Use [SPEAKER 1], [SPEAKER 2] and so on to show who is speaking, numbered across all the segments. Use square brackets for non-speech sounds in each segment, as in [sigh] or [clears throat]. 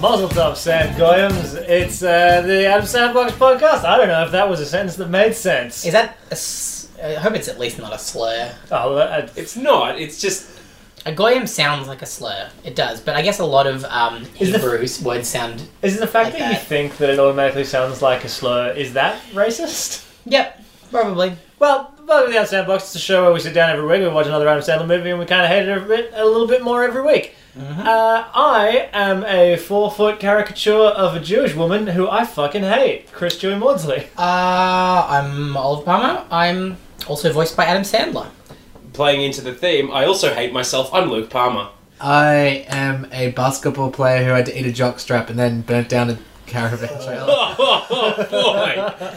[SPEAKER 1] Mazel tov, Sam Goyams. It's uh, the Adam Sandbox podcast. I don't know if that was a sentence that made sense.
[SPEAKER 2] Is that? A s- I hope it's at least not a slur.
[SPEAKER 1] Oh, uh,
[SPEAKER 3] It's not. It's just
[SPEAKER 2] A goyim sounds like a slur. It does, but I guess a lot of um,
[SPEAKER 1] Is the-
[SPEAKER 2] Hebrews words sound.
[SPEAKER 1] is it the fact
[SPEAKER 2] Like
[SPEAKER 1] that you
[SPEAKER 2] that.
[SPEAKER 1] think that it automatically sounds like a slur? Is that racist?
[SPEAKER 2] Yep, probably.
[SPEAKER 1] Well, welcome to the Adam Sandbox. It's a show where we sit down every week, we watch another Adam Sandler movie, and we kind of hate it a, bit, a little bit more every week. Uh, I am a four foot caricature of a Jewish woman who I fucking hate, Chris Joey Maudsley.
[SPEAKER 2] Uh, I'm Olive Palmer. I'm also voiced by Adam Sandler.
[SPEAKER 3] playing into the theme. I also hate myself. I'm Luke Palmer. [laughs]
[SPEAKER 4] I am a basketball player who had to eat a jockstrap and then burnt down a caravan trailer.
[SPEAKER 3] Oh, boy.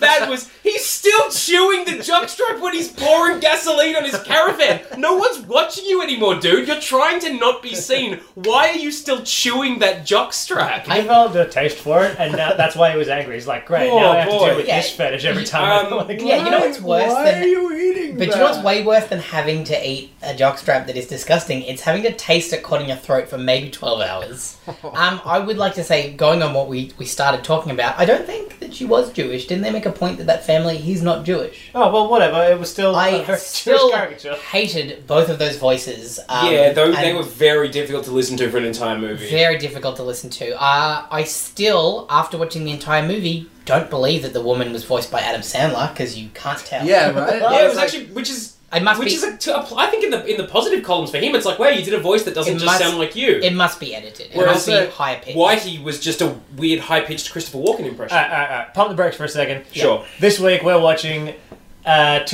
[SPEAKER 3] That was. He's still chewing the jockstrap when he's pouring gasoline on his caravan. No one's watching you anymore, dude. You're trying to not be seen. Why are you still chewing that
[SPEAKER 2] Um,
[SPEAKER 3] jockstrap?
[SPEAKER 1] I developed a taste for it, and now, that's why he was angry. He's like, great, now
[SPEAKER 3] Oh,
[SPEAKER 1] I have to
[SPEAKER 3] boy.
[SPEAKER 1] deal with
[SPEAKER 2] Yeah.
[SPEAKER 1] this fetish every time.
[SPEAKER 3] Um,
[SPEAKER 1] I wanna go
[SPEAKER 2] Yeah, you know what's worse
[SPEAKER 4] Why
[SPEAKER 2] than-
[SPEAKER 4] are you
[SPEAKER 2] But
[SPEAKER 4] eating that?
[SPEAKER 2] you know what's way worse than having to eat a jockstrap that is disgusting? It's having to taste it caught in your throat for maybe 12
[SPEAKER 1] [laughs]
[SPEAKER 2] hours. Um, I would like to say, going on what we, we started talking about, I don't think that she was Jewish. Didn't they make a point that that family, he's not Jewish?
[SPEAKER 1] Oh well, whatever. It was still a
[SPEAKER 2] I
[SPEAKER 1] very [laughs]
[SPEAKER 2] still
[SPEAKER 1] Jewish caricature.
[SPEAKER 2] hated both of those voices. Um,
[SPEAKER 3] yeah, though they
[SPEAKER 2] and
[SPEAKER 3] were very difficult to listen to for an entire movie.
[SPEAKER 2] very difficult to listen to. Uh, I still, after watching the entire movie, don't believe that the woman was voiced by Adam Sandler because you can't tell. [laughs]
[SPEAKER 4] Yeah, right?
[SPEAKER 3] yeah, it was
[SPEAKER 4] like-
[SPEAKER 3] actually, which is,
[SPEAKER 2] I must
[SPEAKER 3] which
[SPEAKER 2] be.
[SPEAKER 3] is, a, to, I think in the in the positive columns for him, it's like, wow, you did a voice that doesn't
[SPEAKER 2] It
[SPEAKER 3] just
[SPEAKER 2] must-
[SPEAKER 3] sound like you.
[SPEAKER 2] it must be edited. It Uh,
[SPEAKER 3] Whereas
[SPEAKER 2] must be
[SPEAKER 4] the-
[SPEAKER 2] higher pitched.
[SPEAKER 3] Whitey was just a weird high pitched Christopher Walken impression.
[SPEAKER 1] Alright, alright, alright. Pump the brakes for a second.
[SPEAKER 3] Sure.
[SPEAKER 1] This week we're watching uh,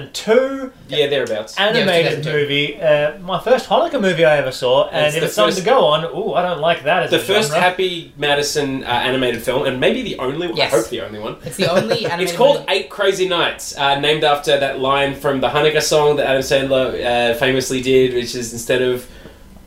[SPEAKER 1] 2002
[SPEAKER 3] Yeah, thereabouts.
[SPEAKER 2] Yeah, it
[SPEAKER 1] animated
[SPEAKER 2] was 2002.
[SPEAKER 1] movie, uh, my first Hanukkah movie I ever saw, and
[SPEAKER 3] It's
[SPEAKER 1] if
[SPEAKER 3] the
[SPEAKER 1] it's something
[SPEAKER 3] first-
[SPEAKER 1] to go on, ooh, I don't like that as
[SPEAKER 3] The
[SPEAKER 1] a
[SPEAKER 3] first
[SPEAKER 1] genre.
[SPEAKER 3] Happy Madison uh, animated film, and maybe the only one.
[SPEAKER 2] Yes.
[SPEAKER 3] I hope the only one.
[SPEAKER 2] [laughs] It's the only animated.
[SPEAKER 3] [laughs] It's called
[SPEAKER 2] movie-
[SPEAKER 3] Eight Crazy Nights, uh, named after that line from the Hanukkah song that Adam Sandler uh, famously did, which is instead of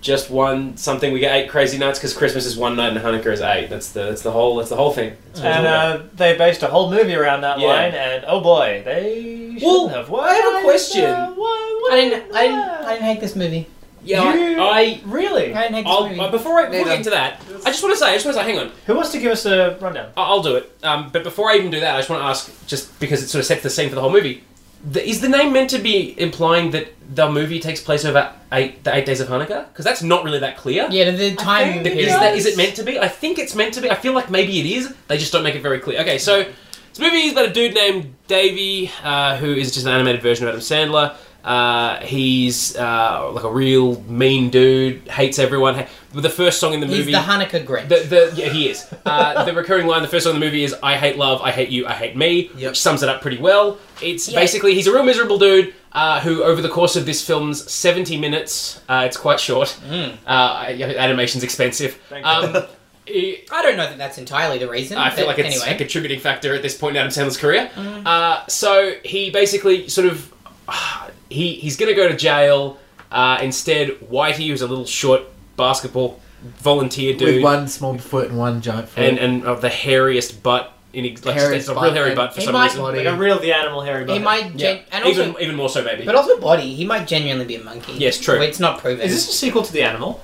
[SPEAKER 3] just one something, we get eight crazy nights because Christmas is one night and Hanukkah is eight. That's the that's the whole that's the whole thing. That's what it's
[SPEAKER 1] and
[SPEAKER 3] all about.
[SPEAKER 1] uh, they based a whole movie around that
[SPEAKER 3] Yeah.
[SPEAKER 1] line, and oh boy, they shouldn't
[SPEAKER 3] Well,
[SPEAKER 1] have.
[SPEAKER 3] I have a
[SPEAKER 1] Why,
[SPEAKER 3] question.
[SPEAKER 1] uh, why, why,
[SPEAKER 2] I didn't. I didn't.
[SPEAKER 1] why?
[SPEAKER 2] I didn't hate this movie.
[SPEAKER 3] yeah,
[SPEAKER 1] you-
[SPEAKER 3] I.
[SPEAKER 1] really.
[SPEAKER 2] I didn't hate
[SPEAKER 3] I
[SPEAKER 2] this
[SPEAKER 3] I'll,
[SPEAKER 2] movie.
[SPEAKER 3] uh, before I before we
[SPEAKER 4] Neither.
[SPEAKER 3] get into that, I just want to say, I just want to say, hang on,
[SPEAKER 1] Who wants to give us a rundown?
[SPEAKER 3] I- I'll do it. Um, but before I even do that, I just want to ask, just because it sort of sets the scene for the whole movie, the, is the name meant to be implying that the movie takes place over eight, the eight days of Hanukkah? Because that's not really that clear.
[SPEAKER 2] yeah, the, the time
[SPEAKER 1] think
[SPEAKER 3] Th-
[SPEAKER 2] period.
[SPEAKER 3] Is that is it meant to be? I think it's meant to be. I feel like maybe it is. They just don't make it very clear. Okay, so this movie is about a dude named Davey, uh, who is just an animated version of Adam Sandler. Uh, he's uh, like a real mean dude, hates everyone. Ha- the first song in the
[SPEAKER 2] He's
[SPEAKER 3] movie,
[SPEAKER 2] the Hanukkah Grinch.
[SPEAKER 3] the, the yeah he is. Uh, the recurring line, the first one in the movie is "I hate love, I hate you, I hate me,"
[SPEAKER 4] Yep.
[SPEAKER 3] which sums it up pretty well. It's
[SPEAKER 2] Yeah.
[SPEAKER 3] basically he's a real miserable dude uh, who, over the course of this film's seventy minutes, uh, it's quite short.
[SPEAKER 2] Hmm.
[SPEAKER 3] Uh, yeah, animation's expensive.
[SPEAKER 1] Thank
[SPEAKER 3] Um, eh,
[SPEAKER 2] I don't know that that's entirely the reason.
[SPEAKER 3] I feel
[SPEAKER 2] but
[SPEAKER 3] like it's a
[SPEAKER 2] anyway. Mm-hmm.
[SPEAKER 3] contributing factor at this point in Adam Sandler's career. Uh, so he basically sort of [sighs] he he's going to go to jail. Uh, instead, Whitey, who's a little short basketball volunteer dude,
[SPEAKER 4] With one small foot and one giant foot.
[SPEAKER 3] and and of the hairiest butt in ex- like
[SPEAKER 4] Hairiest
[SPEAKER 3] it's a real
[SPEAKER 4] butt
[SPEAKER 3] hairy
[SPEAKER 4] and-
[SPEAKER 3] butt for
[SPEAKER 2] He
[SPEAKER 3] some
[SPEAKER 2] might-
[SPEAKER 3] reason.
[SPEAKER 4] Body.
[SPEAKER 1] Like a real the animal hairy
[SPEAKER 2] he
[SPEAKER 1] button.
[SPEAKER 2] might.
[SPEAKER 3] Yeah.
[SPEAKER 2] Gen- and also,
[SPEAKER 3] even even more so maybe.
[SPEAKER 2] but also body. He might genuinely be a monkey.
[SPEAKER 3] Yes, true.
[SPEAKER 2] It's not proven.
[SPEAKER 1] Is this a sequel to the animal?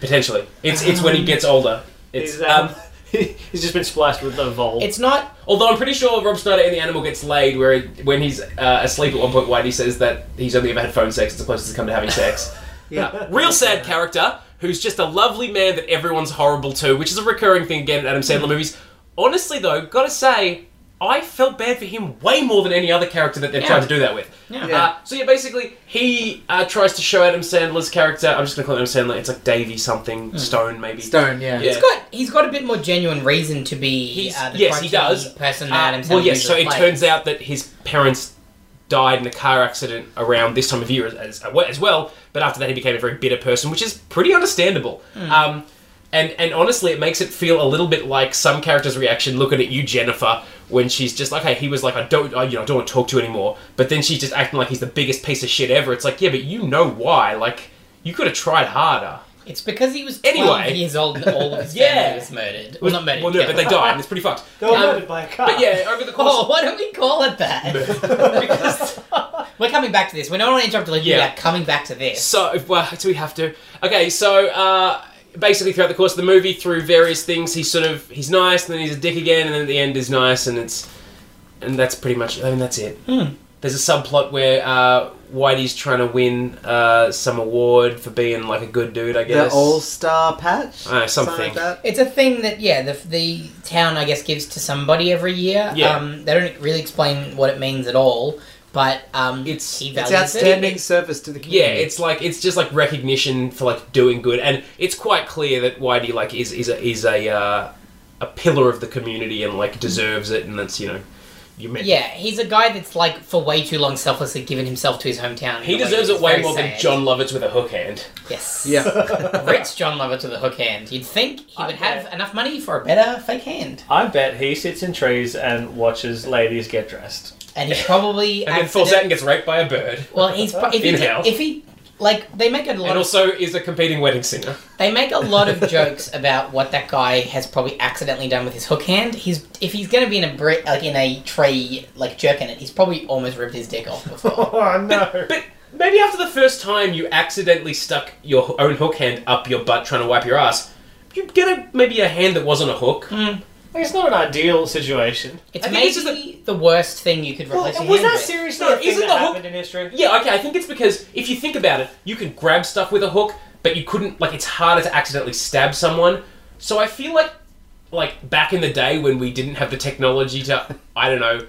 [SPEAKER 3] Potentially, it's it's when he gets older. It's
[SPEAKER 1] He's,
[SPEAKER 3] um,
[SPEAKER 1] um, [laughs] he's just been spliced with a vole.
[SPEAKER 2] It's not.
[SPEAKER 3] although I'm pretty sure Rob Snyder in The Animal gets laid, where he, when he's uh, asleep at one point, Whitey says that he's only ever had phone sex. It's the closest he's come to having sex.
[SPEAKER 4] yeah.
[SPEAKER 3] Real sad character who's just a lovely man that everyone's horrible to, which is a recurring thing again in Adam Sandler movies. Honestly, though, gotta say, I felt bad for him way more than any other character that they've
[SPEAKER 2] Yeah.
[SPEAKER 3] tried to do that with.
[SPEAKER 2] Yeah.
[SPEAKER 4] Yeah.
[SPEAKER 3] Uh, so yeah, basically, he uh, tries to show Adam Sandler's character. I'm just gonna call him Adam Sandler. It's like Davy something Stone maybe.
[SPEAKER 4] Stone, yeah.
[SPEAKER 3] Yeah.
[SPEAKER 2] He's got. He's got a bit more genuine reason to be.
[SPEAKER 3] He's-
[SPEAKER 2] uh, the
[SPEAKER 3] yes, he
[SPEAKER 2] crotchety
[SPEAKER 3] does.
[SPEAKER 2] Person that
[SPEAKER 3] Uh,
[SPEAKER 2] Adam
[SPEAKER 3] well,
[SPEAKER 2] Sandler
[SPEAKER 3] yes. So
[SPEAKER 2] usually
[SPEAKER 3] it
[SPEAKER 2] plays.
[SPEAKER 3] turns out that his parents died in a car accident around this time of year as, as, as well. But after that, he became a very bitter person, which is pretty understandable.
[SPEAKER 2] Hmm.
[SPEAKER 3] Um, and and honestly, it makes it feel a little bit like some character's reaction looking at you, Jennifer, when she's just like, "Hey, he was like, I don't, I, you know, I don't want to talk to you anymore." But then she's just acting like he's the biggest piece of shit ever. It's like, yeah, but you know why? Like, you could have tried harder.
[SPEAKER 2] It's because he was 12
[SPEAKER 3] Anyway.
[SPEAKER 2] years old and all of
[SPEAKER 3] [laughs]
[SPEAKER 2] his family
[SPEAKER 3] Yeah.
[SPEAKER 2] was murdered. Well, not murdered.
[SPEAKER 3] Well, no,
[SPEAKER 2] killed.
[SPEAKER 3] but they
[SPEAKER 2] [laughs]
[SPEAKER 3] died, and it's pretty fucked.
[SPEAKER 1] They were
[SPEAKER 3] Um,
[SPEAKER 1] murdered by a car.
[SPEAKER 3] but yeah, [laughs] over the course.
[SPEAKER 2] Oh, why don't we call it
[SPEAKER 3] [laughs]
[SPEAKER 2] that? [laughs]
[SPEAKER 3] because
[SPEAKER 2] We're coming back to this. We're not only interrupted. Like,
[SPEAKER 3] Yeah.
[SPEAKER 2] We are coming back to this.
[SPEAKER 3] so well, do we have to? Okay, so uh, basically throughout the course of the movie, through various things, he's sort of he's nice, and then he's a dick again, and then at the end is nice, and it's and that's pretty much. I mean, that's it. There's a subplot where uh, Whitey's trying to win uh, some award for being like a good dude. I
[SPEAKER 4] The
[SPEAKER 3] guess.
[SPEAKER 4] All Star patch?
[SPEAKER 3] Uh, something.
[SPEAKER 4] like that.
[SPEAKER 2] It's a thing that yeah, the the town I guess gives to somebody every year.
[SPEAKER 3] Yeah.
[SPEAKER 2] Um, they don't really explain what it means at all, but um,
[SPEAKER 3] It's-
[SPEAKER 2] he
[SPEAKER 4] It's
[SPEAKER 2] values
[SPEAKER 4] outstanding
[SPEAKER 2] It.
[SPEAKER 4] service to the
[SPEAKER 3] yeah,
[SPEAKER 4] community.
[SPEAKER 3] it's like it's just like recognition for like doing good, and it's quite clear that Whitey like is is a is a uh, a pillar of the community and like deserves it, and that's you know you meant
[SPEAKER 2] Yeah, he's a guy that's like for way too long selflessly given himself to his hometown. in
[SPEAKER 3] He
[SPEAKER 2] a way
[SPEAKER 3] deserves
[SPEAKER 2] that's
[SPEAKER 3] it way
[SPEAKER 2] very
[SPEAKER 3] more than
[SPEAKER 2] sad.
[SPEAKER 3] John Lovitz with a hook hand.
[SPEAKER 2] Yes.
[SPEAKER 4] Yeah.
[SPEAKER 2] [laughs] Rich John Lovett with a hook hand. You'd think he
[SPEAKER 1] I
[SPEAKER 2] would
[SPEAKER 1] bet.
[SPEAKER 2] have enough money for a better fake hand,
[SPEAKER 1] [laughs] I bet he sits in trees and watches ladies get dressed.
[SPEAKER 2] and he probably
[SPEAKER 3] [laughs] And then
[SPEAKER 2] accident-
[SPEAKER 3] falls out and gets raped by a bird.
[SPEAKER 2] Well, he's pro- if he,
[SPEAKER 3] In hell.
[SPEAKER 2] if he like they make a lot
[SPEAKER 3] And
[SPEAKER 2] of
[SPEAKER 3] also is a competing wedding singer.
[SPEAKER 2] They make a lot
[SPEAKER 3] [laughs]
[SPEAKER 2] of jokes about what that guy has probably accidentally done with his hook hand. He's if he's going to be in a brick, like in a tree, like jerking it, he's probably almost ripped his dick off before.
[SPEAKER 1] [laughs] Oh no!
[SPEAKER 3] But maybe after the first time you accidentally stuck your h- own hook hand up your butt trying to wipe your ass, you get a, maybe a hand that wasn't a hook.
[SPEAKER 1] it's not an ideal situation.
[SPEAKER 2] It's
[SPEAKER 3] I think
[SPEAKER 2] maybe
[SPEAKER 3] this is
[SPEAKER 2] the worst thing you could replace your hand with.
[SPEAKER 1] serious?
[SPEAKER 3] No, isn't the hook-
[SPEAKER 1] in history?
[SPEAKER 3] Yeah, okay, I think it's because if you think about it, you can grab stuff with a hook, but you couldn't, like, it's harder to accidentally stab someone. So I feel like, like, back in the day when we didn't have the technology to, I don't know,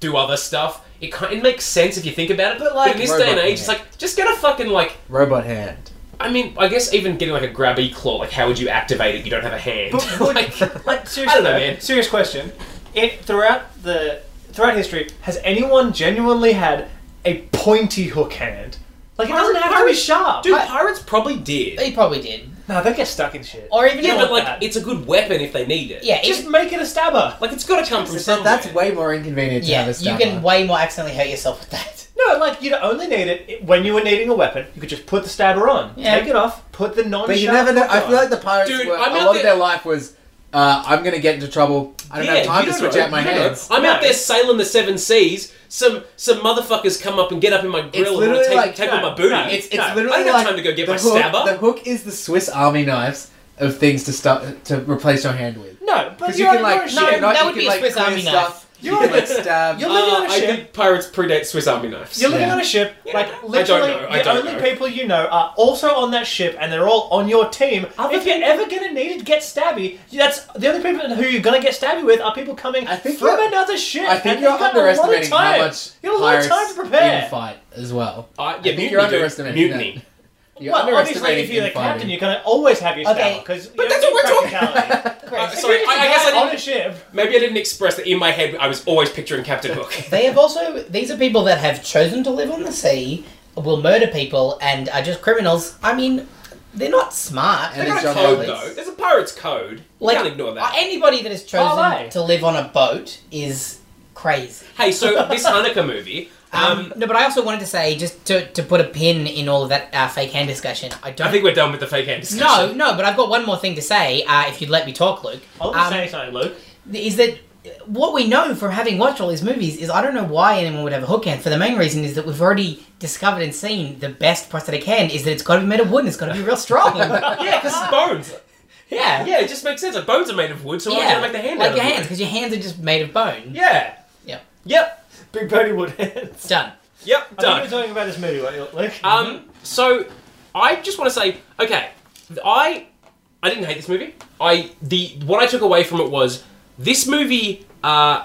[SPEAKER 3] do other stuff, it kind it makes sense if you think about it. But, like, in this day and
[SPEAKER 4] Robot
[SPEAKER 3] age, it's like, just get a fucking, like,
[SPEAKER 4] Robot hand.
[SPEAKER 3] I mean, I guess even getting, like, a grabby claw, like, how would you activate it? You don't have a hand.
[SPEAKER 1] But would-
[SPEAKER 3] [laughs] like,
[SPEAKER 1] Like seriously,
[SPEAKER 3] I don't know,
[SPEAKER 1] though,
[SPEAKER 3] man.
[SPEAKER 1] serious question. It throughout the throughout history, has anyone genuinely had a pointy hook hand? Like it doesn't
[SPEAKER 3] Pirate-
[SPEAKER 1] have to be
[SPEAKER 3] pirate-
[SPEAKER 1] sharp.
[SPEAKER 3] Dude,
[SPEAKER 2] I-
[SPEAKER 3] pirates probably did.
[SPEAKER 2] He probably did,
[SPEAKER 1] no, they get stuck in shit.
[SPEAKER 2] or even
[SPEAKER 3] Yeah,
[SPEAKER 2] if-
[SPEAKER 3] but, like,
[SPEAKER 1] that.
[SPEAKER 3] it's a good weapon if they need Oh, it.
[SPEAKER 2] yeah,
[SPEAKER 1] Just
[SPEAKER 2] even-
[SPEAKER 1] make it a stabber.
[SPEAKER 3] Like, it's gotta come from
[SPEAKER 4] So
[SPEAKER 3] somewhere.
[SPEAKER 4] that's way more inconvenient to
[SPEAKER 2] yeah.
[SPEAKER 4] have a
[SPEAKER 2] You
[SPEAKER 4] stabber.
[SPEAKER 2] can way more accidentally hurt yourself with that.
[SPEAKER 1] [laughs] No, like you'd only need it when you were needing a weapon. You could just put the stabber on,
[SPEAKER 2] Yeah.
[SPEAKER 1] take it off, put the non.
[SPEAKER 4] But you never know. I feel like the pirates
[SPEAKER 3] Dude,
[SPEAKER 4] were.
[SPEAKER 3] I'm
[SPEAKER 4] a
[SPEAKER 3] out
[SPEAKER 4] lot of
[SPEAKER 3] there-
[SPEAKER 4] their life was, uh, I'm gonna get into trouble. I don't
[SPEAKER 3] Yeah,
[SPEAKER 4] have time
[SPEAKER 3] you
[SPEAKER 4] to
[SPEAKER 3] don't
[SPEAKER 4] switch
[SPEAKER 3] know.
[SPEAKER 4] out my
[SPEAKER 3] You don't know.
[SPEAKER 4] hands.
[SPEAKER 3] I'm out
[SPEAKER 1] No.
[SPEAKER 3] there sailing the seven seas. Some some motherfuckers come up and get up in my grill and want
[SPEAKER 4] literally
[SPEAKER 3] to take,
[SPEAKER 4] like-
[SPEAKER 3] take
[SPEAKER 1] no,
[SPEAKER 3] on my booty.
[SPEAKER 1] no,
[SPEAKER 4] It's it's
[SPEAKER 1] No, I
[SPEAKER 4] literally
[SPEAKER 3] don't have
[SPEAKER 4] like
[SPEAKER 3] time to go get
[SPEAKER 4] the
[SPEAKER 3] my
[SPEAKER 4] hook,
[SPEAKER 3] stabber.
[SPEAKER 4] The hook is the Swiss Army knives of things to start to replace your hand with.
[SPEAKER 1] No, but
[SPEAKER 4] Because
[SPEAKER 1] you
[SPEAKER 4] you can like
[SPEAKER 2] no,
[SPEAKER 1] shit.
[SPEAKER 4] shit,
[SPEAKER 2] that
[SPEAKER 4] you
[SPEAKER 2] would
[SPEAKER 4] can,
[SPEAKER 2] be a
[SPEAKER 4] like,
[SPEAKER 2] Swiss
[SPEAKER 4] clear
[SPEAKER 2] Army
[SPEAKER 4] stuff, You can like stab.
[SPEAKER 1] You're
[SPEAKER 3] Uh,
[SPEAKER 1] living on a
[SPEAKER 3] I
[SPEAKER 1] ship.
[SPEAKER 3] think pirates predate Swiss Army knives.
[SPEAKER 1] You're living
[SPEAKER 4] Yeah.
[SPEAKER 1] on a ship.
[SPEAKER 3] I
[SPEAKER 1] Like
[SPEAKER 3] don't
[SPEAKER 1] literally,
[SPEAKER 3] know, I
[SPEAKER 1] the
[SPEAKER 3] don't
[SPEAKER 1] only
[SPEAKER 3] know.
[SPEAKER 1] people you know are also on that ship, and they're all on your team.
[SPEAKER 3] Other
[SPEAKER 1] if you're
[SPEAKER 3] people-
[SPEAKER 1] ever gonna need to get stabby, that's the only people who you're gonna get stabby with are people coming
[SPEAKER 4] I think
[SPEAKER 1] from
[SPEAKER 4] you're-
[SPEAKER 1] another ship.
[SPEAKER 4] I think
[SPEAKER 1] and
[SPEAKER 4] you're
[SPEAKER 1] you've got a lot of
[SPEAKER 4] underestimating
[SPEAKER 1] time.
[SPEAKER 4] how much
[SPEAKER 1] You have a lot of
[SPEAKER 4] pirates
[SPEAKER 1] time to prepare.
[SPEAKER 4] in fight as well.
[SPEAKER 3] Uh, yeah,
[SPEAKER 4] I think
[SPEAKER 3] mutiny,
[SPEAKER 4] you're
[SPEAKER 3] dude.
[SPEAKER 4] underestimating
[SPEAKER 3] Mutiny.
[SPEAKER 4] that. You're
[SPEAKER 1] well, obviously,
[SPEAKER 4] underestimating
[SPEAKER 1] if you're the
[SPEAKER 4] infighting.
[SPEAKER 1] captain, you're gonna always have your stabber
[SPEAKER 2] Okay.
[SPEAKER 1] because.
[SPEAKER 3] But that's what we're talking
[SPEAKER 1] [laughs] about.
[SPEAKER 3] Uh,
[SPEAKER 2] Chris,
[SPEAKER 3] sorry, I, I guess I
[SPEAKER 1] on a
[SPEAKER 3] didn't,
[SPEAKER 1] ship.
[SPEAKER 3] maybe I didn't express that in my head. I was always picturing Captain
[SPEAKER 4] [laughs]
[SPEAKER 3] Hook.
[SPEAKER 2] They have also these are people that have chosen to live on the sea, will murder people, and are just criminals. I mean, they're not smart.
[SPEAKER 4] And
[SPEAKER 3] They got
[SPEAKER 4] it's
[SPEAKER 3] a
[SPEAKER 4] John
[SPEAKER 3] code
[SPEAKER 4] Lovitz.
[SPEAKER 3] though. There's a pirate's code. You can't ignore that.
[SPEAKER 2] uh, Anybody that has chosen
[SPEAKER 1] Parlay.
[SPEAKER 2] to live on a boat is crazy.
[SPEAKER 3] hey, so this Hanukkah movie. Um,
[SPEAKER 2] Um, no, but I also wanted to say just to, to put a pin in all of that uh, fake hand discussion. I don't
[SPEAKER 3] I think we're done with the fake hand
[SPEAKER 2] no,
[SPEAKER 3] discussion.
[SPEAKER 2] no, but I've got one more thing to say. Uh, if you'd let me talk, Luke,
[SPEAKER 1] I'll
[SPEAKER 2] Um,
[SPEAKER 1] say something, Luke.
[SPEAKER 2] is that what we know from having watched all these movies is I don't know why anyone would have a hook hand. For the main reason is that we've already discovered and seen the best prosthetic hand is that it's got to be made of wood and it's got to be real
[SPEAKER 3] [laughs]
[SPEAKER 2] strong.
[SPEAKER 3] Yeah, because it's bones.
[SPEAKER 2] yeah,
[SPEAKER 3] Yeah, it just makes sense. Like bones are made of wood, so why can't I make the hand
[SPEAKER 2] like
[SPEAKER 3] out
[SPEAKER 2] your
[SPEAKER 3] of wood?
[SPEAKER 2] hands because your hands are just made of bone.
[SPEAKER 3] Yeah.
[SPEAKER 2] Yep.
[SPEAKER 3] Yep.
[SPEAKER 1] Big Brody Wood [laughs] hands.
[SPEAKER 2] Done.
[SPEAKER 3] Yep.
[SPEAKER 1] I think
[SPEAKER 3] Done.
[SPEAKER 1] we're talking about this movie, weren't you, Luke? Mm-hmm.
[SPEAKER 3] Um, so I just want to say, okay, I I didn't hate this movie. I the what I took away from it was this movie uh,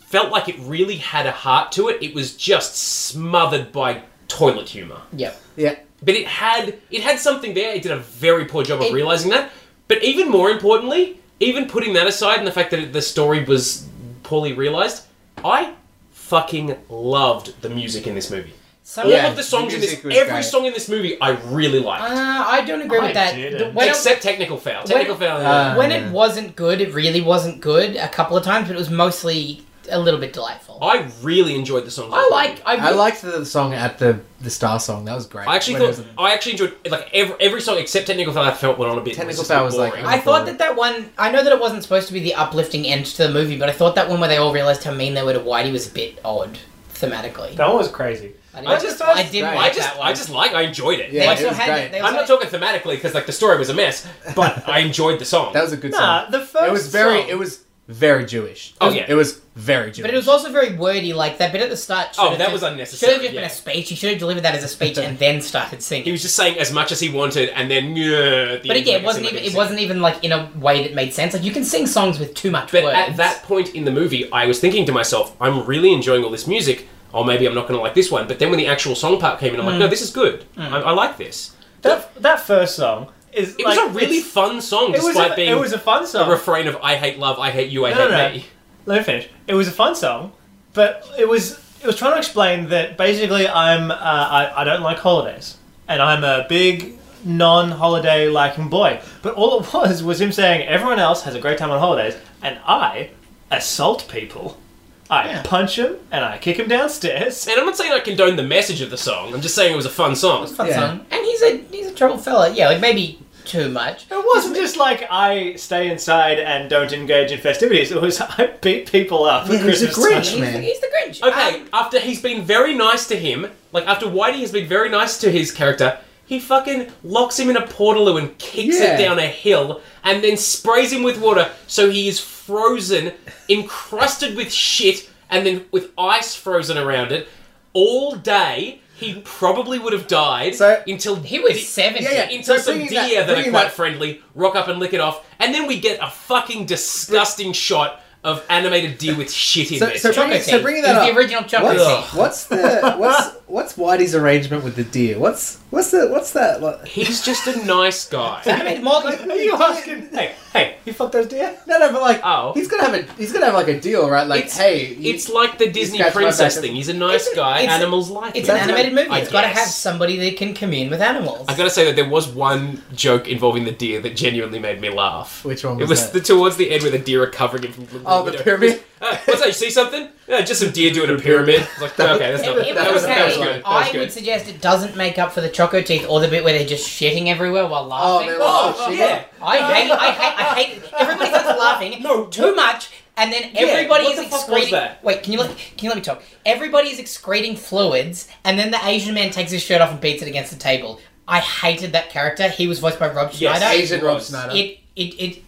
[SPEAKER 3] felt like it really had a heart to it. It was just smothered by toilet humor,
[SPEAKER 2] Yep.
[SPEAKER 4] Yeah.
[SPEAKER 3] but it had it had something there. It did a very poor job of
[SPEAKER 2] It-
[SPEAKER 3] realizing that. But even more importantly, even putting that aside and the fact that it, the story was poorly realized, I fucking loved the music in this movie.
[SPEAKER 2] Some
[SPEAKER 3] All
[SPEAKER 4] Yeah.
[SPEAKER 3] of the songs
[SPEAKER 4] the
[SPEAKER 3] in
[SPEAKER 4] music
[SPEAKER 3] this,
[SPEAKER 4] was
[SPEAKER 3] every
[SPEAKER 4] great.
[SPEAKER 3] song in this movie, I really liked,
[SPEAKER 2] Uh, I don't agree
[SPEAKER 1] I
[SPEAKER 2] with that.
[SPEAKER 1] didn't.
[SPEAKER 2] The- When,
[SPEAKER 3] except Technical Foul. Technical Foul. yeah.
[SPEAKER 2] it,
[SPEAKER 4] Uh,
[SPEAKER 2] when it wasn't good, it really wasn't good a couple of times, but it was mostly a little bit delightful. I,
[SPEAKER 3] I really enjoyed the songs.
[SPEAKER 2] like. I,
[SPEAKER 4] [laughs] I liked the song at the the star song. That was great.
[SPEAKER 3] I actually
[SPEAKER 4] When it
[SPEAKER 3] thought. I actually enjoyed like every, every song except Technical Foul. I felt went on a bit.
[SPEAKER 4] Technical
[SPEAKER 3] just
[SPEAKER 4] Foul was, like,
[SPEAKER 3] boring.
[SPEAKER 2] I thought that that one. I know that it wasn't supposed to be the uplifting end to the movie, but I thought that one where they all realized how mean they were to Whitey was a bit odd thematically.
[SPEAKER 1] that one was crazy.
[SPEAKER 2] I didn't,
[SPEAKER 3] I just,
[SPEAKER 2] I didn't
[SPEAKER 4] Right.
[SPEAKER 3] I
[SPEAKER 2] like
[SPEAKER 3] just,
[SPEAKER 2] that one.
[SPEAKER 3] I just like, I enjoyed it.
[SPEAKER 4] Yeah,
[SPEAKER 2] they
[SPEAKER 3] Like,
[SPEAKER 4] it
[SPEAKER 2] also
[SPEAKER 4] was
[SPEAKER 2] had.
[SPEAKER 4] great.
[SPEAKER 2] They also
[SPEAKER 3] I'm not
[SPEAKER 2] had-
[SPEAKER 3] talking thematically because like the story was a mess, but I enjoyed the song.
[SPEAKER 4] That was a good song.
[SPEAKER 1] Nah, the first
[SPEAKER 4] It was very.
[SPEAKER 1] song-
[SPEAKER 4] It was very Jewish.
[SPEAKER 3] Oh, yeah.
[SPEAKER 4] It was very Jewish.
[SPEAKER 2] But it was also very wordy, like that bit at the start. should've
[SPEAKER 3] Oh, that
[SPEAKER 2] just-
[SPEAKER 3] was unnecessary,
[SPEAKER 2] Should have just
[SPEAKER 3] yeah.
[SPEAKER 2] been a speech. You should have delivered that as a
[SPEAKER 4] [laughs]
[SPEAKER 2] speech and then started singing.
[SPEAKER 3] he was just saying as much as he wanted, and then yeah. at the
[SPEAKER 2] but
[SPEAKER 3] end,
[SPEAKER 2] again,
[SPEAKER 3] like,
[SPEAKER 2] it wasn't
[SPEAKER 3] it's
[SPEAKER 2] even.
[SPEAKER 3] like
[SPEAKER 2] It wasn't even like in a way that made sense. Like you can sing songs with too much
[SPEAKER 3] But
[SPEAKER 2] words.
[SPEAKER 3] at that point in the movie, I was thinking to myself, I'm really enjoying all this music. Or maybe I'm not going to like this one. But then when the actual song part came in, I'm like, no, this is good. I, I like this.
[SPEAKER 1] that that first song is
[SPEAKER 3] It
[SPEAKER 1] like,
[SPEAKER 3] was a really
[SPEAKER 1] it's-
[SPEAKER 3] fun song,
[SPEAKER 1] it was
[SPEAKER 3] despite
[SPEAKER 1] a,
[SPEAKER 3] being
[SPEAKER 1] it was a fun
[SPEAKER 3] a
[SPEAKER 1] song.
[SPEAKER 3] refrain of "I hate love, I hate you, I
[SPEAKER 1] No,
[SPEAKER 3] hate
[SPEAKER 1] no, no.
[SPEAKER 3] me."
[SPEAKER 1] Let me finish. It was a fun song, but it was it was trying to explain that basically I'm uh, I, I don't like holidays and I'm a big non-holiday liking boy. But all it [laughs] was was him saying everyone else has a great time on holidays and I assault people. I
[SPEAKER 2] Yeah.
[SPEAKER 1] punch him and I kick him downstairs. [laughs]
[SPEAKER 3] And I'm not saying I condone the message of the song. I'm just saying it was a fun song.
[SPEAKER 2] It's a fun
[SPEAKER 4] Yeah.
[SPEAKER 2] song. And he's a he's a troubled fella. Yeah, like maybe too much.
[SPEAKER 1] It wasn't just like I stay inside and don't engage in festivities. It was [laughs] I beat people up at
[SPEAKER 4] Yeah, he's a
[SPEAKER 1] Christmas
[SPEAKER 4] Grinch.
[SPEAKER 1] time.
[SPEAKER 2] He's,
[SPEAKER 4] Man.
[SPEAKER 2] he's the Grinch.
[SPEAKER 3] Okay,
[SPEAKER 2] Um,
[SPEAKER 3] after he's been very nice to him, like after Whitey has been very nice to his character, he fucking locks him in a portaloo and kicks
[SPEAKER 4] Yeah.
[SPEAKER 3] it down a hill and then sprays him with water so he is frozen, encrusted with shit, and then with ice frozen around it all day. He probably would have died
[SPEAKER 4] So-
[SPEAKER 3] until
[SPEAKER 2] he was
[SPEAKER 3] the-
[SPEAKER 2] seventy.
[SPEAKER 4] Yeah, yeah.
[SPEAKER 3] until
[SPEAKER 4] So
[SPEAKER 3] some
[SPEAKER 4] bringing
[SPEAKER 3] deer
[SPEAKER 4] that-
[SPEAKER 3] that, are
[SPEAKER 4] bringing
[SPEAKER 3] quite
[SPEAKER 4] that-
[SPEAKER 3] friendly rock up and lick it off, and then we get a fucking disgusting shot of animated deer with shit in
[SPEAKER 4] So,
[SPEAKER 3] their
[SPEAKER 4] so,
[SPEAKER 3] teeth.
[SPEAKER 4] bringing, so
[SPEAKER 2] Chocolatey.
[SPEAKER 4] bringing
[SPEAKER 2] It
[SPEAKER 4] that
[SPEAKER 2] was
[SPEAKER 4] up,
[SPEAKER 2] the original
[SPEAKER 4] what's,
[SPEAKER 2] Chocolatey.
[SPEAKER 4] what's the what's what's Whitey's arrangement with the deer? What's what's the what's that? What,
[SPEAKER 3] He's just a nice guy.
[SPEAKER 2] [laughs] I mean, Morgan.
[SPEAKER 1] Are you asking? Hey, hey, you fucked those deer?
[SPEAKER 4] no, no, but like
[SPEAKER 3] Oh.
[SPEAKER 4] he's gonna have a he's gonna have like a deal, right? Like,
[SPEAKER 3] It's-
[SPEAKER 4] hey, you-
[SPEAKER 3] It's like the Disney
[SPEAKER 4] scratch my
[SPEAKER 3] princess
[SPEAKER 4] back.
[SPEAKER 3] thing. He's a nice
[SPEAKER 2] It's a-
[SPEAKER 3] guy.
[SPEAKER 2] it's a-
[SPEAKER 3] Animals like
[SPEAKER 2] It's
[SPEAKER 3] him.
[SPEAKER 2] an animated movie.
[SPEAKER 3] I
[SPEAKER 2] It's got to
[SPEAKER 3] guess.
[SPEAKER 2] have somebody that can commune with animals.
[SPEAKER 3] I gotta say that there was one joke involving the deer that genuinely made me laugh.
[SPEAKER 4] Which one
[SPEAKER 3] It
[SPEAKER 4] was
[SPEAKER 3] was
[SPEAKER 4] that?
[SPEAKER 3] the, towards the end where the deer are covering him from the
[SPEAKER 4] oh, the
[SPEAKER 3] window.
[SPEAKER 4] pyramid.
[SPEAKER 3] [laughs] Uh, what's that? You see something? Yeah, just some deer doing a pyramid. It's Like, okay, that's
[SPEAKER 2] It-
[SPEAKER 3] not.
[SPEAKER 2] it
[SPEAKER 3] That was,
[SPEAKER 2] was
[SPEAKER 3] that was
[SPEAKER 2] okay.
[SPEAKER 3] good. That was
[SPEAKER 2] I
[SPEAKER 3] good.
[SPEAKER 2] would suggest it doesn't make up for the choco teeth or the bit where they're just shitting everywhere while
[SPEAKER 4] Oh,
[SPEAKER 2] laughing.
[SPEAKER 4] they were
[SPEAKER 3] Oh,
[SPEAKER 4] all shit.
[SPEAKER 3] yeah.
[SPEAKER 2] I hate, I hate, I hate. Everybody starts laughing
[SPEAKER 3] No,
[SPEAKER 2] too much, and then everybody
[SPEAKER 3] what
[SPEAKER 2] is
[SPEAKER 3] the fuck was
[SPEAKER 2] excreting.
[SPEAKER 3] that?
[SPEAKER 2] Wait, can you let can you let me talk? Everybody is excreting fluids, and then the Asian man takes his shirt off and beats it against the table. I hated that character. He was voiced by Rob
[SPEAKER 3] Yes,
[SPEAKER 2] Schneider.
[SPEAKER 4] Asian Rob
[SPEAKER 3] was.
[SPEAKER 4] Snyder.
[SPEAKER 2] It it it.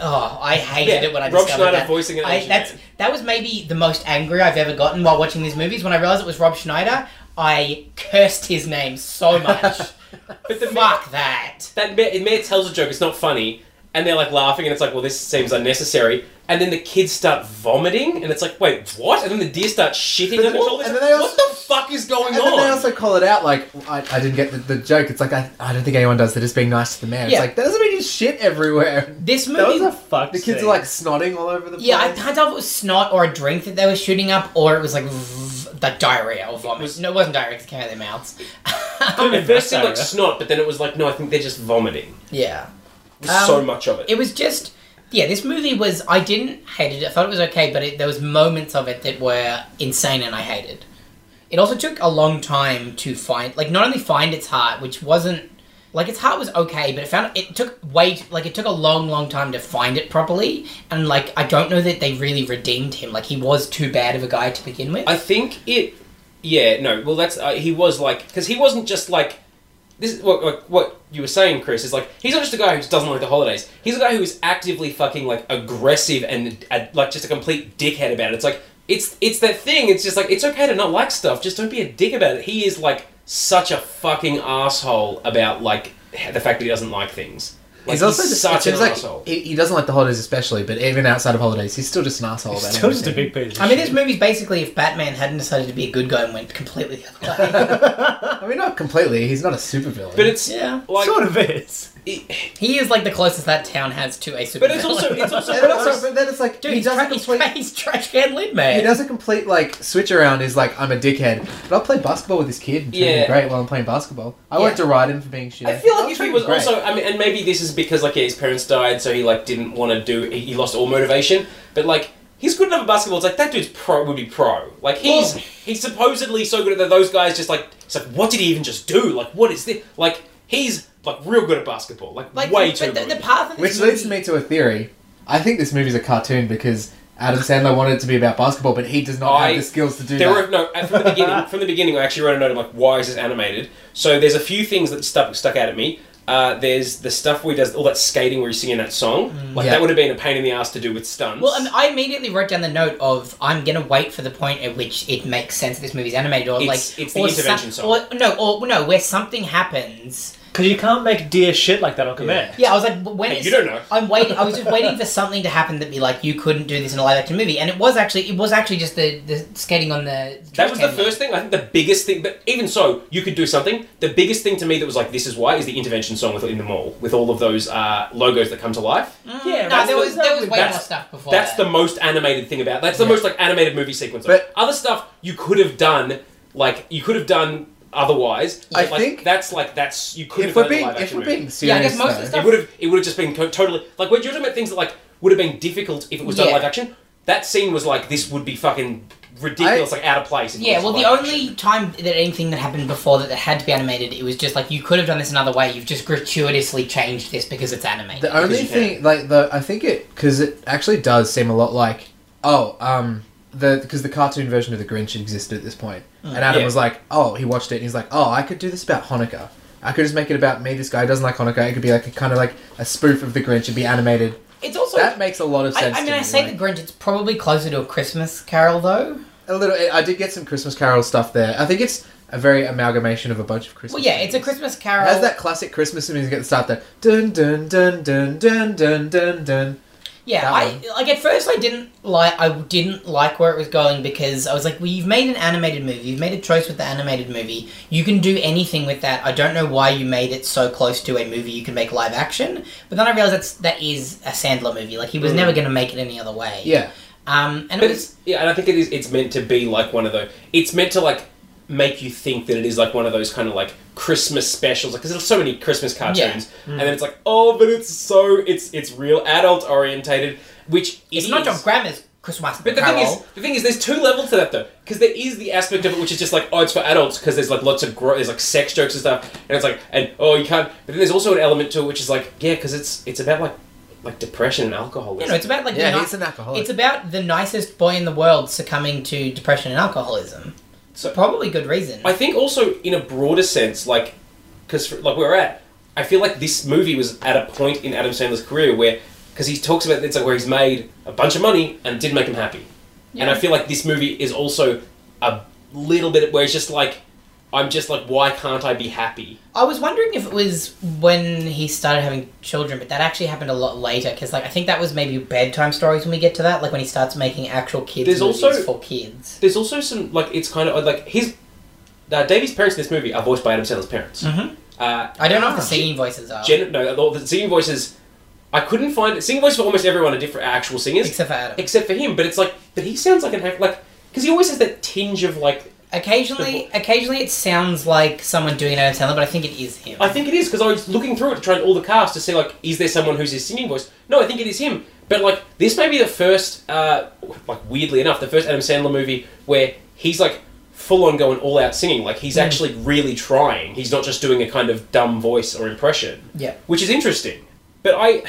[SPEAKER 2] Oh, I hated
[SPEAKER 3] Yeah,
[SPEAKER 2] it when I
[SPEAKER 3] Rob
[SPEAKER 2] discovered
[SPEAKER 3] Schneider
[SPEAKER 2] that.
[SPEAKER 3] voicing an
[SPEAKER 2] I-
[SPEAKER 3] Asian
[SPEAKER 2] that's
[SPEAKER 3] man.
[SPEAKER 2] that was maybe the most angry I've ever gotten while watching these movies. When I realized it was Rob Schneider, I cursed his name
[SPEAKER 3] [laughs]
[SPEAKER 2] so much.
[SPEAKER 3] But the
[SPEAKER 2] Fuck that.
[SPEAKER 3] that mayor, mayor tells a joke, it's not funny, and they're like laughing, and it's like, well, this seems unnecessary. And then the kids start vomiting, and it's like, wait, what? And then the deer start shitting
[SPEAKER 4] But
[SPEAKER 3] them.
[SPEAKER 4] then-
[SPEAKER 3] all this.
[SPEAKER 4] and then they
[SPEAKER 3] what
[SPEAKER 4] also-
[SPEAKER 3] the fuck is going
[SPEAKER 4] And then
[SPEAKER 3] on?
[SPEAKER 4] they also call it out like I, I didn't get the, the joke. It's like I, I don't think anyone does. They're just being nice to the man.
[SPEAKER 2] Yeah.
[SPEAKER 4] It's like that doesn't mean you shit everywhere.
[SPEAKER 2] This
[SPEAKER 4] That
[SPEAKER 2] movie
[SPEAKER 4] was a
[SPEAKER 1] Fuck.
[SPEAKER 4] the kids are like snotting all over the place.
[SPEAKER 2] Yeah, I can't tell if it was snot or a drink that they were shooting up, or it was like v- like diarrhea or vomit.
[SPEAKER 3] was-
[SPEAKER 2] no, it wasn't diarrhea; it came out of their mouths.
[SPEAKER 3] It first seemed
[SPEAKER 1] Sarah.
[SPEAKER 3] like snot, but then it was like, no, I think they're just vomiting.
[SPEAKER 2] [laughs] yeah,
[SPEAKER 3] There's so
[SPEAKER 2] Um,
[SPEAKER 3] much of it.
[SPEAKER 2] it was just yeah. This movie was I didn't hate it. I thought it was okay, but it, there was moments of it that were insane and I hated. It also took a long time to find like not only find its heart, which wasn't like its heart was okay, but it found it took way t- like it took a long, long time to find it properly, and like I don't know that they really redeemed him. Like he was too bad of a guy to begin with.
[SPEAKER 3] I think it. Yeah, no. Well, that's uh, he was like because he wasn't just like this. Is what, what what you were saying, Chris, is like he's not just a guy who doesn't like the holidays. He's a guy who is actively fucking like aggressive and uh, like just a complete dickhead about it. It's like it's it's that thing. It's just like it's okay to not like stuff. Just don't be a dick about it. He is like such a fucking asshole about like the fact that he doesn't like things. Like,
[SPEAKER 4] he's also just
[SPEAKER 3] such
[SPEAKER 4] it
[SPEAKER 3] an
[SPEAKER 4] seems like
[SPEAKER 3] asshole.
[SPEAKER 4] He, he doesn't like the holidays especially, but even outside of holidays, he's still just an asshole. about
[SPEAKER 1] Still just a
[SPEAKER 4] everything.
[SPEAKER 1] big piece. Of
[SPEAKER 2] I mean,
[SPEAKER 1] shit.
[SPEAKER 2] this movie's basically if Batman hadn't decided to be a good guy and went completely the other
[SPEAKER 3] [laughs]
[SPEAKER 2] way. [laughs]
[SPEAKER 4] I mean, not completely. He's not a supervillain.
[SPEAKER 3] but it's
[SPEAKER 2] yeah,
[SPEAKER 3] like
[SPEAKER 1] sort of is.
[SPEAKER 2] he is like the closest that town has to a super.
[SPEAKER 3] But it's
[SPEAKER 2] [laughs]
[SPEAKER 3] also it's also,
[SPEAKER 4] [laughs] and also, but then it's like
[SPEAKER 2] Dude,
[SPEAKER 4] he
[SPEAKER 2] he's, tra-
[SPEAKER 4] doesn't
[SPEAKER 2] he's,
[SPEAKER 4] complete.
[SPEAKER 2] tra- he's trash can lid man.
[SPEAKER 4] He does a complete like switch around. Is like I'm a dickhead, but I'll play basketball with this kid. And treat
[SPEAKER 3] Yeah.
[SPEAKER 4] him great while I'm playing basketball. I
[SPEAKER 2] Yeah.
[SPEAKER 4] won't deride him for being shit.
[SPEAKER 3] I feel
[SPEAKER 4] I'll
[SPEAKER 3] like if
[SPEAKER 4] treat
[SPEAKER 3] he
[SPEAKER 4] him
[SPEAKER 3] was
[SPEAKER 4] great.
[SPEAKER 3] also, I mean, and maybe this is because like yeah, his parents died, so he like didn't want to do. He, he lost all motivation. But like he's good enough at basketball. It's like that dude's pro would be pro. Like he's he's supposedly so good at that. Those guys just like it's like what did he even just do? Like what is this? Like he's like real good at basketball. Like,
[SPEAKER 2] like
[SPEAKER 3] way
[SPEAKER 2] but
[SPEAKER 3] too
[SPEAKER 2] the,
[SPEAKER 3] good.
[SPEAKER 2] the path of this
[SPEAKER 4] which leads
[SPEAKER 2] movie-
[SPEAKER 4] me to a theory. I think this movie's a cartoon because
[SPEAKER 3] [laughs]
[SPEAKER 4] Adam Sandler wanted it to be about basketball, but he does not
[SPEAKER 3] I-
[SPEAKER 4] have the skills to do
[SPEAKER 3] There
[SPEAKER 4] that.
[SPEAKER 3] were no uh, from the beginning. From the beginning, I actually wrote a note of like, why is this animated? So there's a few things that stuck stuck out at me. Uh, there's the stuff where he does all that skating where he's singing that song. Like
[SPEAKER 4] Yeah.
[SPEAKER 3] that would have been a pain in the ass to do with stunts.
[SPEAKER 2] Well, I, mean, I immediately wrote down the note of I'm gonna wait for the point at which it makes sense this movie's animated, or
[SPEAKER 3] It's-
[SPEAKER 2] like,
[SPEAKER 3] it's the
[SPEAKER 2] or
[SPEAKER 3] intervention
[SPEAKER 2] some- or no, or no, where something happens.
[SPEAKER 1] Because you can't make deer shit like that on command.
[SPEAKER 2] Yeah, I was like, when
[SPEAKER 3] Hey,
[SPEAKER 2] is-
[SPEAKER 3] you don't know.
[SPEAKER 2] [laughs] I'm waiting. I was just waiting for something to happen that be like, you couldn't do this in a live action movie, and it was actually, it was actually just the the skating on the.
[SPEAKER 3] That was the
[SPEAKER 2] trash can.
[SPEAKER 3] first thing. I think the biggest thing, but even so, you could do something. The biggest thing to me that was like, this is why, is the intervention song with in the mall with all of those uh, logos that come to life.
[SPEAKER 1] Yeah,
[SPEAKER 2] Mm. No, there was there was way more
[SPEAKER 3] that's-
[SPEAKER 2] stuff before.
[SPEAKER 3] That's
[SPEAKER 2] that.
[SPEAKER 3] the most animated thing about. That's the most like animated movie sequence.
[SPEAKER 4] But-
[SPEAKER 3] other stuff you could have done, like you could have done otherwise.
[SPEAKER 4] I
[SPEAKER 3] but, like,
[SPEAKER 4] think-
[SPEAKER 3] that's like that's you could
[SPEAKER 4] If
[SPEAKER 3] have
[SPEAKER 4] we're
[SPEAKER 3] done a
[SPEAKER 4] being,
[SPEAKER 3] live
[SPEAKER 4] if
[SPEAKER 3] action
[SPEAKER 4] we're
[SPEAKER 3] movie.
[SPEAKER 4] being serious,
[SPEAKER 2] Yeah, I guess most of the
[SPEAKER 4] though-
[SPEAKER 2] stuff-
[SPEAKER 3] It would have it would have just been co- totally like when you're talking about things that like would have been difficult if it was done
[SPEAKER 2] Yeah.
[SPEAKER 3] live action. That scene was like this would be fucking ridiculous,
[SPEAKER 4] I-
[SPEAKER 3] like out of place. if it
[SPEAKER 2] Yeah,
[SPEAKER 3] was
[SPEAKER 2] well, the
[SPEAKER 3] live
[SPEAKER 2] only
[SPEAKER 3] action.
[SPEAKER 2] time that anything that happened before that, that had to be animated, it was just like you could have done this another way. You've just gratuitously changed this because it's animated.
[SPEAKER 4] The uh, only
[SPEAKER 3] you
[SPEAKER 4] thing, like the, I think it because it actually does seem a lot like oh, um, the because the cartoon version of the Grinch existed at this point,
[SPEAKER 2] Mm.
[SPEAKER 4] and Adam
[SPEAKER 3] Yeah.
[SPEAKER 4] was like, oh, he watched it, and he's like, oh, I could do this about Hanukkah. I could just make it about me. This guy doesn't like Hanukkah. It could be like a kind of like a spoof of the Grinch. It'd be animated.
[SPEAKER 2] It's also.
[SPEAKER 4] That makes a lot of
[SPEAKER 2] I,
[SPEAKER 4] sense.
[SPEAKER 2] I mean,
[SPEAKER 4] to
[SPEAKER 2] I
[SPEAKER 4] me,
[SPEAKER 2] say
[SPEAKER 4] like-
[SPEAKER 2] the Grinch. It's probably closer to a Christmas Carol, though.
[SPEAKER 4] a little. I did get some Christmas Carol stuff there. I think it's a very amalgamation of a bunch of
[SPEAKER 2] Well,
[SPEAKER 4] Christmas.
[SPEAKER 2] yeah, it's a
[SPEAKER 4] movies.
[SPEAKER 2] Christmas
[SPEAKER 4] It
[SPEAKER 2] Carol.
[SPEAKER 4] has that classic Christmas music at the start there. Dun dun dun dun dun dun dun dun.
[SPEAKER 2] Yeah,
[SPEAKER 4] that
[SPEAKER 2] I
[SPEAKER 4] one.
[SPEAKER 2] like at first I didn't like I didn't like where it was going because I was like, well, you've made an animated movie. You've made a choice with the animated movie. You can do anything with that. I don't know why you made it so close to a movie you can make live action. But then I realized that's that is a Sandler movie. Like he was never going to make it any other way.
[SPEAKER 4] Yeah.
[SPEAKER 2] Um, and it
[SPEAKER 3] Mm. But
[SPEAKER 2] was
[SPEAKER 3] it's yeah, and I think it is. It's meant to be like one of those. It's meant to like make you think that it is like one of those kind of like Christmas specials, because there's so many Christmas cartoons, and
[SPEAKER 2] Mm.
[SPEAKER 3] then it's like, oh, but it's so it's it's real adult orientated, which it
[SPEAKER 2] it's not
[SPEAKER 3] is.
[SPEAKER 2] John Grammer's Christmas
[SPEAKER 3] But the
[SPEAKER 2] Carol.
[SPEAKER 3] thing is, the thing is, there's two levels to that though, because there is the aspect of it which is just like, oh, it's for adults, because there's like lots of gro- there's like sex jokes and stuff, and it's like, and oh, you can't. But then there's also an element to it which is like, yeah, because it's it's about like like depression and alcoholism.
[SPEAKER 2] you know, it's about like
[SPEAKER 4] Yeah,
[SPEAKER 2] the ni-
[SPEAKER 4] he's an alcoholic.
[SPEAKER 2] it's about the nicest boy in the world succumbing to depression and alcoholism. So probably good reason.
[SPEAKER 3] I think also in a broader sense, like because like we're at, I feel like this movie was at a point in Adam Sandler's career where because he talks about it's like where he's made a bunch of money and it didn't make him happy, and I feel like this movie is also a little bit where it's just like I'm just like why can't I be happy?
[SPEAKER 2] I was wondering if it was when he started having children, but that actually happened a lot later. Because like I think that was maybe bedtime stories when we get to that, like when he starts making actual kids
[SPEAKER 3] There's
[SPEAKER 2] movies
[SPEAKER 3] also-
[SPEAKER 2] for kids.
[SPEAKER 3] There's also some like it's kind of like his uh, Davey's parents in this movie are voiced by Adam Sandler's parents.
[SPEAKER 2] Mhm.
[SPEAKER 3] Uh,
[SPEAKER 2] I don't know if
[SPEAKER 4] Ah.
[SPEAKER 2] the singing voices are,
[SPEAKER 3] Jen, no, all the singing voices. I couldn't find singing voices for almost everyone are different actual singers.
[SPEAKER 2] except for Adam.
[SPEAKER 3] except for him. But it's like, but he sounds like an hack, like because he always has that tinge of like.
[SPEAKER 2] occasionally, occasionally it sounds like someone doing Adam Sandler, but I think it is him.
[SPEAKER 3] I think it is because I was looking through it to try and all the cast to see like, is there someone who's his singing voice? No, I think it is him. But like, this may be the first, uh, like weirdly enough, the first Adam Sandler movie where he's like full on going all out singing. Like
[SPEAKER 2] Hmm.
[SPEAKER 3] he's actually really trying. He's not just doing a kind of dumb voice or impression,
[SPEAKER 2] yeah,
[SPEAKER 3] which is interesting. But I, it,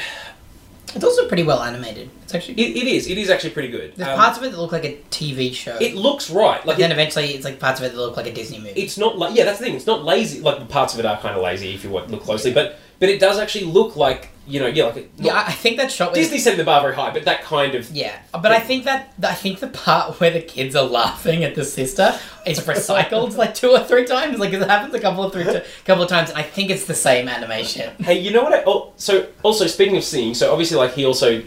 [SPEAKER 2] it's also pretty well animated. It's actually
[SPEAKER 3] it is, it is actually pretty good.
[SPEAKER 2] there's
[SPEAKER 3] Um,
[SPEAKER 2] parts of it that look like a TV show.
[SPEAKER 3] it looks right. Like
[SPEAKER 2] but then
[SPEAKER 3] it,
[SPEAKER 2] eventually, it's like parts of it that look like a Disney movie.
[SPEAKER 3] it's not like yeah that's the thing it's not lazy like parts of it are kind of lazy if you wa- look closely but but it does actually look like you know yeah like it,
[SPEAKER 2] yeah, I I think that shot.
[SPEAKER 3] not-
[SPEAKER 2] where-
[SPEAKER 3] Disney setting the bar very high but that kind of
[SPEAKER 2] Yeah, but I think that I think the part where the kids are laughing at the sister is recycled like two or three times. Like it happens a couple of
[SPEAKER 3] [laughs]
[SPEAKER 2] three t- couple of times, and I think it's the same animation.
[SPEAKER 3] hey you know what I oh, so also speaking of singing so obviously like he also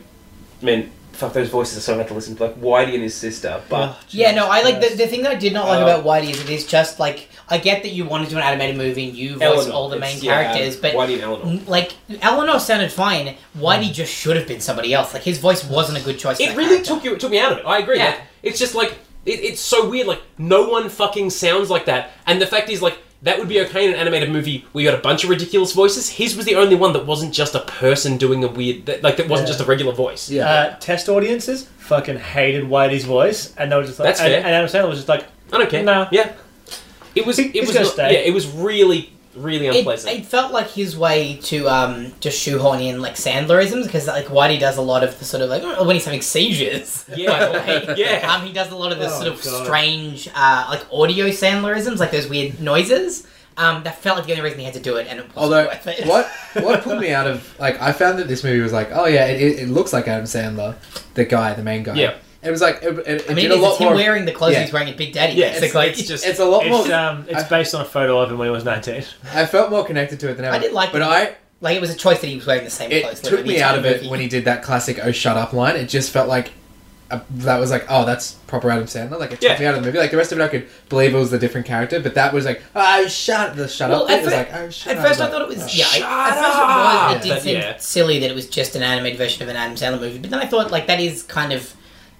[SPEAKER 3] man fuck those voices are so hard to listen to like Whitey and his sister but
[SPEAKER 2] yeah, no, I like the, the thing that I did not like
[SPEAKER 3] Uh,
[SPEAKER 2] about Whitey is it is just like I get that you want to do an animated movie and you voice
[SPEAKER 3] Eleanor,
[SPEAKER 2] all the main
[SPEAKER 3] it's- yeah,
[SPEAKER 2] characters, but
[SPEAKER 3] Whitey and Eleanor
[SPEAKER 2] n- like Eleanor sounded fine. Whitey just should have been somebody else. Like his voice wasn't a good choice. for
[SPEAKER 3] Mm. it
[SPEAKER 2] that
[SPEAKER 3] really
[SPEAKER 2] character.
[SPEAKER 3] took you it took me out of it I agree
[SPEAKER 2] Yeah.
[SPEAKER 3] like, it's just like it, it's so weird like no one fucking sounds like that and the fact is like that would be okay in an animated movie where you got a bunch of ridiculous voices. His was the only one that wasn't just a person doing a weird, that, like that wasn't
[SPEAKER 1] Yeah.
[SPEAKER 3] just a regular voice.
[SPEAKER 4] Yeah.
[SPEAKER 1] Uh, test audiences fucking hated Whitey's voice, and they were just like,
[SPEAKER 3] That's
[SPEAKER 1] and,
[SPEAKER 3] fair.
[SPEAKER 1] and Adam Sandler was just like,
[SPEAKER 3] I don't care.
[SPEAKER 1] No.
[SPEAKER 3] Yeah. It was.
[SPEAKER 1] He-
[SPEAKER 3] It
[SPEAKER 1] he's
[SPEAKER 3] was.
[SPEAKER 1] gonna
[SPEAKER 3] not-
[SPEAKER 1] stay.
[SPEAKER 3] Yeah. It was really really
[SPEAKER 2] It,
[SPEAKER 3] unpleasant.
[SPEAKER 2] it felt like his way to um to shoehorn in like Sandlerisms because like Whitey does a lot of the sort of like oh, when he's having seizures. by [laughs] the way.
[SPEAKER 3] [laughs] yeah, yeah.
[SPEAKER 2] Um, he does a lot of the
[SPEAKER 1] Oh,
[SPEAKER 2] sort of
[SPEAKER 1] God.
[SPEAKER 2] strange, uh, like audio Sandlerisms, like those weird noises. Um, that felt like the only reason he had to do it, and it wasn't
[SPEAKER 4] Although
[SPEAKER 2] worth [laughs] it.
[SPEAKER 4] what what put me out of like I found that this movie was like oh yeah it, it, it looks like Adam Sandler the guy the main guy
[SPEAKER 3] Yeah.
[SPEAKER 4] it was like it, it, it
[SPEAKER 2] I mean,
[SPEAKER 4] did
[SPEAKER 2] it
[SPEAKER 4] a
[SPEAKER 2] is, it's
[SPEAKER 4] lot
[SPEAKER 2] him
[SPEAKER 4] more
[SPEAKER 2] wearing the clothes
[SPEAKER 4] yeah.
[SPEAKER 2] he's wearing at Big Daddy.
[SPEAKER 3] Yeah, it's,
[SPEAKER 2] basically.
[SPEAKER 3] it's just
[SPEAKER 4] it's a lot
[SPEAKER 1] It's,
[SPEAKER 4] more
[SPEAKER 1] um, it's
[SPEAKER 4] I-
[SPEAKER 1] based on a photo of him when he was 19.
[SPEAKER 4] I felt more connected to it than ever
[SPEAKER 2] I did like
[SPEAKER 4] but
[SPEAKER 2] it.
[SPEAKER 4] I
[SPEAKER 2] [laughs] like it was a choice that he was wearing the same
[SPEAKER 4] it
[SPEAKER 2] clothes.
[SPEAKER 4] took me out of it when he did that classic oh shut up line it just felt like a, that was like oh that's proper Adam Sandler like it took
[SPEAKER 3] Yeah.
[SPEAKER 4] me out of the movie like the rest of it I could believe it was a different character but that was like oh shut the shut
[SPEAKER 2] Well,
[SPEAKER 4] up bit
[SPEAKER 2] at
[SPEAKER 4] was
[SPEAKER 2] fir-
[SPEAKER 4] like oh shut
[SPEAKER 2] At
[SPEAKER 4] up.
[SPEAKER 2] first,
[SPEAKER 4] was
[SPEAKER 2] I
[SPEAKER 4] like,
[SPEAKER 2] thought it was
[SPEAKER 4] "Oh,
[SPEAKER 2] yeah.
[SPEAKER 3] Shut
[SPEAKER 2] I, at first, it was. It
[SPEAKER 3] up!
[SPEAKER 2] did
[SPEAKER 3] But
[SPEAKER 2] seem
[SPEAKER 3] yeah.
[SPEAKER 2] silly that it was just an animated version of an Adam Sandler movie. But then I thought, like, that is kind of,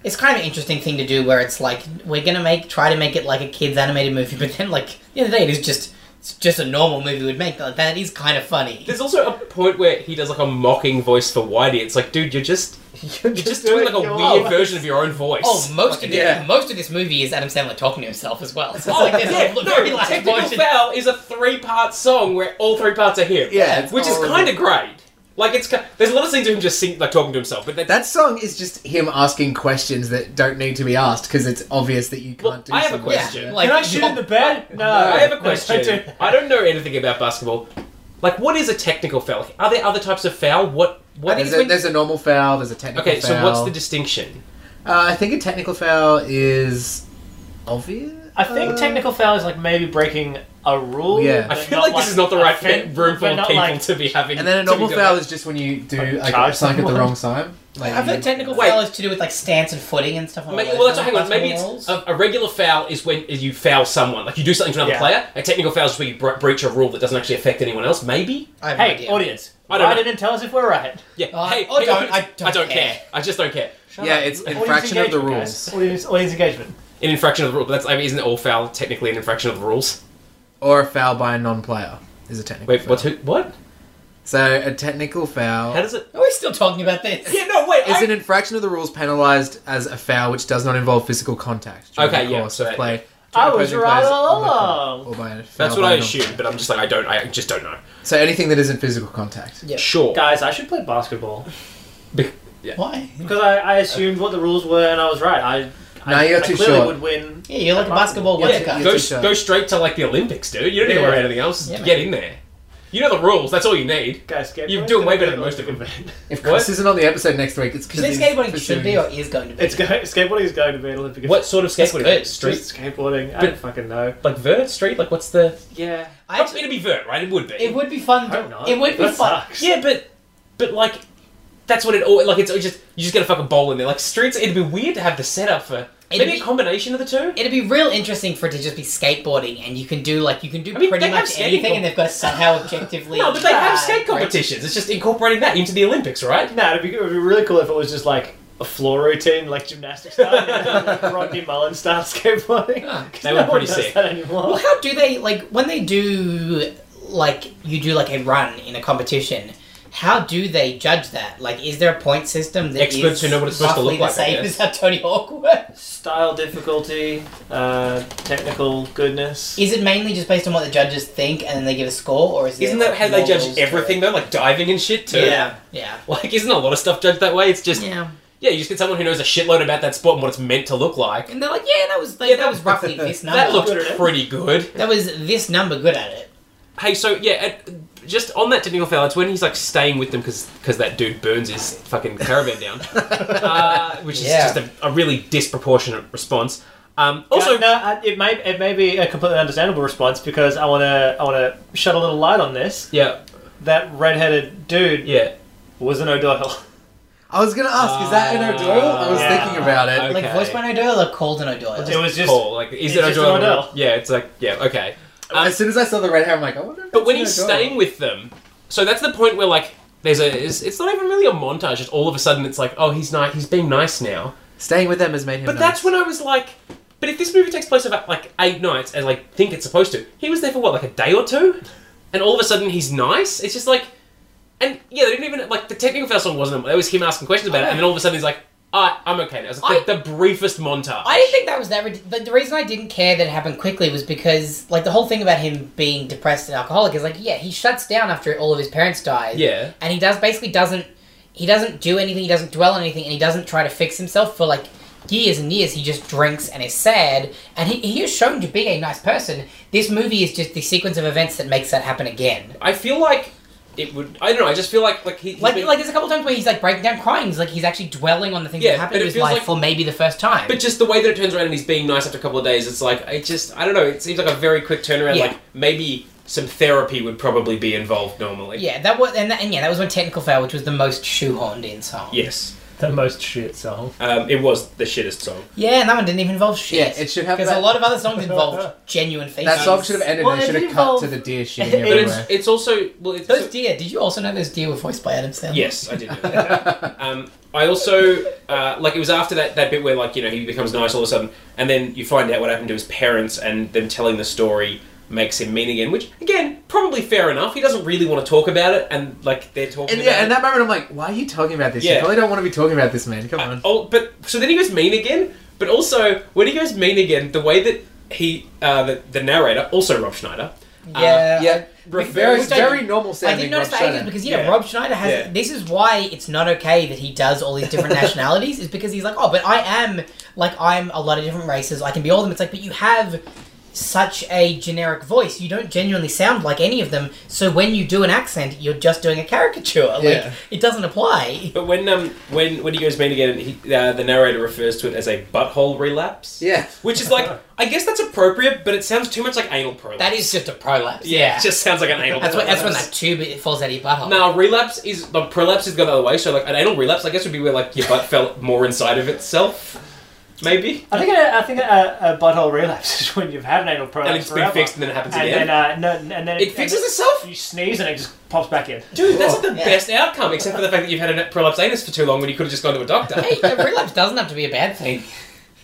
[SPEAKER 2] it's kind of an interesting thing to do, where it's like we're gonna make try to make it like a kids animated movie, [laughs] but then like at the end of the day, it is just it's just a normal movie would make. Like, that is kind of funny.
[SPEAKER 3] There's also a point where he does like a mocking voice for Whitey. It's like, dude, you're just
[SPEAKER 2] [laughs]
[SPEAKER 4] You're
[SPEAKER 3] you're just doing like a weird version of your own voice.
[SPEAKER 2] Oh, most of
[SPEAKER 4] Yeah.
[SPEAKER 2] it, most of this movie is Adam Sandler talking to himself as well. So it's
[SPEAKER 3] [laughs] Oh,
[SPEAKER 2] like there's
[SPEAKER 3] yeah,
[SPEAKER 2] a very
[SPEAKER 3] no,
[SPEAKER 2] large
[SPEAKER 3] Technical
[SPEAKER 2] portion-
[SPEAKER 3] Foul is a three-part song where all three parts are him.
[SPEAKER 4] Yeah, it's
[SPEAKER 3] which is
[SPEAKER 4] horrible.
[SPEAKER 3] kind of great. Like it's ki- there's a lot of scenes of him just sing, like talking to himself, but that,
[SPEAKER 4] That song is just him asking questions that don't need to be asked because it's obvious that you can't
[SPEAKER 3] Well,
[SPEAKER 4] do.
[SPEAKER 3] I have a
[SPEAKER 4] something.
[SPEAKER 3] question.
[SPEAKER 2] Yeah,
[SPEAKER 4] Yeah.
[SPEAKER 2] like
[SPEAKER 1] Can I shoot in the bed? No.
[SPEAKER 3] I have a
[SPEAKER 1] No,
[SPEAKER 3] question.
[SPEAKER 1] I do.
[SPEAKER 3] I don't know anything about basketball. Like, what is a technical foul? Like, are there other types of foul? What
[SPEAKER 2] I think
[SPEAKER 3] what
[SPEAKER 4] There's
[SPEAKER 3] is?
[SPEAKER 2] it's
[SPEAKER 4] a,
[SPEAKER 2] when-
[SPEAKER 4] there's a normal foul. There's a technical
[SPEAKER 3] Okay,
[SPEAKER 4] foul.
[SPEAKER 3] so what's the distinction?
[SPEAKER 4] Uh, I think a technical foul is obvious.
[SPEAKER 1] I think
[SPEAKER 4] Uh,
[SPEAKER 1] technical foul is like maybe breaking a rule.
[SPEAKER 4] Yeah.
[SPEAKER 3] I
[SPEAKER 1] but
[SPEAKER 3] feel like, this is not the right
[SPEAKER 1] offen-
[SPEAKER 3] fit room for
[SPEAKER 1] but not
[SPEAKER 3] people
[SPEAKER 1] like-
[SPEAKER 3] to be having.
[SPEAKER 4] And then a
[SPEAKER 3] to be
[SPEAKER 4] normal
[SPEAKER 3] doing
[SPEAKER 4] foul
[SPEAKER 3] that.
[SPEAKER 4] is just when you
[SPEAKER 1] Like,
[SPEAKER 4] do like
[SPEAKER 1] charge
[SPEAKER 4] something at the
[SPEAKER 1] someone.
[SPEAKER 4] wrong time. Like,
[SPEAKER 2] I've heard
[SPEAKER 4] you-
[SPEAKER 2] technical
[SPEAKER 3] Wait.
[SPEAKER 2] foul is to do with like stance and footing and stuff. on
[SPEAKER 3] Maybe,
[SPEAKER 2] those
[SPEAKER 3] well, that's
[SPEAKER 2] kind
[SPEAKER 3] hang
[SPEAKER 2] of
[SPEAKER 3] on. Maybe
[SPEAKER 2] basketball
[SPEAKER 3] it's
[SPEAKER 2] rules.
[SPEAKER 3] a, a regular foul is when you foul someone, like you do something to another
[SPEAKER 1] Yeah.
[SPEAKER 3] player. A technical foul is where you bre- breach a rule that doesn't actually affect anyone else. Maybe.
[SPEAKER 2] I have no
[SPEAKER 1] Hey,
[SPEAKER 2] idea.
[SPEAKER 1] audience.
[SPEAKER 3] I don't
[SPEAKER 1] write
[SPEAKER 3] know.
[SPEAKER 1] it and tell us if we're right.
[SPEAKER 3] Yeah.
[SPEAKER 2] Uh,
[SPEAKER 3] hey,
[SPEAKER 2] oh,
[SPEAKER 3] hey,
[SPEAKER 2] don't- I don't
[SPEAKER 3] care.
[SPEAKER 2] care.
[SPEAKER 3] I just don't care.
[SPEAKER 1] Shut
[SPEAKER 4] Yeah,
[SPEAKER 1] up.
[SPEAKER 4] it's
[SPEAKER 1] Audience
[SPEAKER 4] infraction of the
[SPEAKER 1] engagement,
[SPEAKER 4] rules.
[SPEAKER 1] guys. Audience, audience engagement.
[SPEAKER 3] An infraction of the rule. But that's I mean, isn't all foul technically an infraction of the rules?
[SPEAKER 4] or a foul by a non-player is a technical.
[SPEAKER 3] Wait,
[SPEAKER 4] foul.
[SPEAKER 3] what's who, what?
[SPEAKER 4] So a technical foul.
[SPEAKER 3] How does it?
[SPEAKER 2] Are we still talking about this?
[SPEAKER 3] Yeah. No. Wait.
[SPEAKER 4] is
[SPEAKER 3] I-
[SPEAKER 4] an infraction of the rules penalized as a foul which does not involve physical contact during
[SPEAKER 3] Okay,
[SPEAKER 4] the
[SPEAKER 3] yeah,
[SPEAKER 4] course
[SPEAKER 3] so
[SPEAKER 4] of
[SPEAKER 3] that-
[SPEAKER 4] play?
[SPEAKER 1] I
[SPEAKER 4] Two
[SPEAKER 1] was
[SPEAKER 4] opposing
[SPEAKER 1] right
[SPEAKER 4] players
[SPEAKER 1] all
[SPEAKER 4] on the court,
[SPEAKER 1] along.
[SPEAKER 4] or by a
[SPEAKER 3] That's
[SPEAKER 4] foul
[SPEAKER 3] what
[SPEAKER 4] by
[SPEAKER 3] I
[SPEAKER 4] an
[SPEAKER 3] assume, but I'm just like I don't. I just don't know.
[SPEAKER 4] So anything that isn't physical contact.
[SPEAKER 2] Yeah.
[SPEAKER 3] Sure.
[SPEAKER 1] Guys, I should play basketball
[SPEAKER 2] Why?
[SPEAKER 1] because I, I assumed what the rules were and I was right. I, I,
[SPEAKER 4] No, you're
[SPEAKER 1] I
[SPEAKER 4] too
[SPEAKER 1] clearly
[SPEAKER 4] short.
[SPEAKER 1] would win.
[SPEAKER 2] Yeah, you're like a basketball
[SPEAKER 3] Yeah,
[SPEAKER 2] yeah,
[SPEAKER 4] Yeah.
[SPEAKER 3] go,
[SPEAKER 4] it's a show.
[SPEAKER 3] go straight to like the Olympics, dude. You don't need to worry about anything else.
[SPEAKER 2] Yeah,
[SPEAKER 3] Just get in there. You know the rules. That's all you need.
[SPEAKER 1] Guys, skateboarding.
[SPEAKER 3] You're doing way better than most of them.
[SPEAKER 4] If
[SPEAKER 3] What?
[SPEAKER 4] Chris isn't on the episode next week, it's
[SPEAKER 2] Do
[SPEAKER 4] because
[SPEAKER 2] you think skateboarding should be or is going to be?
[SPEAKER 1] It's go- [laughs] skateboarding is going to be an Olympic.
[SPEAKER 3] What sort of
[SPEAKER 2] That's
[SPEAKER 3] skateboarding?
[SPEAKER 2] good.
[SPEAKER 3] Street,
[SPEAKER 1] Just skateboarding. I
[SPEAKER 3] But-
[SPEAKER 1] don't fucking know.
[SPEAKER 3] like vert street. Like what's the?
[SPEAKER 1] Yeah.
[SPEAKER 2] I
[SPEAKER 3] It'd be vert, right? It would be.
[SPEAKER 2] it would be fun.
[SPEAKER 1] I don't know.
[SPEAKER 2] It would be
[SPEAKER 1] That
[SPEAKER 2] fun.
[SPEAKER 1] sucks.
[SPEAKER 3] Yeah, but but like that's what it all like. It's just you just get a fucking bowl in there. Like streets, it'd be weird to have the setup for
[SPEAKER 2] It'd
[SPEAKER 3] maybe
[SPEAKER 2] be-
[SPEAKER 3] a combination of the two.
[SPEAKER 2] It'd be real interesting for it to just be skateboarding, and you can do like you can do
[SPEAKER 3] I mean,
[SPEAKER 2] pretty
[SPEAKER 3] they have
[SPEAKER 2] much
[SPEAKER 3] skating
[SPEAKER 2] anything,
[SPEAKER 3] com-
[SPEAKER 2] and they've got to somehow objectively.
[SPEAKER 3] [laughs] No, but they have
[SPEAKER 2] try.
[SPEAKER 3] skate competitions. It's just incorporating that into the Olympics, right?
[SPEAKER 1] No, it'd be, it'd be really cool if it was just like a floor routine, like gymnastics style, and [laughs] then Rodney Mullen style skateboarding.
[SPEAKER 2] Yeah.
[SPEAKER 1] [laughs] 'Cause
[SPEAKER 3] Ah, They were
[SPEAKER 1] no one
[SPEAKER 3] pretty
[SPEAKER 1] does
[SPEAKER 3] sick.
[SPEAKER 1] that anymore.
[SPEAKER 2] Well, how do they like when they do like you do like a run in a competition? How do they judge that? Like, is there a point system that
[SPEAKER 3] Experts
[SPEAKER 2] is
[SPEAKER 3] who know what it's supposed to
[SPEAKER 2] roughly
[SPEAKER 3] look like,
[SPEAKER 2] The
[SPEAKER 3] I
[SPEAKER 2] same
[SPEAKER 3] guess.
[SPEAKER 2] as how Tony Hawk works.
[SPEAKER 1] Style difficulty, uh, technical goodness.
[SPEAKER 2] Is it mainly just based on what the judges think, and then they give a score, or is there,
[SPEAKER 3] Isn't that
[SPEAKER 2] like,
[SPEAKER 3] how they
[SPEAKER 2] more
[SPEAKER 3] judge
[SPEAKER 2] rules to it?
[SPEAKER 3] everything though? Like diving and shit too.
[SPEAKER 2] Yeah, yeah,
[SPEAKER 3] [laughs] Like, isn't a lot of stuff judged that way? It's just yeah.
[SPEAKER 2] yeah.
[SPEAKER 3] you just get someone who knows a shitload about that sport and what it's meant to look like.
[SPEAKER 2] And they're like, yeah, that was like,
[SPEAKER 3] Yeah,
[SPEAKER 2] that,
[SPEAKER 3] that-
[SPEAKER 2] was
[SPEAKER 3] [laughs]
[SPEAKER 2] roughly this number.
[SPEAKER 3] That
[SPEAKER 1] good at
[SPEAKER 3] looked
[SPEAKER 1] it.
[SPEAKER 3] pretty good.
[SPEAKER 2] That was this number good at it.
[SPEAKER 3] Hey, so yeah, at, just on that technical foul, it's when he's like staying with them because that dude burns his fucking caravan down, uh, which is
[SPEAKER 2] Yeah.
[SPEAKER 3] just a, a really disproportionate response. Um, also,
[SPEAKER 1] Yeah, no, I- uh, it may it may be a completely understandable response because I wanna I wanna shed a little light on this.
[SPEAKER 3] yeah,
[SPEAKER 1] That redheaded dude
[SPEAKER 3] yeah,
[SPEAKER 1] was an O'Doyle.
[SPEAKER 4] [laughs]
[SPEAKER 3] [laughs]
[SPEAKER 4] I was gonna ask, is that an O'Doyle? I was
[SPEAKER 1] Ah,
[SPEAKER 4] thinking about it.
[SPEAKER 3] Uh, okay.
[SPEAKER 2] Like voiced by an O'Doyle or called an O'Doyle.
[SPEAKER 1] It was just
[SPEAKER 3] cool. Like, is
[SPEAKER 1] it's
[SPEAKER 3] it
[SPEAKER 1] just
[SPEAKER 3] O'Doyle?
[SPEAKER 1] an O'Doyle.
[SPEAKER 3] Yeah, it's like yeah, okay. Um,
[SPEAKER 4] as soon as I saw the red hair, I'm like, I wonder. If
[SPEAKER 3] But
[SPEAKER 4] that's
[SPEAKER 3] when
[SPEAKER 4] an
[SPEAKER 3] he's
[SPEAKER 4] O'Doyle.
[SPEAKER 3] staying with them, so that's the point where like there's a it's, it's not even really a montage. It's all of a sudden it's like oh he's nice he's being nice now.
[SPEAKER 4] staying with them has made him.
[SPEAKER 3] But
[SPEAKER 4] nice.
[SPEAKER 3] that's when I was like, but if this movie takes place over like eight nights as I think it's supposed to, he was there for what like a day or two, and all of a sudden he's nice. It's just like, and yeah, they didn't even like the technical foul song wasn't. It was him asking questions about it, and then all of a sudden he's like, I, I'm okay now. It's like the briefest montage.
[SPEAKER 2] I didn't think that was that. rid- But the reason I didn't care that it happened quickly was because, like, the whole thing about him being depressed and alcoholic is like, yeah, he shuts down after all of his parents die.
[SPEAKER 3] Yeah.
[SPEAKER 2] and he does basically doesn't. He doesn't do anything. He doesn't dwell on anything, and he doesn't try to fix himself for like years and years. He just drinks and is sad, and he, he is shown to be a nice person. This movie is just the sequence of events that makes that happen again.
[SPEAKER 3] I feel like it would. I don't know. I just feel like like he he's
[SPEAKER 2] Like,
[SPEAKER 3] been-
[SPEAKER 2] like there's a couple times where he's like breaking down crying. He's like he's actually dwelling on the things
[SPEAKER 3] Yeah,
[SPEAKER 2] that
[SPEAKER 3] but
[SPEAKER 2] happened
[SPEAKER 3] it
[SPEAKER 2] in his
[SPEAKER 3] feels
[SPEAKER 2] life
[SPEAKER 3] like-
[SPEAKER 2] for maybe the first time.
[SPEAKER 3] But just the way that it turns around and he's being nice after a couple of days, it's like it just I don't know. It seems like a very quick turnaround.
[SPEAKER 2] Yeah.
[SPEAKER 3] Like maybe some therapy would probably be involved normally.
[SPEAKER 2] Yeah, that was and, that, and yeah, that was when Technical Fail, which was the most shoehorned in song.
[SPEAKER 3] Yes.
[SPEAKER 1] The most shit song.
[SPEAKER 3] Um, it was the shittest song.
[SPEAKER 2] Yeah, and that one didn't even involve shit.
[SPEAKER 4] Yeah, it should have
[SPEAKER 2] because
[SPEAKER 4] that-
[SPEAKER 2] a lot of other songs involved
[SPEAKER 4] [laughs]
[SPEAKER 2] genuine features.
[SPEAKER 4] That song should have ended
[SPEAKER 1] Well,
[SPEAKER 4] and
[SPEAKER 1] it
[SPEAKER 4] it should have
[SPEAKER 1] did
[SPEAKER 4] cut
[SPEAKER 1] involve-
[SPEAKER 4] to the deer
[SPEAKER 1] [laughs]
[SPEAKER 4] shitting
[SPEAKER 1] it
[SPEAKER 3] But it's
[SPEAKER 4] everywhere.
[SPEAKER 3] it's also well it's
[SPEAKER 2] Those deer. Did you also know those deer were voiced by Adam Sandler?
[SPEAKER 3] Yes, I did. know
[SPEAKER 4] [laughs]
[SPEAKER 3] that. um, I also uh, like it was after that, that bit where like you know he becomes nice all of a sudden, and then you find out what happened to his parents, and them telling the story makes him mean again. Which again, probably fair enough. He doesn't really want to talk about it, and like they're talking.
[SPEAKER 4] And
[SPEAKER 3] about
[SPEAKER 4] yeah,
[SPEAKER 3] it.
[SPEAKER 4] and that moment I'm like, why are you talking about this?
[SPEAKER 3] Yeah.
[SPEAKER 4] You probably don't want to be talking about this, man. Come on.
[SPEAKER 3] Oh, but so then he goes mean again. But also, when he goes mean again, the way that he, uh, the, the narrator, also Rob Schneider, uh,
[SPEAKER 2] Yeah.
[SPEAKER 4] yeah,
[SPEAKER 2] Which-
[SPEAKER 4] very,
[SPEAKER 2] which I-
[SPEAKER 4] very normal
[SPEAKER 2] I
[SPEAKER 4] sounding.
[SPEAKER 2] didn't notice
[SPEAKER 4] Rob
[SPEAKER 2] that ages
[SPEAKER 4] Schneider.
[SPEAKER 2] because you know
[SPEAKER 3] Yeah.
[SPEAKER 2] Rob Schneider has.
[SPEAKER 3] Yeah.
[SPEAKER 2] This is why it's not okay that he does all these
[SPEAKER 4] [laughs]
[SPEAKER 2] different nationalities. Is because he's like, oh, but I am like I'm a lot of different races. I can be all of them. It's like, but you have such a generic voice. You don't genuinely sound like any of them. So when you do an accent, you're just doing a caricature. Like
[SPEAKER 4] Yeah.
[SPEAKER 2] it doesn't apply.
[SPEAKER 3] But when um when when he goes mean again, he, uh, the narrator refers to it as a butthole relapse.
[SPEAKER 4] Yeah.
[SPEAKER 3] Which is like, I guess that's appropriate, but it sounds too much like anal prolapse.
[SPEAKER 2] That is just a prolapse.
[SPEAKER 3] it just sounds like an anal.
[SPEAKER 2] That's when,
[SPEAKER 3] prolapse.
[SPEAKER 2] that's when that tube it falls out of your butthole.
[SPEAKER 3] Now relapse is the prolapse is gone the other way, so like an anal relapse, I guess would be where like your butt fell more inside of itself, maybe,
[SPEAKER 1] I think a, I think a, a butthole relapse is [laughs] when you've had an anal prolapse
[SPEAKER 3] and it's been
[SPEAKER 1] forever.
[SPEAKER 3] fixed, and then it happens
[SPEAKER 1] and
[SPEAKER 3] again.
[SPEAKER 1] then uh, no, and then
[SPEAKER 3] it fixes itself.
[SPEAKER 1] You sneeze and it just pops back in.
[SPEAKER 3] Dude, that's not the
[SPEAKER 2] Yeah.
[SPEAKER 3] best outcome, except for the fact that you've had a prolapse anus for too long when you could have just gone to a doctor.
[SPEAKER 2] hey, a relapse doesn't have to be a bad [laughs] thing.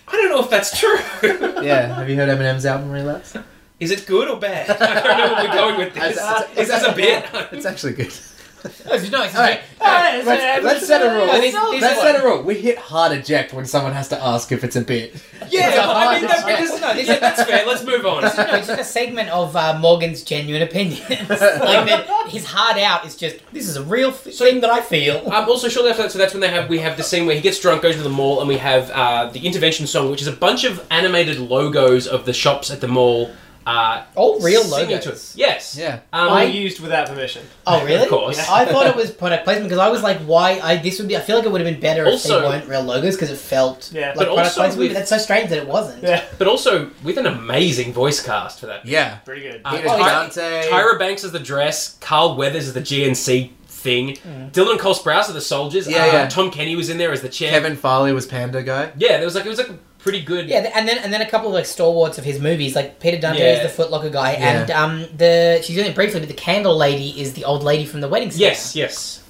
[SPEAKER 3] I don't know if that's true. [laughs]
[SPEAKER 4] Yeah, have you heard Eminem's album Relapse?
[SPEAKER 3] Is it good or bad? [laughs] I don't know where we're going with this.
[SPEAKER 4] It's-
[SPEAKER 3] Is this a bit?
[SPEAKER 4] [laughs] It's actually good.
[SPEAKER 3] [laughs]
[SPEAKER 2] No, Oh, it's, no, it's,
[SPEAKER 4] Alright.
[SPEAKER 1] Let's,
[SPEAKER 4] Let's, let's set a rule.
[SPEAKER 2] I think this
[SPEAKER 4] Let's
[SPEAKER 2] is-
[SPEAKER 4] set a rule. We hit hard eject when someone has to ask if it's a bit.
[SPEAKER 3] yeah,
[SPEAKER 4] It's a
[SPEAKER 3] well, I
[SPEAKER 4] hard
[SPEAKER 3] mean, that,
[SPEAKER 4] eject.
[SPEAKER 3] because, no, this is, that's fair. Let's move on.
[SPEAKER 2] no, it's just a segment of uh, Morgan's genuine
[SPEAKER 3] [laughs]
[SPEAKER 2] opinions. like that his hard out is just this is a real f- thing that I feel.
[SPEAKER 3] Um, also, shortly after that, so that's when they have we have the scene where he gets drunk, goes to the mall, and we have uh, the intervention song, which is a bunch of animated logos of the shops at the mall. Uh,
[SPEAKER 2] All real
[SPEAKER 3] singing
[SPEAKER 2] logos.
[SPEAKER 3] to it. Yes.
[SPEAKER 4] Yeah.
[SPEAKER 3] Um,
[SPEAKER 1] I used without permission.
[SPEAKER 2] Oh really?
[SPEAKER 3] Of course.
[SPEAKER 2] I thought it was product placement because I was like, why? I this would be. I feel like it would have been better if
[SPEAKER 3] Also-
[SPEAKER 2] they weren't real logos because it felt
[SPEAKER 1] Yeah.
[SPEAKER 2] like
[SPEAKER 1] But
[SPEAKER 2] product
[SPEAKER 3] also
[SPEAKER 2] placement.
[SPEAKER 3] with-
[SPEAKER 2] But that's so strange that it wasn't.
[SPEAKER 1] Yeah,
[SPEAKER 3] But also with an amazing voice cast for that.
[SPEAKER 4] Yeah.
[SPEAKER 1] pretty good.
[SPEAKER 3] Uh,
[SPEAKER 4] Peter
[SPEAKER 2] oh, yeah.
[SPEAKER 4] Dante.
[SPEAKER 3] Tyra Banks is the dress. Carl Weathers is the GNC thing. Dylan and Cole Sprouse are the soldiers.
[SPEAKER 4] Yeah,
[SPEAKER 3] uh,
[SPEAKER 4] yeah.
[SPEAKER 3] Tom Kenny was in there as the chair.
[SPEAKER 4] Kevin Farley was Panda Guy.
[SPEAKER 3] Yeah, there was like it was like a pretty good.
[SPEAKER 2] Yeah, th- and then and then a couple of like stalwarts of his movies, like Peter Dante
[SPEAKER 3] Yeah.
[SPEAKER 2] is the Footlocker guy,
[SPEAKER 4] Yeah.
[SPEAKER 2] and um the she's in it briefly, but the candle lady is the old lady from the wedding. Singer.
[SPEAKER 3] Yes. Yes.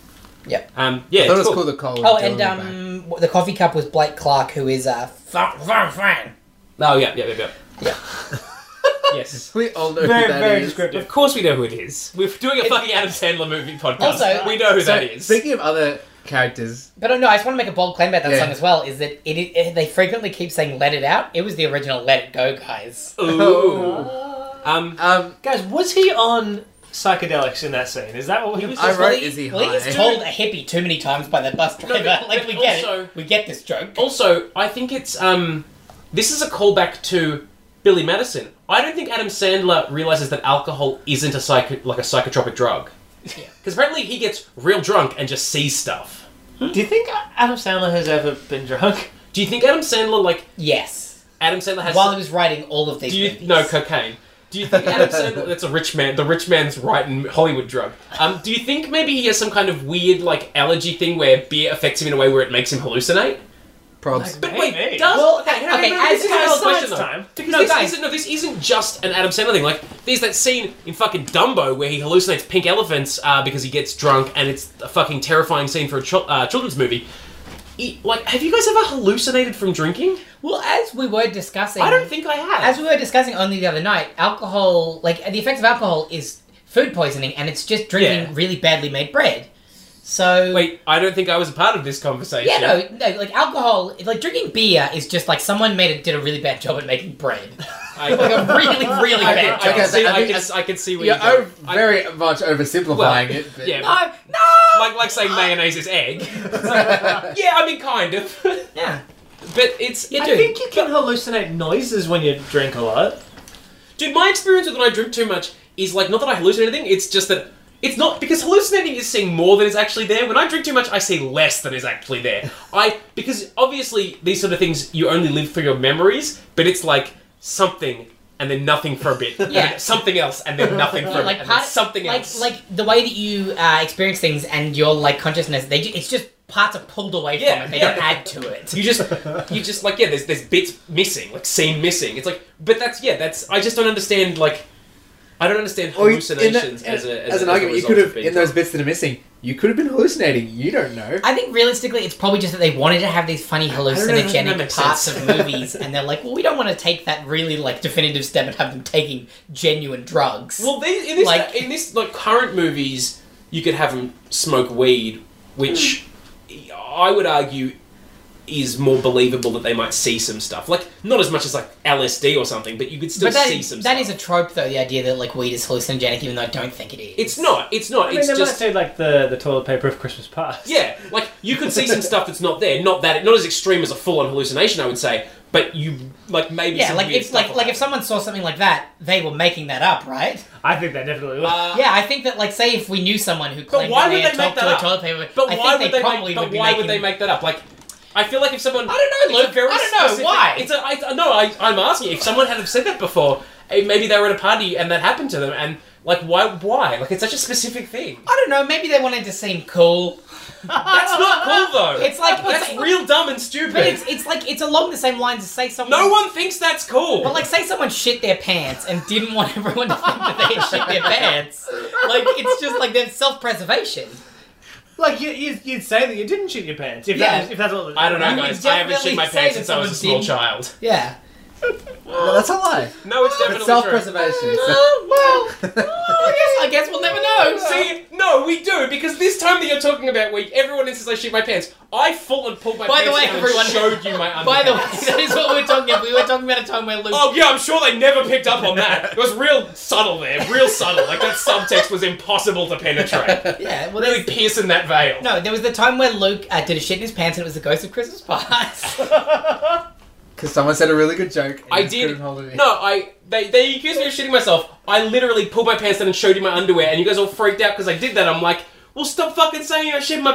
[SPEAKER 2] Yep.
[SPEAKER 3] Um, yeah.
[SPEAKER 4] I thought it
[SPEAKER 3] it's cool.
[SPEAKER 4] was cool that Cole was
[SPEAKER 2] Oh,
[SPEAKER 4] Dylan
[SPEAKER 2] and
[SPEAKER 4] back.
[SPEAKER 2] um w- the coffee cup was Blake Clark, who is uh Fran Fran Fran.
[SPEAKER 3] Oh yeah, yeah, yeah, yeah.
[SPEAKER 2] Yeah. [laughs]
[SPEAKER 4] [laughs]
[SPEAKER 3] yes.
[SPEAKER 4] We all know who
[SPEAKER 1] very
[SPEAKER 4] that
[SPEAKER 1] very
[SPEAKER 4] is.
[SPEAKER 1] descriptive.
[SPEAKER 3] Of course, we know who it is. We're doing a
[SPEAKER 2] It's-
[SPEAKER 3] fucking Adam Sandler movie podcast.
[SPEAKER 2] Also-
[SPEAKER 3] we know who
[SPEAKER 4] So,
[SPEAKER 3] that is.
[SPEAKER 4] Speaking of other characters,
[SPEAKER 2] But uh, no, I just want to make a bold claim about that
[SPEAKER 4] Yeah.
[SPEAKER 2] song as well. Is that it, it, They frequently keep saying "Let It Out." It was the original "Let It Go," guys.
[SPEAKER 1] Oh.
[SPEAKER 3] Ooh. Um,
[SPEAKER 4] um,
[SPEAKER 1] Guys, was he on psychedelics in that scene? Is that what he was?
[SPEAKER 4] I
[SPEAKER 2] Well,
[SPEAKER 4] wrote
[SPEAKER 2] he-
[SPEAKER 4] is he
[SPEAKER 2] well, he
[SPEAKER 4] high?
[SPEAKER 2] gets told a hippie too many times by the bus driver. [laughs]
[SPEAKER 3] but-
[SPEAKER 2] like we
[SPEAKER 3] but
[SPEAKER 2] get
[SPEAKER 3] also-
[SPEAKER 2] it, we get this joke.
[SPEAKER 3] also, I think it's um, this is a callback to Billy Madison. I don't think Adam Sandler realizes that alcohol isn't a psych- like a psychotropic drug.
[SPEAKER 2] Yeah.
[SPEAKER 3] Because apparently he gets real drunk and just sees stuff.
[SPEAKER 1] Do you think Adam Sandler has ever been drunk?
[SPEAKER 3] Do you think Adam Sandler like
[SPEAKER 2] Yes,
[SPEAKER 3] Adam Sandler has?
[SPEAKER 2] while he was writing all of these.
[SPEAKER 3] do you
[SPEAKER 2] movies.
[SPEAKER 3] no cocaine? Do you think Adam [laughs] Sandler? That's a rich man. The rich man's right in Hollywood drug. Um, do you think maybe he has some kind of weird like allergy thing where beer affects him in a way where it makes him hallucinate?
[SPEAKER 4] probs.
[SPEAKER 3] But
[SPEAKER 1] Maybe.
[SPEAKER 3] wait, does
[SPEAKER 2] Well,
[SPEAKER 3] okay?
[SPEAKER 2] okay,
[SPEAKER 3] no, no,
[SPEAKER 2] okay,
[SPEAKER 3] no,
[SPEAKER 2] as
[SPEAKER 3] this is
[SPEAKER 2] Carol
[SPEAKER 3] a question,
[SPEAKER 1] Science
[SPEAKER 3] though.
[SPEAKER 1] time.
[SPEAKER 3] Because
[SPEAKER 2] No,
[SPEAKER 3] this
[SPEAKER 2] guys.
[SPEAKER 3] isn't no, this isn't just an Adam Sandler thing. Like there's that scene in fucking Dumbo where he hallucinates pink elephants uh, because he gets drunk, and it's a fucking terrifying scene for a chil- uh, children's movie. E- like, have you guys ever hallucinated from drinking?
[SPEAKER 2] Well, as we were discussing,
[SPEAKER 3] I don't think I have.
[SPEAKER 2] As we were discussing only the other night, alcohol, like the effects of alcohol, is food poisoning, and it's just drinking
[SPEAKER 3] Yeah.
[SPEAKER 2] really badly made bread. So
[SPEAKER 3] Wait, I don't think I was a part of this conversation.
[SPEAKER 2] Yeah, no, no, like alcohol, like drinking beer is just like someone made it did a really bad job at making
[SPEAKER 3] [laughs]
[SPEAKER 2] bread.
[SPEAKER 3] I,
[SPEAKER 2] like a really, really
[SPEAKER 3] I,
[SPEAKER 2] bad
[SPEAKER 3] can, I
[SPEAKER 2] job.
[SPEAKER 3] can
[SPEAKER 4] Okay,
[SPEAKER 3] see,
[SPEAKER 4] I
[SPEAKER 3] I
[SPEAKER 4] think
[SPEAKER 3] can,
[SPEAKER 4] that's-
[SPEAKER 3] I can see where
[SPEAKER 4] You're
[SPEAKER 3] you're
[SPEAKER 4] o-
[SPEAKER 3] going. I-
[SPEAKER 4] very much oversimplifying
[SPEAKER 3] Well,
[SPEAKER 4] it.
[SPEAKER 3] [laughs]
[SPEAKER 4] But
[SPEAKER 3] yeah.
[SPEAKER 2] No, no.
[SPEAKER 3] like like saying mayonnaise is egg. yeah, I mean, kind of. [laughs] but
[SPEAKER 2] yeah,
[SPEAKER 3] it's.
[SPEAKER 2] You
[SPEAKER 3] I
[SPEAKER 2] do.
[SPEAKER 3] think
[SPEAKER 1] you can hallucinate noises when you drink a lot.
[SPEAKER 3] Dude, my experience with when I drink too much is like not that I hallucinate anything. It's just that it's not because hallucinating is seeing more than is actually there. When I drink too much, I see less than is actually there. I because obviously these sort of things you only live through your memories, but it's like something and then nothing for a bit. and
[SPEAKER 2] Yeah.
[SPEAKER 3] then something else and then nothing for
[SPEAKER 2] Yeah,
[SPEAKER 3] a bit
[SPEAKER 2] like
[SPEAKER 3] and
[SPEAKER 2] part
[SPEAKER 3] then something
[SPEAKER 2] like
[SPEAKER 3] else.
[SPEAKER 2] like the way that you uh, experience things and your like consciousness, they ju- it's just parts are pulled away
[SPEAKER 3] Yeah,
[SPEAKER 2] from it. They
[SPEAKER 3] yeah.
[SPEAKER 2] don't add to it.
[SPEAKER 3] you just you just like yeah there's there's bits missing like scene missing it's like but that's yeah that's i just don't understand like i don't understand
[SPEAKER 4] [laughs] Or you- in
[SPEAKER 3] hallucinations
[SPEAKER 4] that-
[SPEAKER 3] as a as,
[SPEAKER 4] as an
[SPEAKER 3] a
[SPEAKER 4] argument, you
[SPEAKER 3] result
[SPEAKER 4] could
[SPEAKER 3] of
[SPEAKER 4] have
[SPEAKER 3] being
[SPEAKER 4] in those
[SPEAKER 3] drunk.
[SPEAKER 4] bits that are missing. You could have been hallucinating. You don't
[SPEAKER 3] [gasps]
[SPEAKER 4] know.
[SPEAKER 2] I think realistically, it's probably just that they wanted to have these funny
[SPEAKER 3] don't know, that
[SPEAKER 2] hallucinogenic
[SPEAKER 3] makes
[SPEAKER 2] parts
[SPEAKER 3] sense. [laughs]
[SPEAKER 2] of movies, and they're like, well, we don't want to take that really like definitive step and have them taking genuine drugs.
[SPEAKER 3] well these, in this
[SPEAKER 2] like-
[SPEAKER 3] in this like current movies you could have them smoke weed which i would argue is more believable that they might see some stuff like not as much as like lsd or something but you could still
[SPEAKER 2] but that,
[SPEAKER 3] see some
[SPEAKER 2] that is
[SPEAKER 3] stuff
[SPEAKER 2] a trope, though, the idea that like weed is hallucinogenic, even though I don't think it is.
[SPEAKER 3] it's not it's not
[SPEAKER 1] I mean,
[SPEAKER 3] it's
[SPEAKER 1] they
[SPEAKER 3] just
[SPEAKER 1] might do like the, the toilet paper of Christmas past.
[SPEAKER 3] Yeah, like you could see some stuff that's not there. Not that not as extreme as a full-on hallucination, I would say. But you like maybe
[SPEAKER 2] Yeah,
[SPEAKER 3] some
[SPEAKER 2] like
[SPEAKER 3] weird
[SPEAKER 2] if
[SPEAKER 3] stuff
[SPEAKER 2] like
[SPEAKER 3] will
[SPEAKER 2] like if
[SPEAKER 3] happen.
[SPEAKER 2] someone saw something like that, they were making that up, right?
[SPEAKER 1] [laughs] I think that definitely was.
[SPEAKER 3] Uh,
[SPEAKER 2] yeah, I think that like say if we knew someone who claimed
[SPEAKER 3] why
[SPEAKER 2] that
[SPEAKER 3] would
[SPEAKER 2] they had
[SPEAKER 3] they make
[SPEAKER 2] talked to
[SPEAKER 3] that
[SPEAKER 2] a toilet paper,
[SPEAKER 3] But
[SPEAKER 2] I
[SPEAKER 3] why
[SPEAKER 2] think
[SPEAKER 3] would
[SPEAKER 2] they
[SPEAKER 3] they
[SPEAKER 2] probably
[SPEAKER 3] make?
[SPEAKER 2] would
[SPEAKER 3] But
[SPEAKER 2] be
[SPEAKER 3] why
[SPEAKER 2] making.
[SPEAKER 3] would they make that up? Like, I feel like if someone
[SPEAKER 2] I don't know,
[SPEAKER 3] It's a
[SPEAKER 2] Luke. I don't know,
[SPEAKER 3] specific-
[SPEAKER 2] why?
[SPEAKER 3] It's a, I, no, I, I'm asking. If someone had have said that before, eh, maybe they were at a party and that happened to them. And like, why? Why? Like, it's such a specific thing.
[SPEAKER 2] I don't know. Maybe they wanted to seem cool. [laughs]
[SPEAKER 3] That's not cool though.
[SPEAKER 2] It's like
[SPEAKER 3] that's
[SPEAKER 2] it's,
[SPEAKER 3] real dumb and stupid.
[SPEAKER 2] but it's it's like it's along the same lines as say someone.
[SPEAKER 3] no one thinks that's cool.
[SPEAKER 2] But like, say someone shit their pants and didn't want [laughs] everyone to think that they had shit [laughs] their pants. Like, it's just like their self-preservation.
[SPEAKER 1] like you, you, you'd say that you didn't shit your pants if
[SPEAKER 2] Yeah.
[SPEAKER 1] that was, if that's what.
[SPEAKER 3] I don't know,
[SPEAKER 2] You would
[SPEAKER 3] guys. I haven't
[SPEAKER 2] definitely
[SPEAKER 3] shit my
[SPEAKER 2] say
[SPEAKER 3] pants
[SPEAKER 2] that
[SPEAKER 3] since I was a
[SPEAKER 2] someone
[SPEAKER 3] small
[SPEAKER 2] didn't-
[SPEAKER 3] child.
[SPEAKER 2] Yeah.
[SPEAKER 4] No, that's a lie.
[SPEAKER 3] No, it's definitely
[SPEAKER 4] It's self-preservation. It's-
[SPEAKER 2] Oh, well,
[SPEAKER 4] [laughs]
[SPEAKER 2] I guess I guess we'll never know. [laughs]
[SPEAKER 3] true. See, no, we do because this time that you're talking about, where everyone insists I shoot my pants, I full and pulled my
[SPEAKER 2] By the
[SPEAKER 3] pants
[SPEAKER 2] way,
[SPEAKER 3] down
[SPEAKER 2] everyone-
[SPEAKER 3] and showed you my underpants.
[SPEAKER 2] By the way, [laughs] that is what we were talking about. We were talking about a time where Luke.
[SPEAKER 3] Oh yeah, I'm sure they never picked up on that. It was real subtle there, real subtle. Like that subtext was impossible to penetrate.
[SPEAKER 2] yeah, well,
[SPEAKER 3] Really
[SPEAKER 2] there's,
[SPEAKER 3] piercing that veil.
[SPEAKER 2] no, there was the time where Luke uh, did a shit in his pants, and it was the Ghost of Christmas Past.
[SPEAKER 4] Because someone said a really good joke. And
[SPEAKER 3] I
[SPEAKER 4] just
[SPEAKER 3] did-
[SPEAKER 4] couldn't hold it in.
[SPEAKER 3] No, I they, they accused me of shitting myself. I literally pulled my pants down and showed you my underwear, and you guys all freaked out because I did that. I'm like, well, stop fucking saying I shit my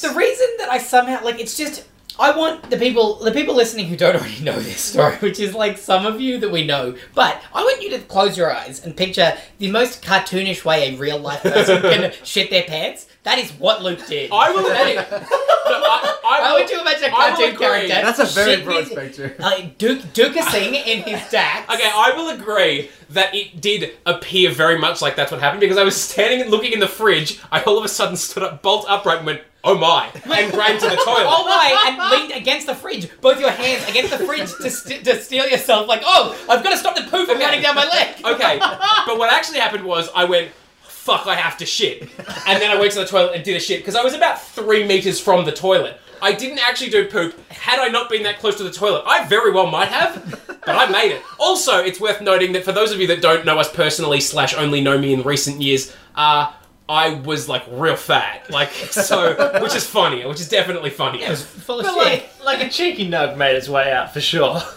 [SPEAKER 2] [laughs] the reason that I somehow like it's just I want the people the people listening who don't already know this story, [laughs] which is like some of you that we know, but I want you to close your eyes and picture the most cartoonish way a real life person can
[SPEAKER 3] [laughs]
[SPEAKER 2] shit their pants. That is what Luke did. [laughs]
[SPEAKER 3] I will admit. No, I, I
[SPEAKER 2] How
[SPEAKER 3] will-
[SPEAKER 2] would you imagine a
[SPEAKER 3] I will
[SPEAKER 2] cartoon
[SPEAKER 3] agree.
[SPEAKER 2] character?
[SPEAKER 4] [laughs] that's a very
[SPEAKER 2] shitting
[SPEAKER 4] broad
[SPEAKER 2] his-
[SPEAKER 4] spectrum.
[SPEAKER 2] Uh, Duke Duke Singh in his
[SPEAKER 3] [laughs]
[SPEAKER 2] dax.
[SPEAKER 3] Okay, I will agree that it did appear very much like that's what happened because I was standing and looking in the fridge. I all of a sudden stood up bolt upright and went, "Oh my!" and ran to the
[SPEAKER 2] [laughs] Oh
[SPEAKER 3] toilet.
[SPEAKER 2] my! And leaned against the fridge, both your hands against the fridge to, st- to steal yourself. Like, oh, I've got to stop the poo from running down my leg.
[SPEAKER 3] [laughs] Okay, but what actually happened was I went, "Fuck! I have to shit," and then I went to the toilet and did a shit because I was about three meters from the toilet. I didn't actually do poop. Had I not been that close to the toilet, I very well might have, but I made it. Also, it's worth noting that for those of you that don't know us personally slash only know me in recent years, uh, I was like real fat, like so, which is funny, which is definitely funny.
[SPEAKER 2] It was full of
[SPEAKER 1] But
[SPEAKER 2] shit.
[SPEAKER 1] like, like a cheeky nug made its way out for sure. [laughs]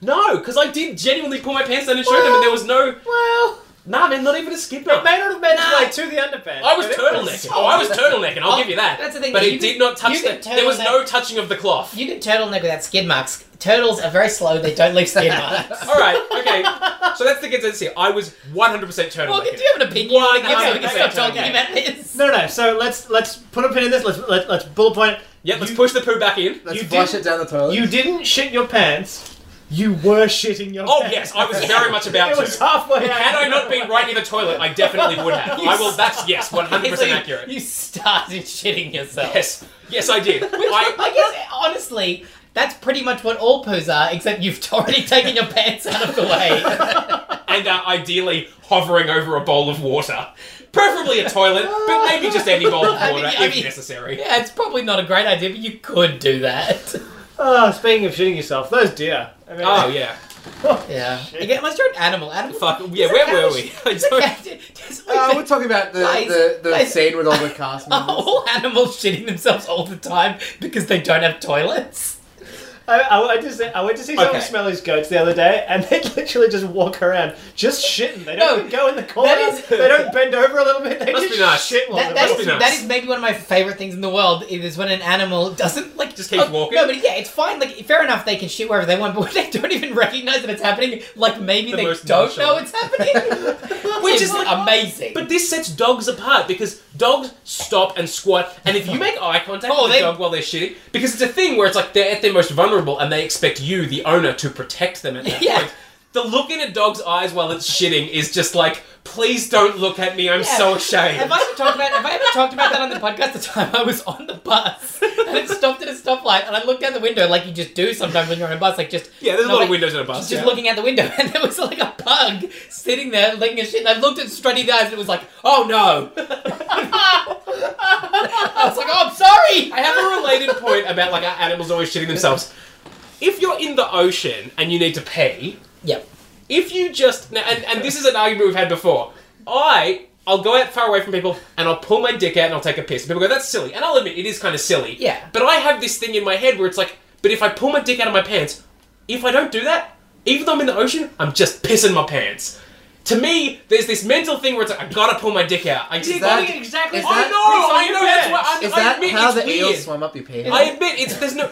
[SPEAKER 3] No, because I did genuinely pull my pants down and show them, and there was no.
[SPEAKER 1] Well,
[SPEAKER 3] Nah, man, not even a skipper.
[SPEAKER 1] may not have made
[SPEAKER 2] Nah.
[SPEAKER 1] its way to the underpants.
[SPEAKER 3] I was
[SPEAKER 1] but it
[SPEAKER 3] turtlenecking. Oh, I was turtlenecking. I'll
[SPEAKER 2] Oh,
[SPEAKER 3] give you that.
[SPEAKER 2] that's the thing,
[SPEAKER 3] But
[SPEAKER 2] you
[SPEAKER 3] it
[SPEAKER 2] can-
[SPEAKER 3] did not touch
[SPEAKER 2] you can
[SPEAKER 3] the. There was no
[SPEAKER 2] turtleneck-
[SPEAKER 3] touching of the cloth.
[SPEAKER 2] You can turtleneck without skid marks. Turtles are very slow, they don't leave skid
[SPEAKER 3] [laughs]
[SPEAKER 2] marks.
[SPEAKER 3] [laughs] All right, okay.
[SPEAKER 2] [laughs]
[SPEAKER 3] So that's the consensus here. I was 100% turtlenecking.
[SPEAKER 2] well, do you have an opinion on it?
[SPEAKER 3] One
[SPEAKER 2] So we can stop
[SPEAKER 3] hundred
[SPEAKER 2] talking
[SPEAKER 3] percent.
[SPEAKER 2] about this.
[SPEAKER 1] No, no. So let's let's put a pin in this. Let's let, let's bullet point it.
[SPEAKER 3] Yep, let's
[SPEAKER 1] You-
[SPEAKER 3] push the poo back in.
[SPEAKER 4] Let's
[SPEAKER 1] you
[SPEAKER 4] flush
[SPEAKER 1] did-
[SPEAKER 4] it down the toilet.
[SPEAKER 1] You didn't shit your pants. You were shitting your
[SPEAKER 3] Oh,
[SPEAKER 1] pants.
[SPEAKER 3] yes, I was
[SPEAKER 2] [laughs]
[SPEAKER 3] very much about
[SPEAKER 1] It
[SPEAKER 3] to.
[SPEAKER 1] was halfway out.
[SPEAKER 3] Had I
[SPEAKER 1] [laughs]
[SPEAKER 3] not been right near the toilet, I definitely would have. I will.
[SPEAKER 2] [laughs]
[SPEAKER 3] That's yes, one hundred
[SPEAKER 2] Basically,
[SPEAKER 3] percent accurate.
[SPEAKER 2] You started shitting yourself. [laughs]
[SPEAKER 3] Yes, yes, I did. I,
[SPEAKER 2] I guess, honestly,
[SPEAKER 3] [laughs]
[SPEAKER 2] that's pretty much what all poos are, except you've already taken your pants out of the way. [laughs]
[SPEAKER 3] grinder, uh, ideally hovering over a bowl of water. Preferably a toilet, but maybe just any bowl of
[SPEAKER 2] [laughs] I
[SPEAKER 3] water
[SPEAKER 2] mean, I
[SPEAKER 3] if
[SPEAKER 2] mean-
[SPEAKER 3] necessary.
[SPEAKER 2] Yeah, it's probably not a great idea, but you could do that.
[SPEAKER 1] Oh, speaking of shitting yourself, those deer. I mean,
[SPEAKER 3] Oh, yeah.
[SPEAKER 2] Yeah.
[SPEAKER 1] Shit.
[SPEAKER 2] Again, unless you're an animal. Animal.
[SPEAKER 3] Fuck. Yeah, where were we? [laughs]
[SPEAKER 2] [laughs]
[SPEAKER 3] I don't-
[SPEAKER 4] [laughs] Uh, we're talking about the,
[SPEAKER 2] Guys,
[SPEAKER 4] the, the
[SPEAKER 2] guys.
[SPEAKER 4] scene with all
[SPEAKER 2] [laughs]
[SPEAKER 3] [laughs]
[SPEAKER 4] the cast
[SPEAKER 2] Are
[SPEAKER 4] members.
[SPEAKER 3] Oh,
[SPEAKER 2] all animals shitting themselves all the time because they don't have toilets?
[SPEAKER 1] I, I, went to see, I went to see someone
[SPEAKER 3] Okay.
[SPEAKER 1] smell his goats the other day, and [laughs] they literally just walk around just shitting. They
[SPEAKER 2] No,
[SPEAKER 1] don't even go in the corner.
[SPEAKER 2] is-
[SPEAKER 1] they don't bend over a little bit. They
[SPEAKER 3] Must
[SPEAKER 1] just
[SPEAKER 3] be nice.
[SPEAKER 1] shit. while they're
[SPEAKER 2] That, that,
[SPEAKER 3] must
[SPEAKER 1] walking.
[SPEAKER 2] is,
[SPEAKER 3] be nice.
[SPEAKER 2] that is maybe one of my favorite things in the world. It is when an animal doesn't like oh,
[SPEAKER 3] Just keeps walking.
[SPEAKER 2] No, but yeah, it's fine. Like fair enough, they can shit wherever they want, but when they don't even recognize that it's happening, like maybe
[SPEAKER 3] The
[SPEAKER 2] they
[SPEAKER 3] most
[SPEAKER 2] don't know
[SPEAKER 3] nonchalant.
[SPEAKER 2] it's
[SPEAKER 3] [laughs]
[SPEAKER 2] happening, which is
[SPEAKER 3] like-
[SPEAKER 2] amazing.
[SPEAKER 3] But this sets dogs apart because dogs stop and squat, and if you make eye contact
[SPEAKER 2] Oh,
[SPEAKER 3] with
[SPEAKER 2] they-
[SPEAKER 3] the dog while they're shitting, because it's a thing where it's like they're at their most vulnerable and they expect you, the owner, to protect them at that
[SPEAKER 2] Yeah.
[SPEAKER 3] point. The look in a dog's eyes while it's shitting is just like, please don't look at me, I'm so ashamed.
[SPEAKER 2] Have I ever talked about? Have I ever talked about that on the podcast? The time I was on the bus and it stopped at a stoplight, and I looked out the window like you just do sometimes when you're on a bus, like just
[SPEAKER 3] yeah, there's a
[SPEAKER 2] No,
[SPEAKER 3] lot of
[SPEAKER 2] wait.
[SPEAKER 3] windows in a bus.
[SPEAKER 2] just
[SPEAKER 3] yeah.
[SPEAKER 2] looking out the window, [laughs] and there was like a pug sitting there licking his shit. And I looked at straight in the eyes, and it was like, oh no. I was like, oh, I'm sorry.
[SPEAKER 3] I have a related point about like our animals always shitting themselves. If you're in the ocean and you need to pee,
[SPEAKER 2] Yep.
[SPEAKER 3] if you just now, and, and this is an argument we've had before i i'll go out far away from people and i'll pull my dick out and i'll take a piss and people go that's silly and i'll admit it is kind of silly
[SPEAKER 2] Yeah.
[SPEAKER 3] but i have this thing in my head where it's like but if i pull my dick out of my pants if i don't do that even though i'm in the ocean i'm just pissing my pants to me, there's this mental thing where it's like, I gotta pull my dick out. I just,
[SPEAKER 1] You're
[SPEAKER 4] that-
[SPEAKER 1] doing exactly
[SPEAKER 4] is
[SPEAKER 1] what
[SPEAKER 3] I
[SPEAKER 4] that-
[SPEAKER 1] you
[SPEAKER 3] know,
[SPEAKER 1] do on
[SPEAKER 3] I
[SPEAKER 1] your
[SPEAKER 3] know, that's
[SPEAKER 1] bed.
[SPEAKER 3] why I'm,
[SPEAKER 4] Is
[SPEAKER 3] I
[SPEAKER 4] that
[SPEAKER 3] admit
[SPEAKER 4] how
[SPEAKER 3] it's
[SPEAKER 4] the
[SPEAKER 3] weird.
[SPEAKER 4] eels swam up your penis?
[SPEAKER 3] I admit, it's, there's no,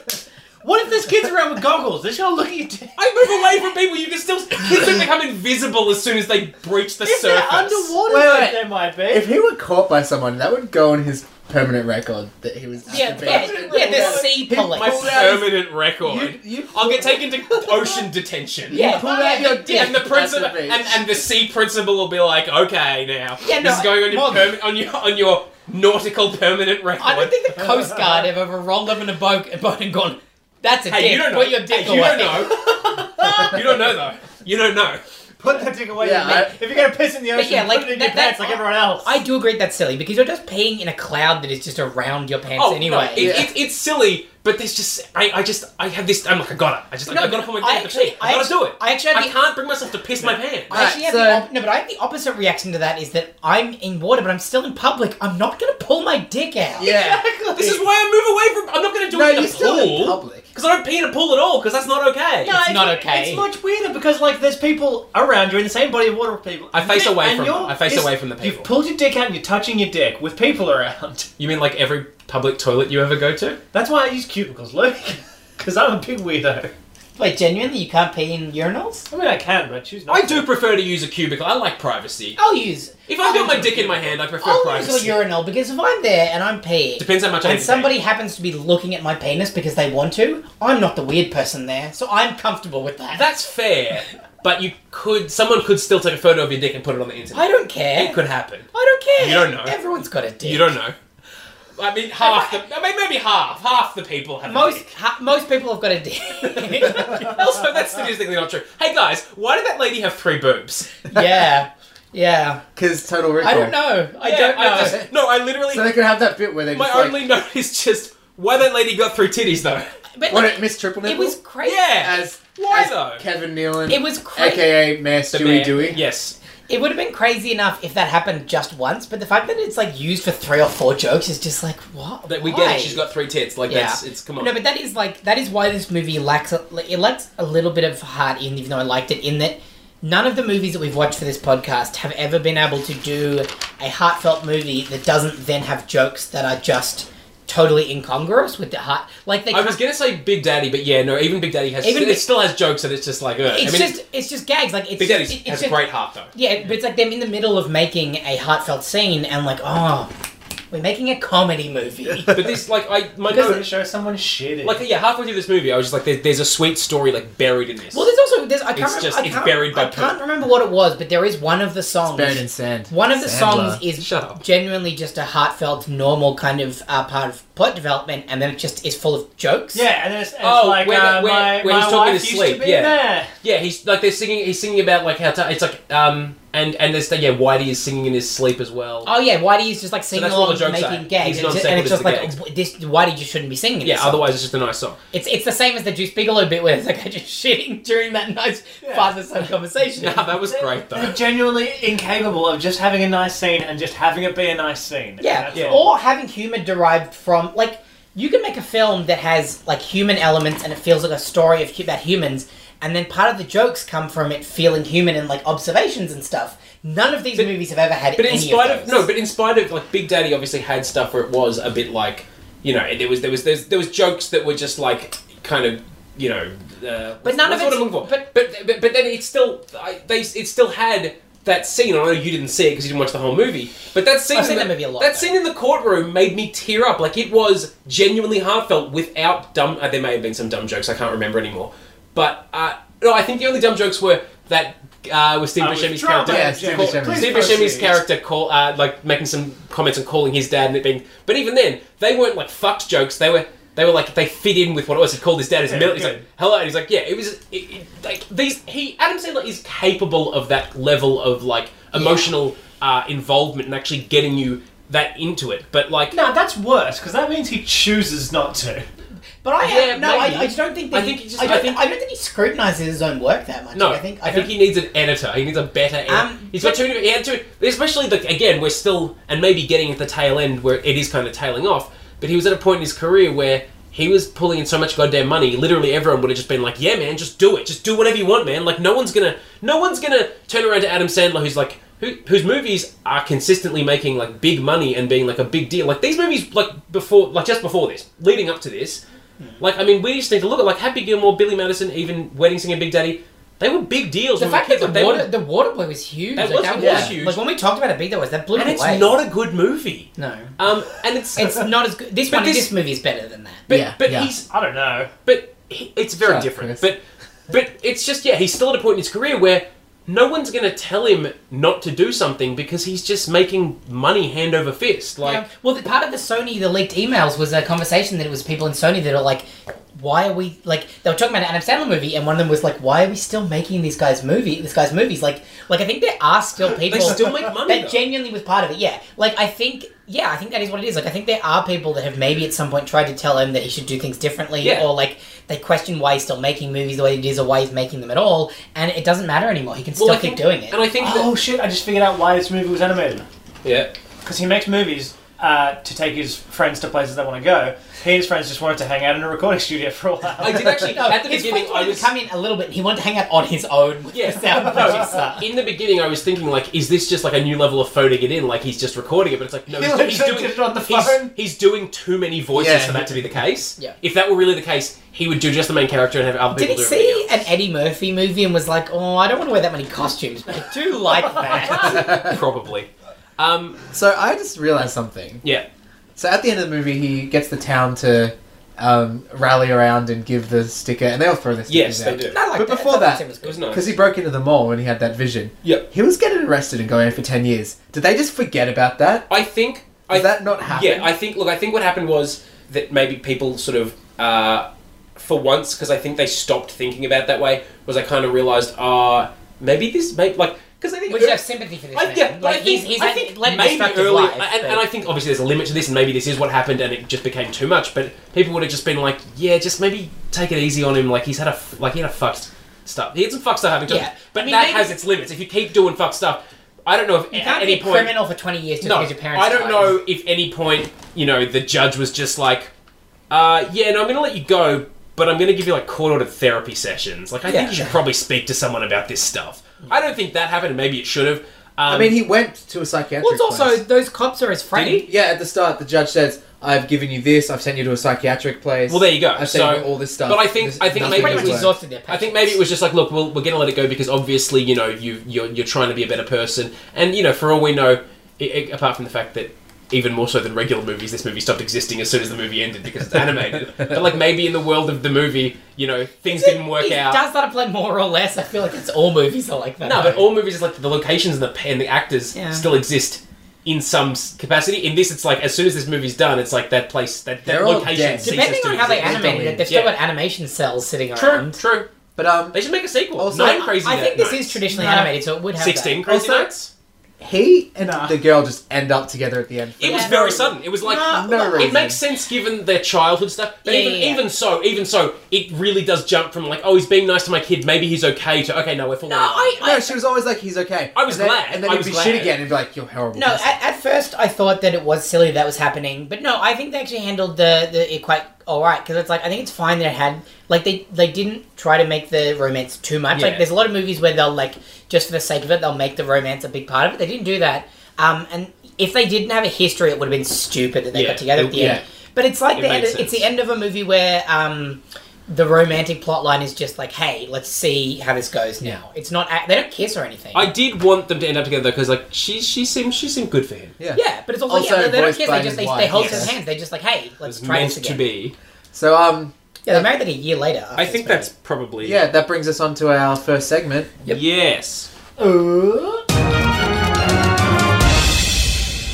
[SPEAKER 1] What if there's kids around with goggles? They should all look at you.
[SPEAKER 3] I move away from people, you can still, kids don't become invisible as soon as they breach the
[SPEAKER 1] If
[SPEAKER 3] surface.
[SPEAKER 1] they're underwater,
[SPEAKER 4] Wait,
[SPEAKER 1] though,
[SPEAKER 4] wait.
[SPEAKER 1] they might be.
[SPEAKER 4] If he were caught by someone, that would go on his permanent record that he was.
[SPEAKER 2] Yeah, yeah,
[SPEAKER 4] masturbating.
[SPEAKER 2] yeah, the sea police.
[SPEAKER 3] My
[SPEAKER 4] Pull out his-
[SPEAKER 3] permanent record.
[SPEAKER 4] You, you
[SPEAKER 3] I'll get taken to ocean detention.
[SPEAKER 2] Yeah.
[SPEAKER 4] pull out your dick.
[SPEAKER 3] And the
[SPEAKER 4] at
[SPEAKER 3] principal
[SPEAKER 4] beach.
[SPEAKER 3] and, and the sea principal will be like, okay, now
[SPEAKER 2] Yeah,
[SPEAKER 3] this
[SPEAKER 2] no,
[SPEAKER 3] is going on your,
[SPEAKER 2] Morgan.
[SPEAKER 3] perma- on your on your nautical permanent record.
[SPEAKER 2] I don't think the Coast Guard have ever rolled up in a boat, a boat and gone, that's a
[SPEAKER 3] hey,
[SPEAKER 2] dick.
[SPEAKER 3] you don't know.
[SPEAKER 2] Put your dick
[SPEAKER 3] Hey,
[SPEAKER 2] away.
[SPEAKER 3] you don't know.
[SPEAKER 2] [laughs]
[SPEAKER 3] you don't know though. You don't know.
[SPEAKER 1] Put that dick away.
[SPEAKER 4] Yeah,
[SPEAKER 1] mate.
[SPEAKER 4] I-
[SPEAKER 1] if you're gonna piss in the ocean,
[SPEAKER 2] yeah, like,
[SPEAKER 1] put it in
[SPEAKER 2] that-
[SPEAKER 1] your pants
[SPEAKER 2] that-
[SPEAKER 1] like everyone else.
[SPEAKER 2] I do agree that's silly because you're just peeing in a cloud that is just around your pants
[SPEAKER 3] Oh,
[SPEAKER 2] anyway.
[SPEAKER 3] no, it, it, it's silly, but there's just I, I just I have this. I'm like, I gotta. I just
[SPEAKER 2] No,
[SPEAKER 3] I gotta put my
[SPEAKER 2] I
[SPEAKER 3] dick in the
[SPEAKER 2] actually-
[SPEAKER 3] sea. I
[SPEAKER 2] I
[SPEAKER 3] gotta
[SPEAKER 2] actually-
[SPEAKER 3] do it.
[SPEAKER 2] I actually had
[SPEAKER 3] I
[SPEAKER 2] the-
[SPEAKER 3] can't bring myself to piss my pants.
[SPEAKER 2] I actually
[SPEAKER 4] Right,
[SPEAKER 2] have the
[SPEAKER 4] so-
[SPEAKER 2] op- no, but I have the opposite reaction to that is that I'm in water, but I'm still in public. I'm not gonna pull my dick out.
[SPEAKER 4] [laughs] yeah.
[SPEAKER 3] This is why I move away from. I'm not gonna do
[SPEAKER 4] No,
[SPEAKER 3] it in
[SPEAKER 4] you're
[SPEAKER 3] a
[SPEAKER 4] still in
[SPEAKER 3] pool
[SPEAKER 4] public.
[SPEAKER 3] because I don't pee in a pool at all because that's not okay.
[SPEAKER 1] No,
[SPEAKER 2] it's not okay.
[SPEAKER 1] It's much weirder because like there's people around you in the same body of water with people.
[SPEAKER 3] I face
[SPEAKER 1] And
[SPEAKER 3] away from
[SPEAKER 1] you're-
[SPEAKER 3] them. I face
[SPEAKER 1] it's-
[SPEAKER 3] away from the people.
[SPEAKER 1] You've pulled your dick out and you're touching your dick with people around.
[SPEAKER 3] You mean like every public toilet you ever go to?
[SPEAKER 1] That's why I use cubicles, [laughs] Luke. Because I'm a big weirdo.
[SPEAKER 2] Wait, genuinely, you can't pee in urinals?
[SPEAKER 1] I mean, I can, but I choose not.
[SPEAKER 3] I
[SPEAKER 1] to.
[SPEAKER 3] do prefer to use a cubicle. I like privacy.
[SPEAKER 2] I'll use.
[SPEAKER 3] If I've got my dick in my hand, I prefer
[SPEAKER 2] I'll use a
[SPEAKER 3] privacy.
[SPEAKER 2] urinal because if I'm there and I'm peeing,
[SPEAKER 3] Depends how much I
[SPEAKER 2] and
[SPEAKER 3] need to
[SPEAKER 2] somebody happens to be looking at my penis because they want to, I'm not the weird person there, so I'm comfortable with
[SPEAKER 3] take.
[SPEAKER 2] that.
[SPEAKER 3] That's fair, but you could. Someone could still take a photo of your dick and put it on the internet.
[SPEAKER 2] I don't care.
[SPEAKER 3] It could happen.
[SPEAKER 2] I don't care.
[SPEAKER 3] You don't know.
[SPEAKER 2] Everyone's got a dick.
[SPEAKER 3] You don't know. I mean, half the. I mean, maybe half. Half the people have. a
[SPEAKER 2] Most
[SPEAKER 3] dick.
[SPEAKER 2] ha- most people have got a dick. [laughs]
[SPEAKER 3] [laughs] also, that's statistically not true. Hey guys, why did that lady have three boobs?
[SPEAKER 2] yeah, yeah.
[SPEAKER 4] Because Total Recall.
[SPEAKER 2] I don't know. I
[SPEAKER 3] Yeah,
[SPEAKER 2] don't know.
[SPEAKER 3] I just, no, I literally.
[SPEAKER 4] So they could have that bit where they
[SPEAKER 3] my
[SPEAKER 4] just like,
[SPEAKER 3] only note is just why that lady got three titties though.
[SPEAKER 2] but
[SPEAKER 4] what
[SPEAKER 2] like,
[SPEAKER 4] it Miss Triple
[SPEAKER 2] it
[SPEAKER 4] Nipple?
[SPEAKER 2] was crazy.
[SPEAKER 3] Yeah.
[SPEAKER 4] as
[SPEAKER 3] Why
[SPEAKER 4] as
[SPEAKER 3] though?
[SPEAKER 4] Kevin Nealon,
[SPEAKER 2] It was crazy.
[SPEAKER 4] aka Mayor Stewie
[SPEAKER 3] man-
[SPEAKER 4] Dewey.
[SPEAKER 3] Yes.
[SPEAKER 2] It would have been crazy enough if that happened just once, but the fact that it's like used for three or four jokes is just like what?
[SPEAKER 3] That we
[SPEAKER 2] Why?
[SPEAKER 3] get it. She's got three tits. Like
[SPEAKER 2] Yeah.
[SPEAKER 3] that's it's come on.
[SPEAKER 2] No, but that is like that is why this movie lacks a, like, it lacks a little bit of heart in, even though I liked it. In that none of the movies that we've watched for this podcast have ever been able to do a heartfelt movie that doesn't then have jokes that are just totally incongruous with the heart. Like they
[SPEAKER 3] I was
[SPEAKER 2] can't-
[SPEAKER 3] gonna say Big Daddy, but yeah, no. Even Big Daddy has
[SPEAKER 2] Even
[SPEAKER 3] it
[SPEAKER 2] Big-
[SPEAKER 3] still has jokes, and it's just like ugh.
[SPEAKER 2] it's
[SPEAKER 3] I mean,
[SPEAKER 2] just it's just gags. Like it's
[SPEAKER 3] Big
[SPEAKER 2] just,
[SPEAKER 3] Daddy
[SPEAKER 2] it- it's
[SPEAKER 3] has
[SPEAKER 2] just-
[SPEAKER 3] great heart though.
[SPEAKER 2] Yeah, but it's like them in the middle of making a heartfelt scene and like, oh, We're making a comedy movie.
[SPEAKER 3] But this, like, I my
[SPEAKER 1] Does it
[SPEAKER 3] note,
[SPEAKER 1] show someone shitty?
[SPEAKER 3] like, yeah, halfway through this movie, I was just like, there, "There's a sweet story like buried in
[SPEAKER 2] [laughs]
[SPEAKER 3] this."
[SPEAKER 2] Well, there's also there's I can't
[SPEAKER 3] It's
[SPEAKER 2] remem-
[SPEAKER 3] just-
[SPEAKER 2] I
[SPEAKER 3] it's
[SPEAKER 2] can't-
[SPEAKER 3] buried by
[SPEAKER 2] I can't remember what it was, but there is one of the
[SPEAKER 3] Oh,
[SPEAKER 2] songs.
[SPEAKER 4] Buried in sand.
[SPEAKER 2] One of the
[SPEAKER 4] Sandler.
[SPEAKER 2] songs is
[SPEAKER 3] Shut up.
[SPEAKER 2] genuinely just a heartfelt, normal kind of uh, part of plot development, and then it just is full of jokes.
[SPEAKER 1] yeah, and it's, it's
[SPEAKER 3] Oh,
[SPEAKER 1] like
[SPEAKER 3] where-
[SPEAKER 1] uh,
[SPEAKER 3] where-
[SPEAKER 1] my,
[SPEAKER 3] where
[SPEAKER 1] my
[SPEAKER 3] he's talking
[SPEAKER 1] wife
[SPEAKER 3] to
[SPEAKER 1] used
[SPEAKER 3] sleep,
[SPEAKER 1] to be
[SPEAKER 3] yeah.
[SPEAKER 1] there.
[SPEAKER 3] yeah, he's like they're singing. He's singing about like how to, it's like um and and there's yeah, Whitey is singing in his sleep as well.
[SPEAKER 2] Oh yeah, Whitey's just like singing
[SPEAKER 3] that's what
[SPEAKER 2] along,
[SPEAKER 3] the jokes
[SPEAKER 2] making
[SPEAKER 3] are.
[SPEAKER 2] gags,
[SPEAKER 3] He's
[SPEAKER 2] and, it's-
[SPEAKER 3] non-sequitur
[SPEAKER 2] and it's just
[SPEAKER 3] to
[SPEAKER 2] like
[SPEAKER 3] gags.
[SPEAKER 2] "Oh, this Whitey just shouldn't be singing. This
[SPEAKER 3] yeah,
[SPEAKER 2] song."
[SPEAKER 3] otherwise it's just a nice song.
[SPEAKER 2] it's it's the same as the Juice Bigelow bit where it's like I just [laughs] shitting during that nice
[SPEAKER 1] Yeah.
[SPEAKER 2] father-son conversation.
[SPEAKER 3] Nah, that was great
[SPEAKER 1] They're
[SPEAKER 3] though.
[SPEAKER 1] genuinely incapable of just having a nice scene and just having it be a nice scene.
[SPEAKER 2] [laughs] Yeah.
[SPEAKER 1] That's
[SPEAKER 3] Yeah.
[SPEAKER 1] all.
[SPEAKER 2] Or having humor derived from like you can make a film that has like human elements and it feels like a story of hu- about humans, and then part of the jokes come from it feeling human and like observations and stuff. None of these
[SPEAKER 3] But-
[SPEAKER 2] movies have ever had
[SPEAKER 3] But
[SPEAKER 2] any
[SPEAKER 3] in spite
[SPEAKER 2] of,
[SPEAKER 3] of,
[SPEAKER 2] those.
[SPEAKER 3] no, but in spite of like Big Daddy obviously had stuff where it was a bit like you know there was there was there's, there was jokes that were just like kind of you know. Uh,
[SPEAKER 2] But none
[SPEAKER 3] what's
[SPEAKER 2] of it's-
[SPEAKER 3] what I'm looking for.
[SPEAKER 2] but-
[SPEAKER 3] but but but then it still I, they it still had that scene. I know you didn't see it because you didn't watch the whole movie, but that scene
[SPEAKER 2] I've
[SPEAKER 3] in
[SPEAKER 2] seen
[SPEAKER 3] the-
[SPEAKER 2] that movie a lot,
[SPEAKER 3] That
[SPEAKER 2] though.
[SPEAKER 3] scene in the courtroom made me tear up. Like it was genuinely heartfelt without dumb. Uh, there may have been some dumb jokes I can't remember anymore, but uh, no, I think the only dumb jokes were that. Uh, with Steve
[SPEAKER 1] I was
[SPEAKER 3] Buscemi's
[SPEAKER 1] drunk,
[SPEAKER 3] character,
[SPEAKER 4] Yeah,
[SPEAKER 1] James.
[SPEAKER 4] Steve
[SPEAKER 3] Call-
[SPEAKER 4] Buscemi.
[SPEAKER 1] Please
[SPEAKER 3] Steve
[SPEAKER 1] proceed.
[SPEAKER 3] Buscemi's character call uh, like making some comments and calling his dad and it being but even then they weren't like fucked jokes they were they were like they fit in with what it was he called his dad his
[SPEAKER 1] Yeah,
[SPEAKER 3] middle he's
[SPEAKER 1] good.
[SPEAKER 3] like hello and he's like yeah it was it, it, like these he Adam Sandler is capable of that level of like emotional uh, involvement and actually getting you that into it but like
[SPEAKER 1] No, that's worse because that means he chooses not to.
[SPEAKER 2] But I
[SPEAKER 3] Yeah,
[SPEAKER 2] no, I,
[SPEAKER 3] maybe.
[SPEAKER 2] I just don't think that
[SPEAKER 3] I
[SPEAKER 2] he,
[SPEAKER 3] think he just-
[SPEAKER 2] I, don't,
[SPEAKER 3] I think-
[SPEAKER 2] I don't think he scrutinizes his own work that much.
[SPEAKER 3] No,
[SPEAKER 2] I think I, don't-
[SPEAKER 3] he needs an editor. He needs a better editor.
[SPEAKER 2] Um,
[SPEAKER 3] He's got
[SPEAKER 2] but-
[SPEAKER 3] too many. He had too, especially the, again, we're still and maybe getting at the tail end where it is kind of tailing off. But he was at a point in his career where he was pulling in so much goddamn money. Literally, everyone would have just been like, "Yeah, man, just do it. Just do whatever you want, man." Like no one's gonna, no one's gonna turn around to Adam Sandler, who's like. Who, whose movies are consistently making like big money and being like a big deal? Like these movies, like before, like just before this, leading up to this, like I mean, we just need to look at like Happy Gilmore, Billy Madison, even Wedding Singer, Big Daddy. They were big deals.
[SPEAKER 2] the
[SPEAKER 3] when we were
[SPEAKER 2] fact that
[SPEAKER 3] kids, like, they
[SPEAKER 2] the
[SPEAKER 3] were-
[SPEAKER 2] water the water boy was huge.
[SPEAKER 3] That
[SPEAKER 2] like,
[SPEAKER 3] was-
[SPEAKER 2] that
[SPEAKER 3] it
[SPEAKER 2] was
[SPEAKER 3] was huge.
[SPEAKER 2] Like when we talked about it, big that was that blew
[SPEAKER 3] and
[SPEAKER 2] me
[SPEAKER 3] it's
[SPEAKER 2] away.
[SPEAKER 3] not a good movie.
[SPEAKER 2] no.
[SPEAKER 3] Um, and
[SPEAKER 2] [laughs]
[SPEAKER 3] it's
[SPEAKER 2] It's not as good. This
[SPEAKER 3] But
[SPEAKER 2] one,
[SPEAKER 3] this-
[SPEAKER 2] this movie is better than that.
[SPEAKER 3] but,
[SPEAKER 4] Yeah,
[SPEAKER 3] but
[SPEAKER 4] yeah.
[SPEAKER 3] he's
[SPEAKER 1] I don't know.
[SPEAKER 3] but he, it's very
[SPEAKER 4] Shut up,
[SPEAKER 3] different.
[SPEAKER 4] Chris.
[SPEAKER 3] But but it's just yeah, he's still at a point in his career where no one's gonna tell him not to do something because he's just making money hand over fist. Like
[SPEAKER 2] Yeah. well, the, part of the Sony, the leaked emails was a conversation that it was people in Sony that are like, why are we like they were talking about an Adam Sandler movie, and one of them was like, why are we still making these guys movie, this guy's movies? Like, like I think there are still people
[SPEAKER 3] they still make money.
[SPEAKER 2] that
[SPEAKER 3] though.
[SPEAKER 2] genuinely was part of it. Yeah, like I think, yeah, I think that is what it is. Like I think there are people that have maybe at some point tried to tell him that he should do things differently,
[SPEAKER 3] Yeah.
[SPEAKER 2] or like they question why he's still making movies the way he is, or why he's making them at all, and it doesn't matter anymore. He can still
[SPEAKER 3] Well, I
[SPEAKER 2] keep
[SPEAKER 3] think-
[SPEAKER 2] doing it.
[SPEAKER 3] and I think
[SPEAKER 1] Oh shit! I just figured out why this movie was animated.
[SPEAKER 3] that yeah.
[SPEAKER 1] Because he makes movies uh, to take his friends to places they want to go. He and his friends just wanted to hang out in a recording [laughs] studio for a while.
[SPEAKER 3] I did actually
[SPEAKER 2] [laughs] No,
[SPEAKER 3] at the
[SPEAKER 2] his
[SPEAKER 3] beginning
[SPEAKER 2] friends
[SPEAKER 3] I
[SPEAKER 2] wanted
[SPEAKER 3] was
[SPEAKER 2] to come in a little bit. He wanted to hang out on his own with
[SPEAKER 3] Yeah.
[SPEAKER 2] the sound [laughs] producer.
[SPEAKER 3] in the beginning I was thinking like is this just like a new level of phoning it in like he's just recording it but it's like [laughs]
[SPEAKER 2] [laughs]
[SPEAKER 3] no
[SPEAKER 4] [laughs]
[SPEAKER 1] He
[SPEAKER 3] he's, he's
[SPEAKER 1] literally
[SPEAKER 3] doing
[SPEAKER 1] did it on the
[SPEAKER 3] he's-
[SPEAKER 1] phone.
[SPEAKER 3] He's, doing too many voices
[SPEAKER 4] Yeah.
[SPEAKER 3] for that to be the case
[SPEAKER 2] Yeah.
[SPEAKER 3] if that were really the case he would do just the main character and have other
[SPEAKER 2] Did
[SPEAKER 3] people
[SPEAKER 2] he
[SPEAKER 3] do everything
[SPEAKER 2] see an Eddie Murphy movie and was like, "Oh, I don't want to wear that many costumes, but I do
[SPEAKER 3] [laughs]
[SPEAKER 2] like that."
[SPEAKER 3] else. [laughs] probably um
[SPEAKER 4] [laughs] So I just realized something.
[SPEAKER 3] yeah
[SPEAKER 4] So at the end of the movie, he gets the town to um, rally around and give the sticker, and they all throw their stickers
[SPEAKER 3] yes
[SPEAKER 4] out.
[SPEAKER 3] they do
[SPEAKER 2] I like
[SPEAKER 4] But before that-
[SPEAKER 2] it was
[SPEAKER 3] it was
[SPEAKER 2] good.
[SPEAKER 3] nice
[SPEAKER 4] Because he broke into the mall when he had that vision.
[SPEAKER 3] Yep.
[SPEAKER 4] He was getting arrested and going in for 10 years. Did they just forget about that?
[SPEAKER 3] I think
[SPEAKER 4] Did
[SPEAKER 3] I
[SPEAKER 4] that not happen?
[SPEAKER 3] Yeah, I think. Look, I think what happened was that maybe people sort of, uh, for once, because I think they stopped thinking about it that way. Was I kind of realized, ah, maybe this, maybe like, because I think.
[SPEAKER 2] Would you have sympathy for this
[SPEAKER 3] I,
[SPEAKER 2] man?
[SPEAKER 3] yeah, but
[SPEAKER 2] like
[SPEAKER 3] I think,
[SPEAKER 2] he's, he's
[SPEAKER 3] I think
[SPEAKER 2] let it
[SPEAKER 3] maybe
[SPEAKER 2] disrupt his
[SPEAKER 3] early,
[SPEAKER 2] life,
[SPEAKER 3] and,
[SPEAKER 2] but-
[SPEAKER 3] and I think obviously there's a limit to this, and maybe this is what happened, and it just became too much. But people would have just been like, "Yeah, just maybe take it easy on him. Like he's had a f- like he had a fucked stuff. He had some fucked stuff happening to
[SPEAKER 2] Yeah.
[SPEAKER 3] him. But
[SPEAKER 2] I mean,
[SPEAKER 3] that
[SPEAKER 2] maybe-
[SPEAKER 3] has its limits. If you keep doing fucked stuff, I don't know if
[SPEAKER 2] you
[SPEAKER 3] at
[SPEAKER 2] can't
[SPEAKER 3] any
[SPEAKER 2] be a
[SPEAKER 3] point
[SPEAKER 2] criminal for twenty years just
[SPEAKER 3] no,
[SPEAKER 2] because your parents.
[SPEAKER 3] I don't
[SPEAKER 2] died.
[SPEAKER 3] know if any point, you know, the judge was just like, uh, yeah, no, I'm going to let you go, but I'm going to give you like court ordered therapy sessions. Like, I
[SPEAKER 2] Yeah.
[SPEAKER 3] think you should probably speak to someone about this stuff. I don't think that happened, and maybe it should have. Um,
[SPEAKER 4] I mean, he went to a psychiatric
[SPEAKER 2] Well, it's also
[SPEAKER 4] place.
[SPEAKER 2] those cops are his friend.
[SPEAKER 3] Did he?
[SPEAKER 4] Yeah, at the start, the judge says, I've given you this, I've sent you to a psychiatric place.
[SPEAKER 3] well, there you go.
[SPEAKER 4] I've sent
[SPEAKER 3] so,
[SPEAKER 4] you all this stuff.
[SPEAKER 3] but I think-
[SPEAKER 4] This-
[SPEAKER 3] I think
[SPEAKER 4] nothing
[SPEAKER 2] Pretty
[SPEAKER 3] maybe
[SPEAKER 2] much
[SPEAKER 4] has
[SPEAKER 3] it was-
[SPEAKER 4] worked.
[SPEAKER 2] exhausted their
[SPEAKER 3] I
[SPEAKER 2] patience.
[SPEAKER 3] think maybe it was just like, look, we'll, we're going to let it go because obviously, you know, you you're, you're trying to be a better person, and you know, for all we know, i i apart from the fact that even more so than regular movies, this movie stopped existing as soon as the movie ended because it's
[SPEAKER 4] [laughs]
[SPEAKER 3] animated. but like maybe in the world of the movie, you know, things didn't work
[SPEAKER 2] It
[SPEAKER 3] out.
[SPEAKER 2] Does that apply more or less? I feel like it's all movies are like that.
[SPEAKER 3] No, but all movies is like the locations and the and the actors
[SPEAKER 2] Yeah.
[SPEAKER 3] still exist in some s- capacity. In this, it's like as soon as this movie's done, it's like that place that that
[SPEAKER 4] They're all
[SPEAKER 3] location.
[SPEAKER 4] dead.
[SPEAKER 3] ceases
[SPEAKER 2] depending
[SPEAKER 3] to
[SPEAKER 2] on how they
[SPEAKER 3] exist.
[SPEAKER 2] animated it, they've still
[SPEAKER 3] Yeah.
[SPEAKER 2] got animation cells sitting
[SPEAKER 3] True,
[SPEAKER 2] around.
[SPEAKER 3] true.
[SPEAKER 4] But um,
[SPEAKER 3] They should make a sequel.
[SPEAKER 4] Also-
[SPEAKER 3] Nine crazy.
[SPEAKER 2] I think this
[SPEAKER 3] Nights.
[SPEAKER 2] is traditionally
[SPEAKER 4] No.
[SPEAKER 2] animated, so it would have that.
[SPEAKER 3] sixteen crazy
[SPEAKER 4] Also-
[SPEAKER 3] nights.
[SPEAKER 4] he and
[SPEAKER 1] Nah.
[SPEAKER 4] the girl just end up together at the end.
[SPEAKER 3] It
[SPEAKER 2] Yeah.
[SPEAKER 3] was very sudden. It was like
[SPEAKER 4] No,
[SPEAKER 3] it
[SPEAKER 4] no reason.
[SPEAKER 3] makes sense given their childhood stuff. But
[SPEAKER 2] Yeah,
[SPEAKER 3] even,
[SPEAKER 2] yeah, yeah.
[SPEAKER 3] even so, even so, it really does jump from like, oh, he's being nice to my kid. Maybe he's okay. To okay, no, we're falling.
[SPEAKER 2] No,
[SPEAKER 3] out.
[SPEAKER 2] I, I
[SPEAKER 4] No, she was always like, "He's okay."
[SPEAKER 3] I was
[SPEAKER 4] and then,
[SPEAKER 3] glad.
[SPEAKER 4] and then
[SPEAKER 3] I
[SPEAKER 4] he'd
[SPEAKER 3] was
[SPEAKER 4] be
[SPEAKER 3] glad.
[SPEAKER 4] shit again and be like, "You're horrible."
[SPEAKER 2] No, at, at first I thought that it was silly that was happening, but no, I think they actually handled the, the it quite all right because it's like I think it's fine that it had like they they didn't try to make the romance too much.
[SPEAKER 3] Yeah.
[SPEAKER 2] Like there's a lot of movies where they'll like just for the sake of it they'll make the romance a big part of it. They didn't do that, um, and if they didn't have a history, it would have been stupid that they
[SPEAKER 3] Yeah,
[SPEAKER 2] got together at the
[SPEAKER 3] yeah.
[SPEAKER 2] end. But it's like
[SPEAKER 3] It
[SPEAKER 2] the end
[SPEAKER 3] made
[SPEAKER 2] of, it's the
[SPEAKER 3] sense.
[SPEAKER 2] end of a movie where. Um, the romantic plot line is just like, hey, let's see how this goes now. It's not a- they don't kiss or anything.
[SPEAKER 3] I did want them to end up together because like she she seemed she seemed good for him.
[SPEAKER 4] Yeah.
[SPEAKER 2] Yeah, but it's also,
[SPEAKER 4] Also
[SPEAKER 2] yeah, they- they don't
[SPEAKER 4] voiced
[SPEAKER 2] kiss.
[SPEAKER 4] by
[SPEAKER 2] They just
[SPEAKER 4] his
[SPEAKER 2] they,
[SPEAKER 4] wife,
[SPEAKER 2] they hold
[SPEAKER 3] yes.
[SPEAKER 2] their hands. They just like, hey,
[SPEAKER 3] It
[SPEAKER 2] let's
[SPEAKER 3] was
[SPEAKER 2] try
[SPEAKER 3] meant
[SPEAKER 2] this
[SPEAKER 3] to
[SPEAKER 2] again.
[SPEAKER 3] be.
[SPEAKER 4] So um,
[SPEAKER 2] Yeah, they married like a year later. after
[SPEAKER 3] I
[SPEAKER 2] this
[SPEAKER 3] think
[SPEAKER 2] movie.
[SPEAKER 3] that's probably
[SPEAKER 4] yeah, that brings us on to our first segment.
[SPEAKER 2] Yep.
[SPEAKER 3] Yes.
[SPEAKER 1] Uh,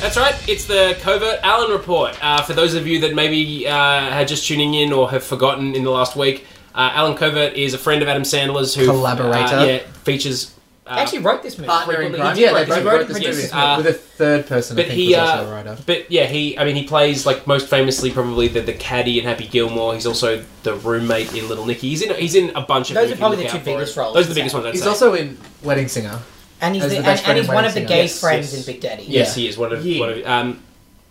[SPEAKER 3] That's right. It's the covert Allen report. Uh, for those of you that maybe uh, are just tuning in or have forgotten in the last week, uh, Alan Covert is a friend of Adam Sandler's who
[SPEAKER 4] Collaborator.
[SPEAKER 3] uh, yeah, features. Uh,
[SPEAKER 2] They actually wrote this movie.
[SPEAKER 4] Partner in
[SPEAKER 3] frequently-
[SPEAKER 4] crime.
[SPEAKER 3] he did
[SPEAKER 4] Yeah,
[SPEAKER 3] write
[SPEAKER 4] they both
[SPEAKER 3] this
[SPEAKER 4] wrote
[SPEAKER 2] movie.
[SPEAKER 4] this
[SPEAKER 2] Yes,
[SPEAKER 4] movie
[SPEAKER 3] uh,
[SPEAKER 4] with a third person. I
[SPEAKER 3] but
[SPEAKER 4] think
[SPEAKER 3] he,
[SPEAKER 4] was
[SPEAKER 3] uh,
[SPEAKER 4] also a writer.
[SPEAKER 3] but yeah, he. I mean, he plays like most famously probably the, the caddy in Happy Gilmore. He's also the roommate in Little Nicky. He's in. He's in a bunch of.
[SPEAKER 2] Those
[SPEAKER 3] movies.
[SPEAKER 2] are probably
[SPEAKER 3] Look
[SPEAKER 2] the
[SPEAKER 3] out
[SPEAKER 2] two
[SPEAKER 3] for him.
[SPEAKER 2] biggest roles
[SPEAKER 3] Those are the
[SPEAKER 2] he's
[SPEAKER 3] biggest
[SPEAKER 2] had.
[SPEAKER 3] ones. I'd
[SPEAKER 4] He's
[SPEAKER 3] say.
[SPEAKER 4] also in Wedding Singer.
[SPEAKER 2] and he's
[SPEAKER 4] As
[SPEAKER 2] the,
[SPEAKER 4] the
[SPEAKER 2] and,
[SPEAKER 4] best
[SPEAKER 2] and
[SPEAKER 4] friend
[SPEAKER 2] he's
[SPEAKER 4] in
[SPEAKER 2] one of the
[SPEAKER 4] Waiting
[SPEAKER 2] gay
[SPEAKER 3] Yes,
[SPEAKER 2] friends
[SPEAKER 3] yes.
[SPEAKER 2] in Big Daddy.
[SPEAKER 3] Yes, he is one of
[SPEAKER 1] Yeah.
[SPEAKER 3] one of. Um,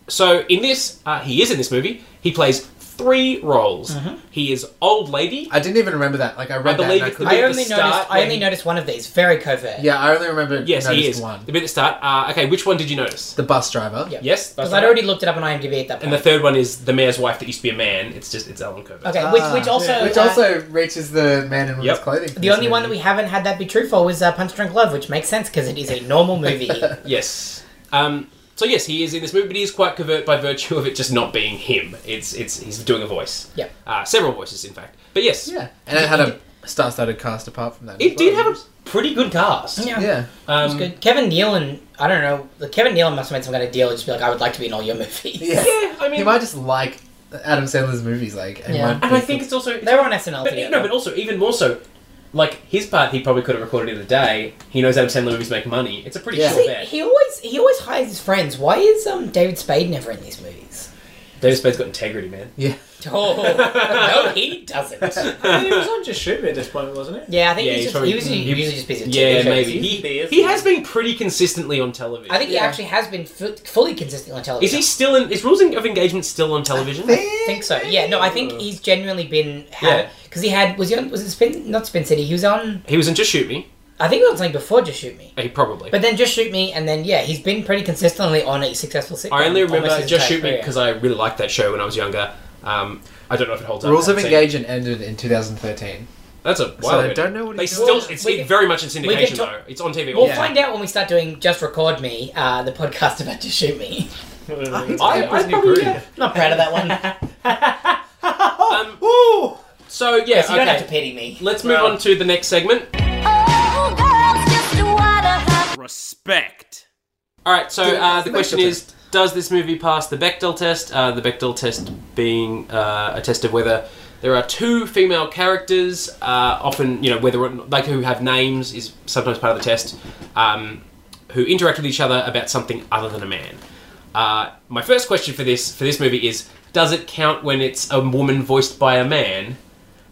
[SPEAKER 3] so in this, uh, he is in this movie. He plays three roles.
[SPEAKER 2] Mm-hmm.
[SPEAKER 3] He is old lady.
[SPEAKER 4] I didn't even remember that. Like I read
[SPEAKER 3] believe
[SPEAKER 4] that.
[SPEAKER 3] it's
[SPEAKER 4] And I
[SPEAKER 3] the
[SPEAKER 2] I
[SPEAKER 4] couldn't-
[SPEAKER 3] at
[SPEAKER 2] only
[SPEAKER 3] start
[SPEAKER 2] noticed. I
[SPEAKER 3] when-
[SPEAKER 2] only noticed one of these. Very covert.
[SPEAKER 4] yeah, I only remember.
[SPEAKER 3] Yes, he
[SPEAKER 4] noticed
[SPEAKER 3] is.
[SPEAKER 4] one.
[SPEAKER 3] The bit at the start. Uh, okay, which one did you notice?
[SPEAKER 4] The bus driver.
[SPEAKER 2] Yeah.
[SPEAKER 3] Yes,
[SPEAKER 2] Because I'd already looked it up on IMDb at that point.
[SPEAKER 3] And the third one is the mayor's wife that used to be a man. It's just it's Alan Covert.
[SPEAKER 2] okay,
[SPEAKER 4] Ah,
[SPEAKER 2] which which also
[SPEAKER 4] which
[SPEAKER 2] uh,
[SPEAKER 4] also reaches the man in women's
[SPEAKER 3] Yep.
[SPEAKER 4] clothing. for
[SPEAKER 2] the
[SPEAKER 4] this
[SPEAKER 2] only one that
[SPEAKER 4] movie.
[SPEAKER 2] we haven't had that be true for was uh, Punch Drunk Love, which makes sense because it is a normal
[SPEAKER 4] [laughs]
[SPEAKER 2] movie.
[SPEAKER 3] Yes. Um, so yes, he is in this movie, but he is quite covert by virtue of it just not being him. It's it's he's doing a voice.
[SPEAKER 2] Yep.
[SPEAKER 3] Uh, several voices, in fact. But yes,
[SPEAKER 4] Yeah, and it had a star-studded cast apart from that. as
[SPEAKER 3] it did
[SPEAKER 4] well.
[SPEAKER 3] have a pretty good cast.
[SPEAKER 2] yeah.
[SPEAKER 4] Yeah.
[SPEAKER 3] Um,
[SPEAKER 2] It's good. Kevin Nealon, I don't know. The Kevin Nealon must have made some kind of deal. and Just be like, I would like to be in all your movies.
[SPEAKER 4] Yeah.
[SPEAKER 3] Yeah, I mean,
[SPEAKER 4] He might just like Adam Sandler's movies, like and
[SPEAKER 2] Yeah.
[SPEAKER 4] might
[SPEAKER 3] and I think it's also
[SPEAKER 2] [laughs] They were on SNL
[SPEAKER 3] But,
[SPEAKER 2] together.
[SPEAKER 3] no, but also even more so, like his part, he probably could have recorded in a day. He knows Adam Sandler movies make money. It's a pretty
[SPEAKER 4] Yeah.
[SPEAKER 3] short
[SPEAKER 2] See,
[SPEAKER 3] bet.
[SPEAKER 2] he always he always hires his friends. Why is um David Spade never in these movies?
[SPEAKER 3] David Spade's got integrity, man.
[SPEAKER 4] yeah.
[SPEAKER 2] [laughs] Oh no, he doesn't.
[SPEAKER 1] I mean, it was on just shoot me at this point, wasn't it?
[SPEAKER 2] Yeah, I think
[SPEAKER 3] Yeah,
[SPEAKER 2] he's
[SPEAKER 3] he's
[SPEAKER 2] just,
[SPEAKER 3] probably-
[SPEAKER 2] he was
[SPEAKER 3] mm, he-
[SPEAKER 2] usually just busy. with TV
[SPEAKER 3] Yeah,
[SPEAKER 2] shows.
[SPEAKER 3] maybe
[SPEAKER 1] he's
[SPEAKER 3] he,
[SPEAKER 1] there,
[SPEAKER 3] he
[SPEAKER 1] isn't
[SPEAKER 3] has
[SPEAKER 1] he?
[SPEAKER 3] been pretty consistently on television.
[SPEAKER 2] I think he
[SPEAKER 4] Yeah.
[SPEAKER 2] actually has been fu- fully consistent on television.
[SPEAKER 3] is he still in? Is Rules of Engagement still on television?
[SPEAKER 2] I think so. Yeah, no, I think he's genuinely been
[SPEAKER 3] Oh. Yeah.
[SPEAKER 2] had because he had was he on was it Spin not Spin City? He was on
[SPEAKER 3] He was in Just Shoot Me.
[SPEAKER 2] I think he was on something before Just Shoot Me,
[SPEAKER 3] He probably.
[SPEAKER 2] but then Just Shoot Me, and then yeah, he's been pretty consistently on a successful sitcom.
[SPEAKER 3] I only remember
[SPEAKER 2] almost his entire
[SPEAKER 3] Just Shoot Me
[SPEAKER 2] career.
[SPEAKER 3] because I really liked that show when I was younger. Um, I don't know if it holds up.
[SPEAKER 4] Rules of
[SPEAKER 3] That's it.
[SPEAKER 4] Engagement ended in 2013.
[SPEAKER 3] That's a
[SPEAKER 4] So
[SPEAKER 3] while
[SPEAKER 4] I
[SPEAKER 3] ago.
[SPEAKER 4] don't know what
[SPEAKER 3] they
[SPEAKER 4] he's
[SPEAKER 3] still.
[SPEAKER 4] doing.
[SPEAKER 3] It's
[SPEAKER 2] We
[SPEAKER 3] it
[SPEAKER 2] can-
[SPEAKER 3] very much in
[SPEAKER 2] we Oh, can
[SPEAKER 3] syndication
[SPEAKER 2] talk-
[SPEAKER 3] though. It's on TV. all
[SPEAKER 2] We'll
[SPEAKER 3] the
[SPEAKER 4] Yeah.
[SPEAKER 3] time.
[SPEAKER 2] find out when we start doing Just Record Me, uh, the podcast about Just Shoot Me.
[SPEAKER 3] [laughs] I, I
[SPEAKER 4] Emperor's New
[SPEAKER 3] probably,
[SPEAKER 4] Groove.
[SPEAKER 3] yeah.
[SPEAKER 2] I'm not proud of [laughs] that one.
[SPEAKER 3] Um,
[SPEAKER 1] Ooh!
[SPEAKER 3] so
[SPEAKER 2] Oh.
[SPEAKER 3] yeah,
[SPEAKER 2] Yes, you don't
[SPEAKER 3] okay.
[SPEAKER 2] have to pity me.
[SPEAKER 3] Let's move
[SPEAKER 1] Well-
[SPEAKER 3] on to the next segment.
[SPEAKER 5] Oh, girls just wanna have
[SPEAKER 3] Respect. All right. So uh, the question is: Does this movie pass the Bechdel test? Uh, the Bechdel test being uh, a test of whether there are two female characters, uh, often you know whether or not- like who have names is sometimes part of the test, um, who interact with each other about something other than a man. Uh, my first question for this for this movie is: Does it count when it's a woman voiced by a man?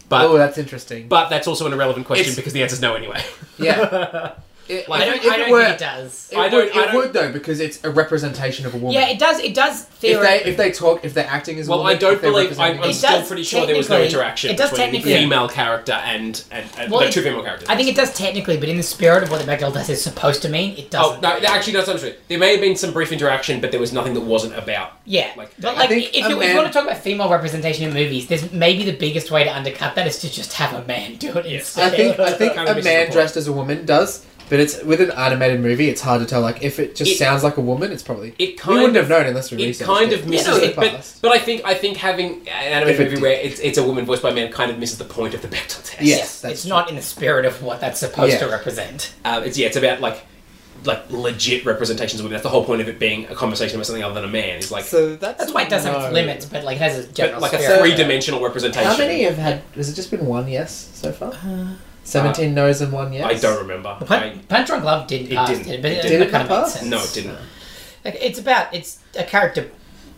[SPEAKER 3] But
[SPEAKER 4] Oh, that's interesting.
[SPEAKER 3] but that's also an irrelevant question
[SPEAKER 4] It's-
[SPEAKER 3] because the answer's no anyway. [laughs]
[SPEAKER 4] yeah. It,
[SPEAKER 3] Like-
[SPEAKER 2] I don't,
[SPEAKER 4] if it- if
[SPEAKER 2] I
[SPEAKER 4] it
[SPEAKER 2] don't
[SPEAKER 4] were-
[SPEAKER 2] think it does.
[SPEAKER 4] It
[SPEAKER 3] I
[SPEAKER 4] would,
[SPEAKER 3] don't- I
[SPEAKER 4] it
[SPEAKER 3] don't-
[SPEAKER 4] would though because it's a representation of a woman.
[SPEAKER 2] Yeah, it does. It does.
[SPEAKER 4] if they
[SPEAKER 2] Theoretically,
[SPEAKER 4] if they talk if they're acting as a
[SPEAKER 3] Well,
[SPEAKER 4] woman,
[SPEAKER 3] I don't
[SPEAKER 4] if they're
[SPEAKER 3] believe. I,
[SPEAKER 4] representing-
[SPEAKER 3] I'm
[SPEAKER 2] It
[SPEAKER 3] still
[SPEAKER 2] does
[SPEAKER 3] pretty sure there was no
[SPEAKER 2] technically-
[SPEAKER 3] interaction
[SPEAKER 2] it does
[SPEAKER 3] between the
[SPEAKER 2] technically-
[SPEAKER 3] female character and and, and
[SPEAKER 2] Well,
[SPEAKER 3] the
[SPEAKER 2] it-
[SPEAKER 3] two female characters.
[SPEAKER 2] I think it does technically, but in the spirit of what the Bechdel test is supposed to mean, it
[SPEAKER 3] Oh
[SPEAKER 2] doesn't.
[SPEAKER 3] no! no, Actually, that's not true. There may have been some brief interaction, but there was nothing that wasn't about.
[SPEAKER 2] yeah,
[SPEAKER 3] like,
[SPEAKER 2] but
[SPEAKER 3] I
[SPEAKER 2] like,
[SPEAKER 4] think
[SPEAKER 2] if you,
[SPEAKER 4] a
[SPEAKER 2] if
[SPEAKER 4] man-
[SPEAKER 2] you want to talk about female representation in movies, there's maybe the biggest way to undercut that is to just have a man do it
[SPEAKER 3] Yes.
[SPEAKER 2] instead.
[SPEAKER 4] I think I think
[SPEAKER 3] Kinda
[SPEAKER 4] a
[SPEAKER 3] misses the
[SPEAKER 4] man
[SPEAKER 3] point.
[SPEAKER 4] dressed as a woman does But it's with an animated movie, it's hard to tell. Like if it just
[SPEAKER 3] It-
[SPEAKER 4] sounds like a woman, it's probably
[SPEAKER 3] It
[SPEAKER 4] we
[SPEAKER 3] kind
[SPEAKER 4] wouldn't
[SPEAKER 3] of-
[SPEAKER 4] have known unless we
[SPEAKER 3] It
[SPEAKER 4] researched
[SPEAKER 3] kind of misses
[SPEAKER 4] It's
[SPEAKER 3] it, but,
[SPEAKER 4] past.
[SPEAKER 3] but I think I think having an
[SPEAKER 4] If it
[SPEAKER 3] animated
[SPEAKER 4] did.
[SPEAKER 3] movie where it's, it's a woman voiced by a man kind of misses the point of the Bechdel test.
[SPEAKER 4] Yes, that's
[SPEAKER 2] it's
[SPEAKER 4] true.
[SPEAKER 2] not in the spirit of what that's supposed to
[SPEAKER 4] Yeah.
[SPEAKER 2] represent.
[SPEAKER 3] Um, it's yeah, it's about like like legit representations of women. That's the whole point of it being a conversation about something other than a man. Is like
[SPEAKER 4] so that's,
[SPEAKER 2] That's why it does have its
[SPEAKER 4] no.
[SPEAKER 2] limits, but like it has a
[SPEAKER 3] but
[SPEAKER 2] general
[SPEAKER 3] like a
[SPEAKER 2] spirit.
[SPEAKER 3] three dimensional representation.
[SPEAKER 4] How many have had? Has it just been one yes so far?
[SPEAKER 2] Uh,
[SPEAKER 4] Seventeen no's and one yes.
[SPEAKER 3] Uh, I don't remember.
[SPEAKER 2] The
[SPEAKER 3] I,
[SPEAKER 2] Punch, Punch Drunk Love did
[SPEAKER 3] It
[SPEAKER 2] pass,
[SPEAKER 3] didn't.
[SPEAKER 2] did it, but
[SPEAKER 3] It
[SPEAKER 2] it,
[SPEAKER 3] didn't.
[SPEAKER 4] Did it
[SPEAKER 2] kind of
[SPEAKER 4] not
[SPEAKER 2] makes
[SPEAKER 4] pass?
[SPEAKER 2] sense.
[SPEAKER 3] no, it didn't.
[SPEAKER 2] Like, it's about it's a character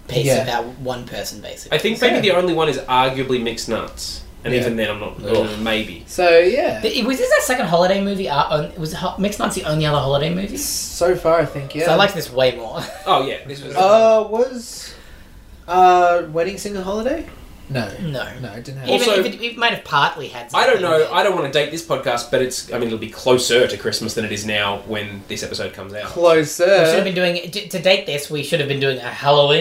[SPEAKER 2] piece
[SPEAKER 4] Yeah.
[SPEAKER 2] about one person basically.
[SPEAKER 3] I think maybe
[SPEAKER 4] Yeah.
[SPEAKER 3] the only one is arguably mixed nuts, and
[SPEAKER 4] Yeah.
[SPEAKER 3] even then I'm not.
[SPEAKER 4] Ugh.
[SPEAKER 3] Maybe
[SPEAKER 4] So yeah,
[SPEAKER 2] Th- it was is that second holiday movie? Uh, on, was Ho- Mixed Nuts the only other holiday movie?
[SPEAKER 4] so far I think yeah.
[SPEAKER 2] So I like this way more. [laughs]
[SPEAKER 3] Oh yeah, this was.
[SPEAKER 4] Uh, was uh wedding single holiday? No,
[SPEAKER 2] no.
[SPEAKER 4] no, it didn't have.
[SPEAKER 3] Also-
[SPEAKER 2] Even if it, it might have partly had.
[SPEAKER 3] I don't know.
[SPEAKER 2] something.
[SPEAKER 3] I don't want to date this podcast, but it's. I mean, it'll be closer to Christmas than it is now when this episode comes out.
[SPEAKER 2] We should have
[SPEAKER 4] Closer.
[SPEAKER 2] been doing to, to date this. We should have been doing a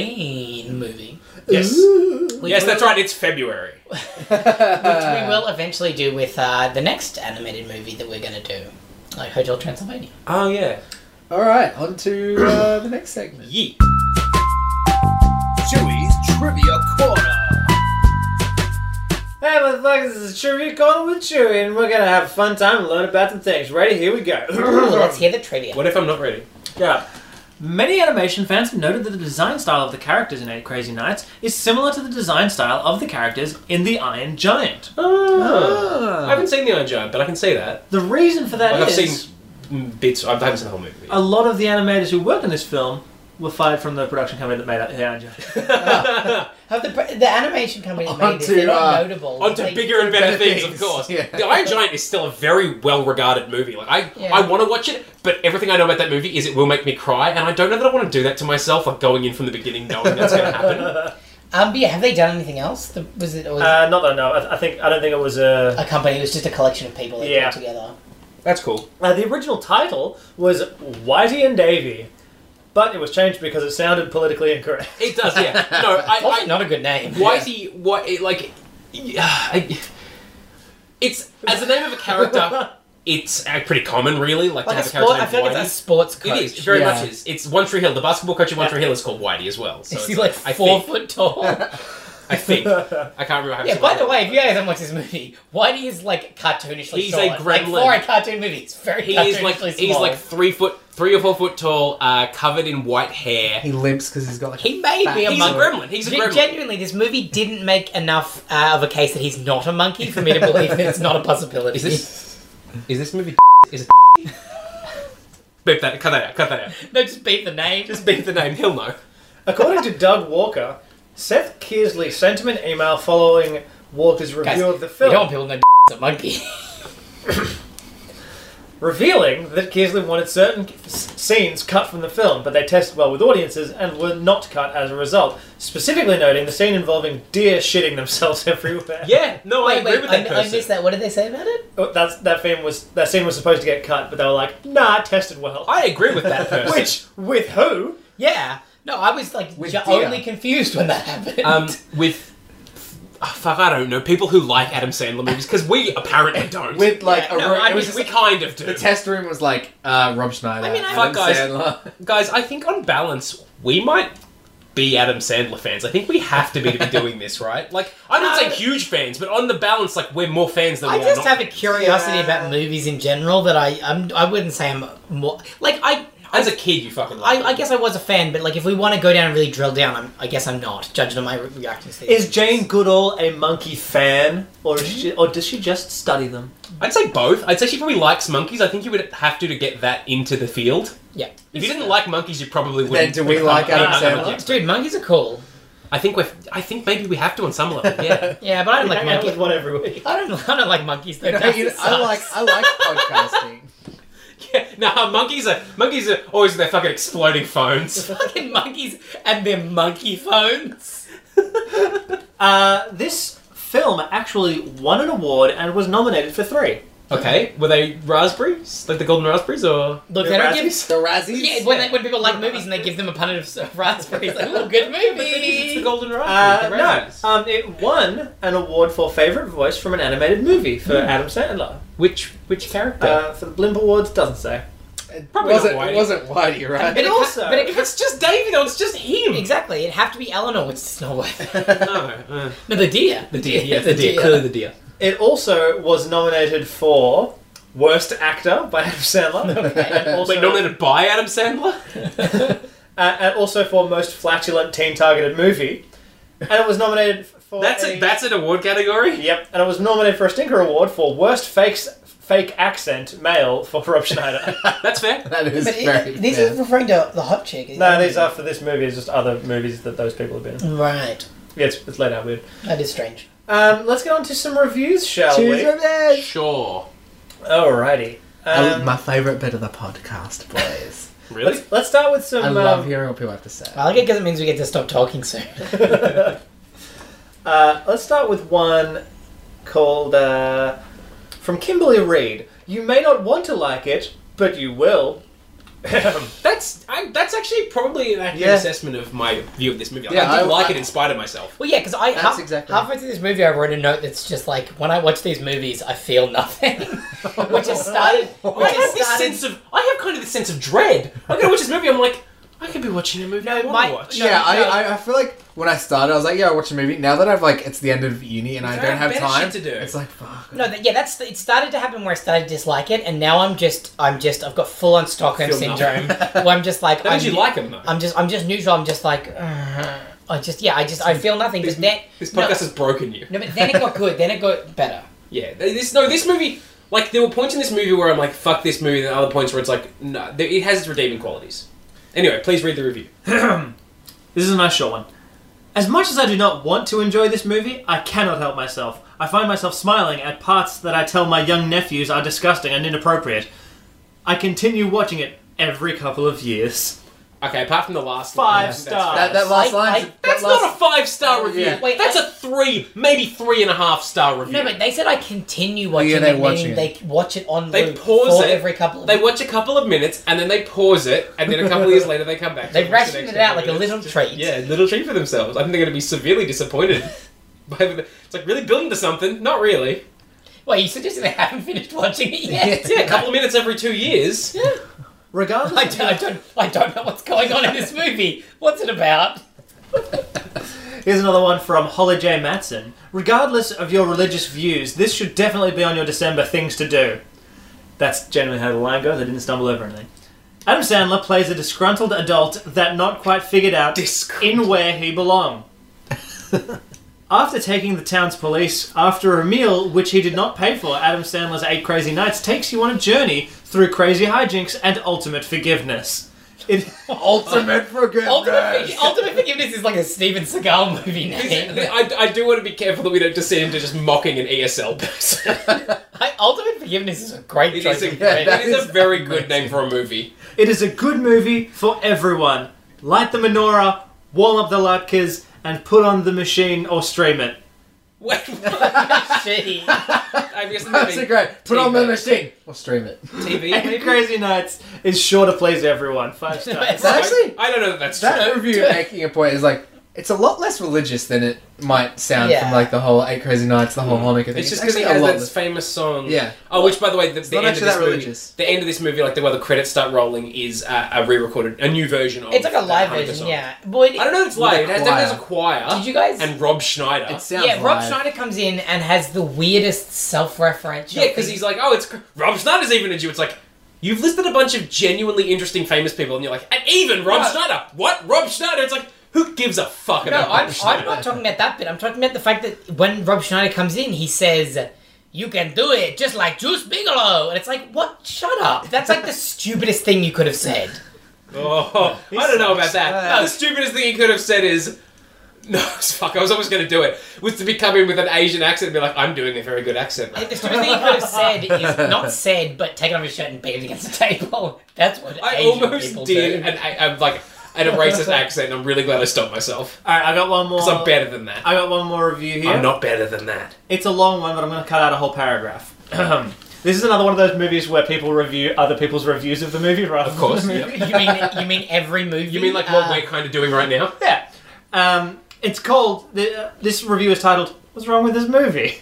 [SPEAKER 2] Halloween movie.
[SPEAKER 3] Yes.
[SPEAKER 4] Ooh.
[SPEAKER 2] We-
[SPEAKER 3] yes,
[SPEAKER 2] we-
[SPEAKER 3] that's right. It's February.
[SPEAKER 2] Which
[SPEAKER 4] Uh.
[SPEAKER 2] we will eventually do with uh, the next animated movie that we're going to do, like Hotel
[SPEAKER 4] [clears throat]
[SPEAKER 2] Transylvania.
[SPEAKER 3] Oh yeah.
[SPEAKER 4] All right, on to uh, the next segment.
[SPEAKER 3] Yeet.
[SPEAKER 1] Hey, motherfuckers, this is Trivia Corner with Chewy, and we're gonna have a fun time and learn about some things. Ready? Here we
[SPEAKER 2] Ooh,
[SPEAKER 1] go.
[SPEAKER 2] let's hear the trivia.
[SPEAKER 3] What if I'm not ready?
[SPEAKER 1] Yeah. [laughs] Many animation fans have noted that the design style of the characters in Eight Crazy Nights is similar to the design style of the characters in The Iron Giant.
[SPEAKER 3] I haven't seen the Iron Giant, but I can see that.
[SPEAKER 1] The reason for that
[SPEAKER 3] Like
[SPEAKER 1] is
[SPEAKER 3] I've seen mm, bits. I haven't seen the whole movie.
[SPEAKER 1] a lot of the animators who worked on this film were fired from the production company that made up The Iron Giant.
[SPEAKER 2] Have the, pr- the animation company that made this,
[SPEAKER 4] Onto,
[SPEAKER 2] they're not
[SPEAKER 4] uh,
[SPEAKER 2] notable.
[SPEAKER 3] Onto
[SPEAKER 2] They-
[SPEAKER 3] bigger and better
[SPEAKER 4] better
[SPEAKER 3] things, of
[SPEAKER 2] [laughs]
[SPEAKER 4] things.
[SPEAKER 3] course.
[SPEAKER 4] Yeah.
[SPEAKER 3] The Iron Giant is still a very well-regarded movie. Like I,
[SPEAKER 2] Yeah.
[SPEAKER 3] I want to watch it, but everything I know about that movie is it will make me cry, and I don't know that I want to do that to myself. Like going in from the beginning, knowing that's going
[SPEAKER 2] [laughs]
[SPEAKER 3] to happen.
[SPEAKER 2] Um, but yeah, have they done anything else? The, was it or was
[SPEAKER 1] Uh, not that I know. I, I think I don't think it was uh, a.
[SPEAKER 2] a company? It was just a collection of people that
[SPEAKER 1] Yeah.
[SPEAKER 2] got together.
[SPEAKER 3] That's cool.
[SPEAKER 1] Uh, the original title was Whitey and Davy, but it was changed because it sounded politically incorrect.
[SPEAKER 3] It does, yeah. No, I,
[SPEAKER 2] Also
[SPEAKER 3] I
[SPEAKER 2] not a good name.
[SPEAKER 3] Whitey, what it, like, [sighs] yeah, I, it's as the name of
[SPEAKER 2] [laughs]
[SPEAKER 3] a character. It's uh, pretty common, really, like, to
[SPEAKER 2] Like a
[SPEAKER 3] have a character
[SPEAKER 2] sport, I feel
[SPEAKER 3] named
[SPEAKER 2] like
[SPEAKER 3] Whitey.
[SPEAKER 2] it's a sports coach.
[SPEAKER 3] It is, it very
[SPEAKER 4] Yeah.
[SPEAKER 3] much is. It's One Tree Hill. The basketball coach in One Tree Hill is called Whitey as well. So
[SPEAKER 2] Is he
[SPEAKER 3] it's-
[SPEAKER 2] like
[SPEAKER 3] I
[SPEAKER 2] four
[SPEAKER 3] think-
[SPEAKER 2] foot
[SPEAKER 3] [laughs]
[SPEAKER 2] tall?
[SPEAKER 3] I think. I can't remember. how
[SPEAKER 2] yeah.
[SPEAKER 3] it's
[SPEAKER 2] By the
[SPEAKER 3] called.
[SPEAKER 2] way, if you guys haven't watched this movie, Whitey is like cartoonishly
[SPEAKER 3] He's
[SPEAKER 2] short.
[SPEAKER 3] a
[SPEAKER 2] Like
[SPEAKER 3] gremlin.
[SPEAKER 2] for a cartoon movie, it's very
[SPEAKER 3] he
[SPEAKER 2] cartoonishly
[SPEAKER 3] is like
[SPEAKER 2] small.
[SPEAKER 3] he's like three foot, three or four foot tall, uh, covered in white hair.
[SPEAKER 4] He limps because he's got like.
[SPEAKER 2] He may be a
[SPEAKER 3] He's a
[SPEAKER 2] monkey.
[SPEAKER 3] gremlin. He's a
[SPEAKER 2] Gen-
[SPEAKER 3] gremlin.
[SPEAKER 2] Genuinely, this movie didn't make enough uh, of a case that he's not a monkey for me to believe that it's not a possibility.
[SPEAKER 3] Is this is this movie? [laughs] Is it? Beep that! Cut that out! Cut that out!
[SPEAKER 2] [laughs] No, just beat the name.
[SPEAKER 3] Just beep the name. He'll know.
[SPEAKER 1] According to Doug Walker, Seth Kearsley sent him an email following Walker's review
[SPEAKER 2] Guys,
[SPEAKER 1] of the
[SPEAKER 2] we
[SPEAKER 1] film,
[SPEAKER 2] don't want people to know [laughs] a monkey.
[SPEAKER 1] revealing that Kearsley wanted certain s- scenes cut from the film, but they tested well with audiences and were not cut as a result. Specifically noting the scene involving deer shitting themselves [laughs] everywhere.
[SPEAKER 3] Yeah. No, I
[SPEAKER 2] wait,
[SPEAKER 3] agree
[SPEAKER 2] wait,
[SPEAKER 3] with
[SPEAKER 2] I,
[SPEAKER 3] that
[SPEAKER 2] I
[SPEAKER 3] person.
[SPEAKER 2] missed that. What did they say about it?
[SPEAKER 1] Oh, That's, that film was that scene was supposed to get cut, but they were like, "Nah, it tested well."
[SPEAKER 3] I agree
[SPEAKER 2] [laughs]
[SPEAKER 3] with that person.
[SPEAKER 1] Which with who?
[SPEAKER 2] Yeah. No, I was like
[SPEAKER 4] With
[SPEAKER 2] ju-
[SPEAKER 4] deer.
[SPEAKER 2] only confused when that happened. [laughs]
[SPEAKER 3] um, with oh, fuck, I don't know people who like Adam Sandler movies because we apparently don't.
[SPEAKER 4] With like
[SPEAKER 2] Yeah,
[SPEAKER 4] a
[SPEAKER 2] no,
[SPEAKER 4] room,
[SPEAKER 3] I
[SPEAKER 4] it
[SPEAKER 3] mean,
[SPEAKER 4] was just,
[SPEAKER 3] we kind of do.
[SPEAKER 4] the test room was like uh, Rob Schneider.
[SPEAKER 2] I mean, I-
[SPEAKER 3] Fuck,
[SPEAKER 4] Adam
[SPEAKER 2] [laughs]
[SPEAKER 3] guys.
[SPEAKER 4] Sandler. [laughs]
[SPEAKER 3] Guys, I think on balance, we might be Adam Sandler fans. I think we have to be to be doing this, right? Like, I'm not
[SPEAKER 2] No.
[SPEAKER 3] saying huge fans, but on the balance, like, we're more fans than
[SPEAKER 2] I
[SPEAKER 3] we
[SPEAKER 2] just
[SPEAKER 3] are not.
[SPEAKER 2] have a curiosity
[SPEAKER 4] Yeah.
[SPEAKER 2] about movies in general that I I'm, I wouldn't say I'm more like I
[SPEAKER 3] As a kid, you fucking like.
[SPEAKER 2] I, I guess I was a fan, but like if we want to go down and really drill down, I'm, I guess I'm not judging on my re- reactions. to these
[SPEAKER 1] Is Jane Goodall a monkey fan, or is she, or does she just study them?
[SPEAKER 3] I'd say both. I'd say she probably likes monkeys. I think you would have to to get that into the field.
[SPEAKER 2] Yeah.
[SPEAKER 3] If you didn't like monkeys, you probably
[SPEAKER 4] then
[SPEAKER 3] wouldn't.
[SPEAKER 4] do we like
[SPEAKER 1] I-
[SPEAKER 4] Adam
[SPEAKER 1] I-
[SPEAKER 4] Sandler?
[SPEAKER 1] I-
[SPEAKER 2] Dude, monkeys are cool.
[SPEAKER 3] I think we. I think maybe we have to on some level.
[SPEAKER 2] [laughs]
[SPEAKER 3] Yeah. [laughs]
[SPEAKER 2] Yeah, but I don't
[SPEAKER 1] We
[SPEAKER 2] like
[SPEAKER 1] hang out with
[SPEAKER 2] monkeys.
[SPEAKER 1] one every week.
[SPEAKER 2] I don't. I don't like monkeys. Though.
[SPEAKER 4] You know,
[SPEAKER 2] That
[SPEAKER 4] you know, I
[SPEAKER 2] sucks.
[SPEAKER 4] like I like podcasting.
[SPEAKER 3] yeah. Nah, monkeys are monkeys are always with their fucking
[SPEAKER 2] [laughs]
[SPEAKER 3] exploding
[SPEAKER 2] [laughs]
[SPEAKER 3] phones.
[SPEAKER 2] fucking monkeys and their monkey phones.
[SPEAKER 1] Uh, this film actually won an award and was nominated for three.
[SPEAKER 3] Okay, were they raspberries, like the golden raspberries, or
[SPEAKER 2] Look, they don't give.
[SPEAKER 4] The Razzies?
[SPEAKER 2] Yeah, when, they, when people like movies and they give them a punnet [laughs] of raspberries, like, oh, [laughs] good
[SPEAKER 3] It's the
[SPEAKER 2] movie.
[SPEAKER 3] golden
[SPEAKER 1] Uh,
[SPEAKER 3] raspberry. the raspberries.
[SPEAKER 1] no, um, it won an award for favorite voice from an animated movie for Adam Sandler.
[SPEAKER 3] Which which character?
[SPEAKER 1] Uh, for the Blimp Awards, doesn't say.
[SPEAKER 4] It
[SPEAKER 3] Probably
[SPEAKER 4] wasn't,
[SPEAKER 3] not Whitey.
[SPEAKER 4] it wasn't Whitey,
[SPEAKER 2] But
[SPEAKER 4] right?
[SPEAKER 2] it
[SPEAKER 1] also-
[SPEAKER 2] ca- but it
[SPEAKER 3] if it's just David, or it's just
[SPEAKER 2] [laughs]
[SPEAKER 3] him.
[SPEAKER 2] exactly, it'd have to be Eleanor, which is not worth. [laughs]
[SPEAKER 3] No, uh,
[SPEAKER 2] No, [laughs] the deer.
[SPEAKER 3] the deer. Yeah, the deer. Clearly the deer.
[SPEAKER 1] It also was nominated for Worst Actor by Adam Sandler. and, also,
[SPEAKER 3] Wait, nominated by Adam Sandler.
[SPEAKER 1] uh, and also for Most Flatulent Teen Targeted Movie. And it was nominated for.
[SPEAKER 3] That's
[SPEAKER 1] a,
[SPEAKER 3] a, that's an award category.
[SPEAKER 1] Yep, and it was nominated for a Stinker Award for Worst Fakes, Fake Accent Male for Rob Schneider.
[SPEAKER 3] That's fair.
[SPEAKER 4] [laughs] That is
[SPEAKER 2] But
[SPEAKER 4] very.
[SPEAKER 2] it, these
[SPEAKER 4] fair.
[SPEAKER 2] are referring to the hot chick. isn't
[SPEAKER 1] no,
[SPEAKER 2] it?
[SPEAKER 1] these are for this movie, it's just other movies that those people have been in.
[SPEAKER 2] Mm. Right.
[SPEAKER 1] Yeah, it's, it's laid out weird.
[SPEAKER 2] That is strange.
[SPEAKER 1] Um, let's get on to some reviews, shall
[SPEAKER 4] Choose
[SPEAKER 1] we?
[SPEAKER 4] your bed.
[SPEAKER 3] Sure.
[SPEAKER 1] Alrighty. Um,
[SPEAKER 4] my favourite bit of the
[SPEAKER 3] [laughs]
[SPEAKER 4] podcast, boys.
[SPEAKER 3] Really?
[SPEAKER 1] let's, let's start with some.
[SPEAKER 4] I love
[SPEAKER 1] um,
[SPEAKER 4] hearing what people have to say.
[SPEAKER 3] Uh,
[SPEAKER 2] I like it because it means we get to stop talking soon.
[SPEAKER 1] Uh, let's start with one called uh, from Kimberly Reed. You may not want to like it, but you will.
[SPEAKER 3] That's I, that's actually probably an accurate
[SPEAKER 1] Yeah.
[SPEAKER 3] assessment of my view of this movie. Like,
[SPEAKER 4] Yeah,
[SPEAKER 3] I did
[SPEAKER 4] I-
[SPEAKER 3] like
[SPEAKER 4] I-
[SPEAKER 3] it in spite of
[SPEAKER 2] [laughs]
[SPEAKER 3] myself.
[SPEAKER 2] Well, yeah, because I
[SPEAKER 4] That's
[SPEAKER 2] half,
[SPEAKER 4] exactly-
[SPEAKER 2] halfway through this movie, I wrote a note that's just like, when I watch these movies, I feel nothing, [laughs] which has [laughs] started.
[SPEAKER 3] I
[SPEAKER 2] Which
[SPEAKER 3] have
[SPEAKER 2] has
[SPEAKER 3] this
[SPEAKER 2] started.
[SPEAKER 3] sense of I have kind of this sense of dread. I'm gonna watch this movie. I'm like I could be watching a movie I want
[SPEAKER 2] my-
[SPEAKER 3] to watch.
[SPEAKER 2] no,
[SPEAKER 4] yeah, I,
[SPEAKER 2] no.
[SPEAKER 4] I, I feel like when I started, I was like, yeah, I watch a movie. Now that I've like, it's the end of uni and I
[SPEAKER 3] There
[SPEAKER 4] don't
[SPEAKER 3] are
[SPEAKER 4] have
[SPEAKER 3] better
[SPEAKER 4] time
[SPEAKER 3] shit to do.
[SPEAKER 4] It's like
[SPEAKER 2] [laughs]
[SPEAKER 4] fuck.
[SPEAKER 2] No, that, yeah, that's it. Started to happen where I started to dislike it, and now I'm just, I'm just, I've got full on Stockholm
[SPEAKER 3] Feel
[SPEAKER 2] syndrome, [laughs] where I'm just like,
[SPEAKER 3] That
[SPEAKER 2] I'm,
[SPEAKER 3] means you like him though.
[SPEAKER 2] I'm just, I'm just neutral. I'm just like, "Ugh." I just, yeah, I just, I feel nothing. But then,
[SPEAKER 3] this podcast
[SPEAKER 2] no,
[SPEAKER 3] has broken you.
[SPEAKER 2] no, but then it got good. Then it got better.
[SPEAKER 3] Yeah, this no, this movie. Like there were points in this movie where I'm like, "Fuck this movie," and other points where it's like, "No, th- it has its redeeming qualities." Anyway, please read the review.
[SPEAKER 1] This is a nice short one. As much as I do not want to enjoy this movie, I cannot help myself. I find myself smiling at parts that I tell my young nephews are disgusting and inappropriate. I continue watching it every couple of years.
[SPEAKER 3] Okay, apart from the last
[SPEAKER 1] Five
[SPEAKER 3] line, that's
[SPEAKER 1] stars.
[SPEAKER 3] fine.
[SPEAKER 4] That, that
[SPEAKER 2] I-
[SPEAKER 4] last line.
[SPEAKER 2] I-
[SPEAKER 4] that
[SPEAKER 3] That's
[SPEAKER 4] last- Oh,
[SPEAKER 3] not a five star review.
[SPEAKER 4] Yeah.
[SPEAKER 2] Wait,
[SPEAKER 3] that's
[SPEAKER 2] I-
[SPEAKER 3] a three, maybe three and a half star review.
[SPEAKER 2] No, but they said I continue watching
[SPEAKER 4] yeah,
[SPEAKER 2] it,
[SPEAKER 4] they
[SPEAKER 2] meaning
[SPEAKER 4] watching it.
[SPEAKER 2] they watch it on
[SPEAKER 3] They
[SPEAKER 2] loop
[SPEAKER 3] pause
[SPEAKER 2] for
[SPEAKER 3] it.
[SPEAKER 2] every couple of
[SPEAKER 3] they watch a couple of minutes and then they pause it, and then a couple of years later they come back. to
[SPEAKER 2] They
[SPEAKER 3] watch the
[SPEAKER 2] ration
[SPEAKER 3] next
[SPEAKER 2] it out
[SPEAKER 3] couple of
[SPEAKER 2] like a
[SPEAKER 3] minutes.
[SPEAKER 2] little treat.
[SPEAKER 3] Yeah, little treat for themselves. I think they're going to be severely disappointed. by the, it's like really building to something.
[SPEAKER 2] [laughs]
[SPEAKER 3] Not really.
[SPEAKER 2] Wait, you suggesting they haven't finished watching it yet?
[SPEAKER 3] [laughs] Yeah, a couple of minutes every two years.
[SPEAKER 1] Regardless,
[SPEAKER 2] I, don't, I, don't, I don't know what's going on in this movie. What's it about?
[SPEAKER 1] Here's another one from Holly J. Matson. Regardless of your religious views, this should definitely be on your December things to do. That's generally how the line goes. I didn't stumble over anything. Adam Sandler plays a disgruntled adult that not quite figured out in where he
[SPEAKER 3] [laughs]
[SPEAKER 1] belong. after taking the town's police, after a meal which he did not pay for, Adam Sandler's Eight Crazy Nights takes you on a journey through crazy hijinks and ultimate forgiveness. It, [laughs]
[SPEAKER 4] ultimate forgiveness.
[SPEAKER 2] Ultimate, Forg- Ultimate Forgiveness is like a Steven Seagal movie name.
[SPEAKER 3] I, I do want to be careful that we don't descend into just mocking an ESL
[SPEAKER 4] [laughs]
[SPEAKER 3] person.
[SPEAKER 2] [laughs] I, Ultimate Forgiveness is a great
[SPEAKER 3] it
[SPEAKER 2] choice.
[SPEAKER 3] is a,
[SPEAKER 2] of
[SPEAKER 4] Yeah,
[SPEAKER 3] that
[SPEAKER 4] that
[SPEAKER 2] name.
[SPEAKER 3] is
[SPEAKER 4] is
[SPEAKER 3] a very good name for a movie.
[SPEAKER 1] It is a good movie for everyone. Light the menorah, warm up the latkes, and put on the machine or stream it.
[SPEAKER 3] Wait, what?
[SPEAKER 2] Gee.
[SPEAKER 3] I guess
[SPEAKER 4] [laughs] That's a
[SPEAKER 3] maybe
[SPEAKER 4] great. Put on the
[SPEAKER 3] T-Bird.
[SPEAKER 4] machine. We'll stream it. [laughs]
[SPEAKER 3] TV.
[SPEAKER 1] Eight
[SPEAKER 3] Maybe?
[SPEAKER 1] Crazy Nights is sure to please everyone.
[SPEAKER 3] [laughs]
[SPEAKER 1] Five stars.
[SPEAKER 2] That's-
[SPEAKER 4] Actually,
[SPEAKER 3] I, I don't know that that's true.
[SPEAKER 4] that review making a point is like it's a lot less religious than it might sound
[SPEAKER 2] Yeah.
[SPEAKER 4] from like the whole Eight Crazy Nights, the whole Hanukkah thing.
[SPEAKER 3] Hmm. It's just because he
[SPEAKER 4] actually
[SPEAKER 3] has
[SPEAKER 4] a lot
[SPEAKER 3] that
[SPEAKER 4] less-
[SPEAKER 3] famous song.
[SPEAKER 4] Yeah.
[SPEAKER 3] Oh, which by the way, the, the
[SPEAKER 4] not
[SPEAKER 3] end of
[SPEAKER 4] actually
[SPEAKER 3] this
[SPEAKER 4] that
[SPEAKER 3] movie,
[SPEAKER 4] religious.
[SPEAKER 3] the end of this movie, like the way the credits start rolling, is uh, a re-recorded, a new version
[SPEAKER 2] [laughs]
[SPEAKER 3] of.
[SPEAKER 2] It's
[SPEAKER 3] [laughs]
[SPEAKER 2] like a
[SPEAKER 3] that
[SPEAKER 2] live
[SPEAKER 3] Hanukkah
[SPEAKER 2] version,
[SPEAKER 3] song.
[SPEAKER 2] yeah. Boy,
[SPEAKER 3] I don't know. if It's live. It has,
[SPEAKER 4] choir.
[SPEAKER 3] there's a choir.
[SPEAKER 2] Did you guys?
[SPEAKER 3] And Rob Schneider.
[SPEAKER 4] It sounds
[SPEAKER 2] yeah, Rob
[SPEAKER 4] live.
[SPEAKER 2] Schneider comes in and has the weirdest self-referential.
[SPEAKER 3] yeah, because he's like, oh, it's cr- Rob Schneider's even a Jew. It's like. You've listed a bunch of genuinely interesting famous people, and you're like, and even Rob
[SPEAKER 2] No.
[SPEAKER 3] Schneider. What Rob Schneider? It's like, who gives a fuck
[SPEAKER 2] No,
[SPEAKER 3] about Rob
[SPEAKER 2] I'm, I'm
[SPEAKER 3] Schneider?
[SPEAKER 2] not talking about that bit. I'm talking about the fact that when Rob Schneider comes in, he says, "You can do it, just like Juice Bigelow," and it's like, "What? Shut up!" That's like the stupidest thing you could have said.
[SPEAKER 3] [laughs] Oh, I don't know about
[SPEAKER 4] sucks.
[SPEAKER 3] that.
[SPEAKER 4] Uh,
[SPEAKER 3] No, the stupidest thing he could have said is, [laughs] no, fuck, I was almost going to do it, was to be coming with an Asian accent and be like, I'm doing a very good accent.
[SPEAKER 2] Like,
[SPEAKER 3] mate."
[SPEAKER 2] the stupidest thing you could have said is not said, but taken off his shirt and beat it against the table. That's what
[SPEAKER 3] I
[SPEAKER 2] Asian
[SPEAKER 3] almost
[SPEAKER 2] people
[SPEAKER 3] did,
[SPEAKER 2] do.
[SPEAKER 3] and I, I'm like, and a
[SPEAKER 2] [laughs]
[SPEAKER 3] racist accent, and I'm really glad I stopped myself.
[SPEAKER 1] Alright, I got one more.
[SPEAKER 3] Because I'm better than that.
[SPEAKER 1] I got one more review here.
[SPEAKER 3] I'm not better than that.
[SPEAKER 1] It's a long one, but I'm going to cut out a whole paragraph. [clears throat] This is another one of those movies where people review other people's reviews of the movie rather
[SPEAKER 3] Of course,
[SPEAKER 1] than the
[SPEAKER 3] yep.
[SPEAKER 1] movie.
[SPEAKER 2] You mean you mean every movie?
[SPEAKER 3] You mean like what
[SPEAKER 2] Uh,
[SPEAKER 3] we're kind of doing right now?
[SPEAKER 1] Yeah. Um, it's called. The, uh, this review is titled "What's Wrong with This Movie."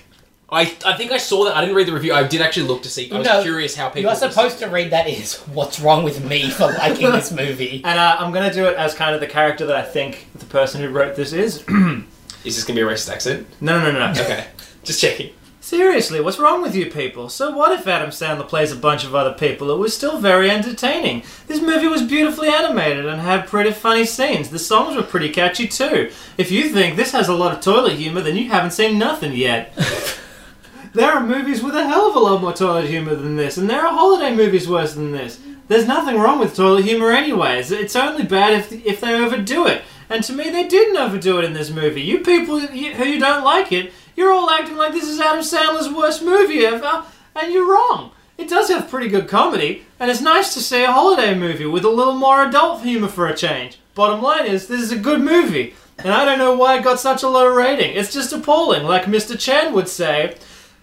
[SPEAKER 3] I, I think I saw that. I didn't read the review. I did actually look to see. I was
[SPEAKER 2] No,
[SPEAKER 3] curious how people.
[SPEAKER 2] You are supposed to read that is what's wrong with me for liking this movie.
[SPEAKER 1] And uh, I'm gonna do it as kind of the character that I think the person who wrote this is. [clears throat] no,
[SPEAKER 3] Is this gonna be a racist accent?
[SPEAKER 1] no,
[SPEAKER 3] [laughs]
[SPEAKER 1] no, no.
[SPEAKER 3] Okay, just checking.
[SPEAKER 1] Seriously, what's wrong with you people? So what if Adam Sandler plays a bunch of other people? It was still very entertaining. This movie was beautifully animated and had pretty funny scenes. The songs were pretty catchy too. If you think this has a lot of toilet humor, then you haven't seen nothing yet. there are movies with a hell of a lot more toilet humor than this, and there are holiday movies worse than this. There's nothing wrong with toilet humor anyways. It's only bad if, if they overdo it. And to me, they didn't overdo it in this movie. You people you- who don't like it, you're all acting like this is Adam Sandler's worst movie ever, and you're wrong. It does have pretty good comedy, and it's nice to see a holiday movie with a little more adult humor for a change. Bottom line is, this is a good movie, and I don't know why it got such a low rating. It's just appalling, like Mr. Chan would say.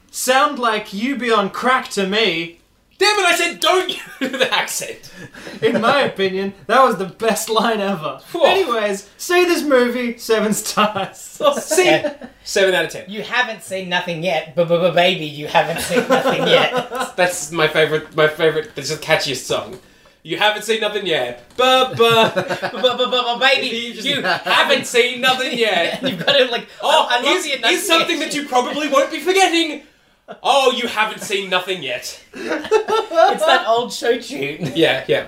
[SPEAKER 1] Sound like you be on crack to me.
[SPEAKER 3] Damn it! I said don't [laughs] do the accent.
[SPEAKER 1] In
[SPEAKER 3] [laughs]
[SPEAKER 1] my opinion, that was the best line ever.
[SPEAKER 3] Whoa.
[SPEAKER 1] Anyways, see this movie, seven stars.
[SPEAKER 3] [laughs]
[SPEAKER 1] [laughs]
[SPEAKER 3] See, seven out of ten.
[SPEAKER 2] You haven't seen nothing yet, but baby, you haven't seen nothing
[SPEAKER 3] [laughs]
[SPEAKER 2] yet.
[SPEAKER 3] That's my favorite. My favorite. That's the catchiest song. You haven't seen nothing yet. Ba [laughs] ba
[SPEAKER 2] Baby,
[SPEAKER 3] Baby, [laughs] you haven't seen nothing [laughs] yet.
[SPEAKER 2] you've got to like.
[SPEAKER 3] Oh,
[SPEAKER 2] I love
[SPEAKER 3] here's,
[SPEAKER 2] the
[SPEAKER 3] here's something that
[SPEAKER 2] enunciation.
[SPEAKER 3] you probably won't be forgetting. Oh, you haven't seen nothing yet.
[SPEAKER 2] [laughs] It's that old show
[SPEAKER 3] [laughs]
[SPEAKER 2] tune.
[SPEAKER 3] Yeah, yeah.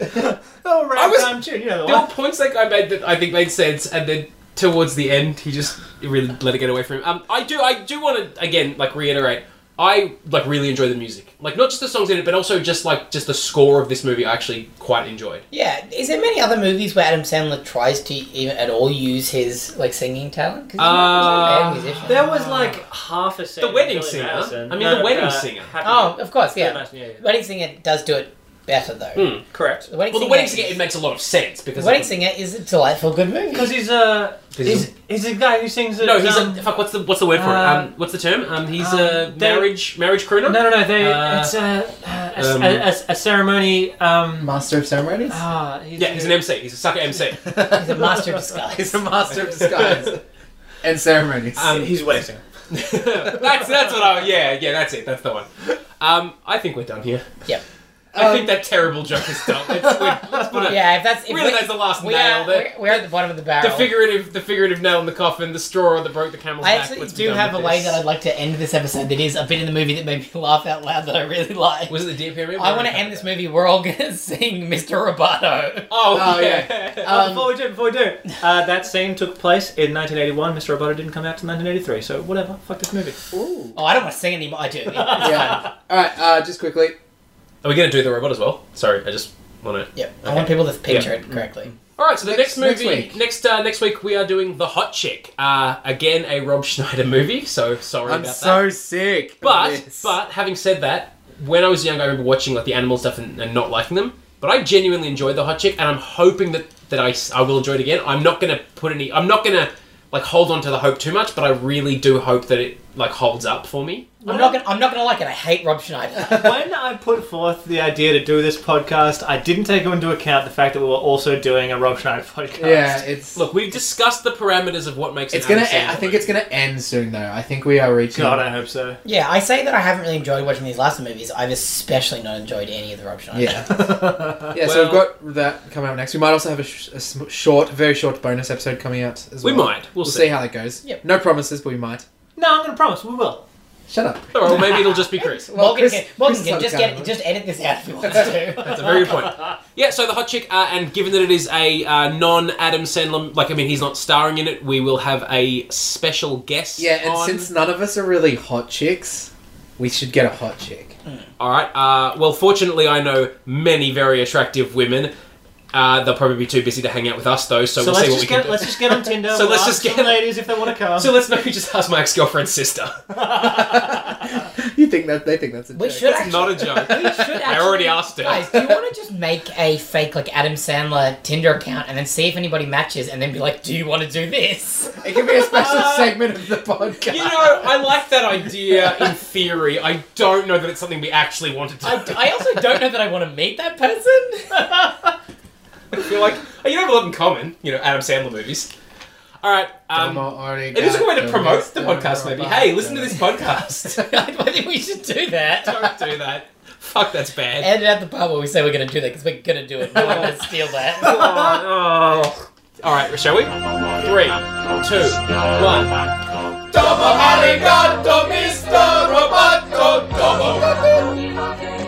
[SPEAKER 1] Oh, right,
[SPEAKER 3] I was-
[SPEAKER 1] time tune, you know the
[SPEAKER 3] There were
[SPEAKER 1] one.
[SPEAKER 3] points that guy made that I think made sense, and then towards the end, he just really let it get away from him. Um, I do, I do want to again like reiterate. I like really enjoy the music, like not just the songs in it, but also just like just the score of this movie. I actually quite enjoyed.
[SPEAKER 2] Yeah, is there many other movies where Adam Sandler tries to even at all use his like singing talent? Because he's
[SPEAKER 3] Uh,
[SPEAKER 2] not he's not a bad musician.
[SPEAKER 1] There was like half a second.
[SPEAKER 3] The Wedding
[SPEAKER 1] Billy
[SPEAKER 3] Singer?
[SPEAKER 1] Madison. uh,
[SPEAKER 3] I mean, The Wedding Singer.
[SPEAKER 1] Happy-
[SPEAKER 2] oh, of course,
[SPEAKER 1] Billy
[SPEAKER 2] yeah.
[SPEAKER 1] Madison, yeah, yeah.
[SPEAKER 2] Wedding Singer does do it better though.
[SPEAKER 3] Hmm.
[SPEAKER 1] Correct.
[SPEAKER 2] The Wedding
[SPEAKER 3] Well, the
[SPEAKER 2] Singer
[SPEAKER 3] wedding
[SPEAKER 2] is-
[SPEAKER 3] singer it makes a lot of sense because
[SPEAKER 2] The Wedding
[SPEAKER 3] of-
[SPEAKER 2] Singer is a delightful good
[SPEAKER 3] [laughs]
[SPEAKER 2] movie.
[SPEAKER 1] Because he's a
[SPEAKER 3] He's
[SPEAKER 1] he's, he's a guy who sings. at,
[SPEAKER 3] No, he's
[SPEAKER 1] um,
[SPEAKER 3] a fuck. What's the what's the word for it? Um,
[SPEAKER 1] um,
[SPEAKER 3] what's the term? Um, he's
[SPEAKER 1] um,
[SPEAKER 3] a
[SPEAKER 1] they-
[SPEAKER 3] marriage marriage crooner.
[SPEAKER 1] No, no, no. They
[SPEAKER 3] Uh,
[SPEAKER 1] it's a a,
[SPEAKER 3] um,
[SPEAKER 1] a, a, a ceremony. Um,
[SPEAKER 4] Master of ceremonies.
[SPEAKER 1] ah, he's
[SPEAKER 3] Yeah, he's an MC. He's a sucker
[SPEAKER 1] [laughs]
[SPEAKER 3] MC.
[SPEAKER 2] he's a master of
[SPEAKER 3] [laughs]
[SPEAKER 2] disguise.
[SPEAKER 4] He's a master of
[SPEAKER 2] [laughs]
[SPEAKER 4] disguise and ceremonies.
[SPEAKER 3] Um,
[SPEAKER 1] he's a wedding singer.
[SPEAKER 3] [laughs] that's that's what I. Yeah, yeah, that's it. That's the one. Um, I think we're done here.
[SPEAKER 2] Yep.
[SPEAKER 3] I
[SPEAKER 4] Um,
[SPEAKER 3] think that terrible joke is done. Let's, we- let's put a
[SPEAKER 2] Yeah, if that's if
[SPEAKER 3] really
[SPEAKER 2] we,
[SPEAKER 3] that's the last
[SPEAKER 2] we
[SPEAKER 3] nail
[SPEAKER 2] are,
[SPEAKER 3] there.
[SPEAKER 2] we're, we're at the bottom of the barrel.
[SPEAKER 3] The figurative, the figurative nail in the coffin, the straw that broke the camel's
[SPEAKER 2] I
[SPEAKER 3] back.
[SPEAKER 2] actually
[SPEAKER 3] Let's be
[SPEAKER 2] do
[SPEAKER 3] done
[SPEAKER 2] have a
[SPEAKER 3] with
[SPEAKER 2] way
[SPEAKER 3] this.
[SPEAKER 2] that I'd like to end this episode. That is a bit in the movie that made me [laughs] laugh out loud that I really like.
[SPEAKER 3] Was it the deer pyramid?
[SPEAKER 2] I want to end this movie. We're all gonna sing Mr. Roboto.
[SPEAKER 3] Oh,
[SPEAKER 4] Oh,
[SPEAKER 3] yeah.
[SPEAKER 1] Oh,
[SPEAKER 4] Um,
[SPEAKER 1] before we do, before we do, uh, that scene took place in 1981. Mr. Roboto didn't come out till 1983, so whatever. Fuck this movie.
[SPEAKER 2] Oh, I don't want to sing anymore. I
[SPEAKER 3] [laughs]
[SPEAKER 2] do.
[SPEAKER 4] yeah. All right. Uh, just quickly.
[SPEAKER 3] Are we going to do the robot as well? Sorry, I just want to.
[SPEAKER 2] Yep. I want people to picture it correctly.
[SPEAKER 3] All right, so the next,
[SPEAKER 4] Next- next
[SPEAKER 3] movie, next
[SPEAKER 4] week.
[SPEAKER 3] uh, next week, we are doing the Hot Chick. Uh, again, a Rob Schneider movie. So sorry
[SPEAKER 4] I'm
[SPEAKER 3] about
[SPEAKER 4] so
[SPEAKER 3] that.
[SPEAKER 4] sick. of
[SPEAKER 3] But
[SPEAKER 4] this. [laughs]
[SPEAKER 3] but having said that, when I was young, I remember watching like the animal stuff and, and not liking them. But I genuinely enjoyed the Hot Chick, and I'm hoping that that I, s- I will enjoy it again. I'm not gonna put any. I'm not gonna like hold on to the hope too much, but I really do hope that it like holds up for me.
[SPEAKER 2] I'm not gonna. I'm not gonna like it. I hate Rob Schneider.
[SPEAKER 1] [laughs] when I put forth the idea to do this podcast, I didn't take into account the fact that we were also doing a Rob Schneider podcast.
[SPEAKER 4] yeah, it's
[SPEAKER 3] Look, we've discussed the parameters of what makes.
[SPEAKER 4] it's
[SPEAKER 3] an
[SPEAKER 4] gonna. e-
[SPEAKER 3] Adam
[SPEAKER 4] I
[SPEAKER 3] Sandler
[SPEAKER 4] think
[SPEAKER 3] movie.
[SPEAKER 4] it's gonna end soon though. I think we are reaching.
[SPEAKER 1] God, I hope so.
[SPEAKER 2] yeah, I say that I haven't really enjoyed watching these last movies. I've especially not enjoyed any of the Rob Schneider.
[SPEAKER 3] [laughs]
[SPEAKER 4] Yeah. Yeah, so we've
[SPEAKER 3] Well-
[SPEAKER 4] got that coming up next. We might also have a, sh- a sm- short, very short bonus episode coming out as
[SPEAKER 3] We
[SPEAKER 4] well.
[SPEAKER 3] might. We'll,
[SPEAKER 4] We'll,
[SPEAKER 3] see.
[SPEAKER 4] see how that goes.
[SPEAKER 2] Yep.
[SPEAKER 4] No promises, but we might.
[SPEAKER 1] No, I'm going to promise we will.
[SPEAKER 4] Shut up.
[SPEAKER 3] All right, well,
[SPEAKER 4] [laughs]
[SPEAKER 3] maybe it'll just be Chris.
[SPEAKER 4] Well,
[SPEAKER 2] Morgan,
[SPEAKER 4] Chris-
[SPEAKER 2] can, Morgan
[SPEAKER 4] Chris
[SPEAKER 2] can
[SPEAKER 4] is
[SPEAKER 2] just
[SPEAKER 4] okay.
[SPEAKER 2] get just edit this out if he
[SPEAKER 3] [laughs]
[SPEAKER 2] wants
[SPEAKER 4] [laughs]
[SPEAKER 2] to.
[SPEAKER 3] That's a very good point. Yeah, so the hot chick, uh, and given that it is a uh, non-Adam Sandler, like I mean, he's not starring in it. We will have a special guest.
[SPEAKER 4] Yeah, and
[SPEAKER 3] on.
[SPEAKER 4] since none of us are really hot chicks, we should get a
[SPEAKER 3] [laughs]
[SPEAKER 4] hot chick.
[SPEAKER 3] all right, uh, well, fortunately, I know many very attractive women. Uh, they'll probably be too busy to hang out with us though, so,
[SPEAKER 1] So,
[SPEAKER 3] we'll
[SPEAKER 1] let's
[SPEAKER 3] see what
[SPEAKER 1] just
[SPEAKER 3] we
[SPEAKER 1] get
[SPEAKER 3] can do.
[SPEAKER 1] let's just get on [laughs] Tinder.
[SPEAKER 3] So
[SPEAKER 1] we'll
[SPEAKER 3] let's
[SPEAKER 1] ask
[SPEAKER 3] just get-
[SPEAKER 1] some ladies if they want to come. [laughs]
[SPEAKER 3] So let's maybe just ask my ex-girlfriend's sister.
[SPEAKER 4] You think that they think that's a
[SPEAKER 2] We
[SPEAKER 4] joke.
[SPEAKER 2] should
[SPEAKER 3] That's
[SPEAKER 2] actually.
[SPEAKER 3] [laughs] not a joke.
[SPEAKER 2] we should actually
[SPEAKER 3] I already asked her.
[SPEAKER 2] Guys, do you want to just make a fake like Adam Sandler Tinder account and then see if anybody matches and then be like, do you want to do this?
[SPEAKER 4] It could be a special
[SPEAKER 3] Uh,
[SPEAKER 4] segment of the podcast.
[SPEAKER 3] You know, I like that idea in theory. I don't know that it's something we actually wanted to.
[SPEAKER 2] I, I also don't know that I want to meet that person. [laughs]
[SPEAKER 3] I feel like oh, you don't have a lot in common. You know, Adam Sandler movies. All right. Um,
[SPEAKER 4] it
[SPEAKER 3] it is a good way to promote the podcast, maybe. Hey, listen to this podcast.
[SPEAKER 2] [laughs] I think we should do that.
[SPEAKER 3] don't do that. Fuck, that's bad.
[SPEAKER 2] Edit out the part where we say we're going to do that because we're going to do it. No one going to steal that.
[SPEAKER 3] Oh, oh. [laughs] All right, shall we? Three, two, one. Domo arigato, Mr. Roboto. Domo.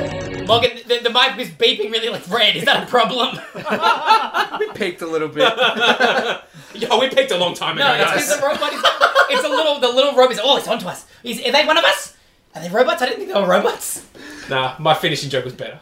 [SPEAKER 3] Domo.
[SPEAKER 2] Morgan, the, the mic was beeping really like red. Is that a problem?
[SPEAKER 4] We peaked a little bit.
[SPEAKER 3] Yo, we picked a long time ago,
[SPEAKER 2] No, it's
[SPEAKER 3] guys.
[SPEAKER 2] because the robot is. It's a little. The little robot is. Oh, it's onto us. Is, are they one of us? Are they robots? I didn't think they were robots.
[SPEAKER 3] Nah, my finishing joke was better.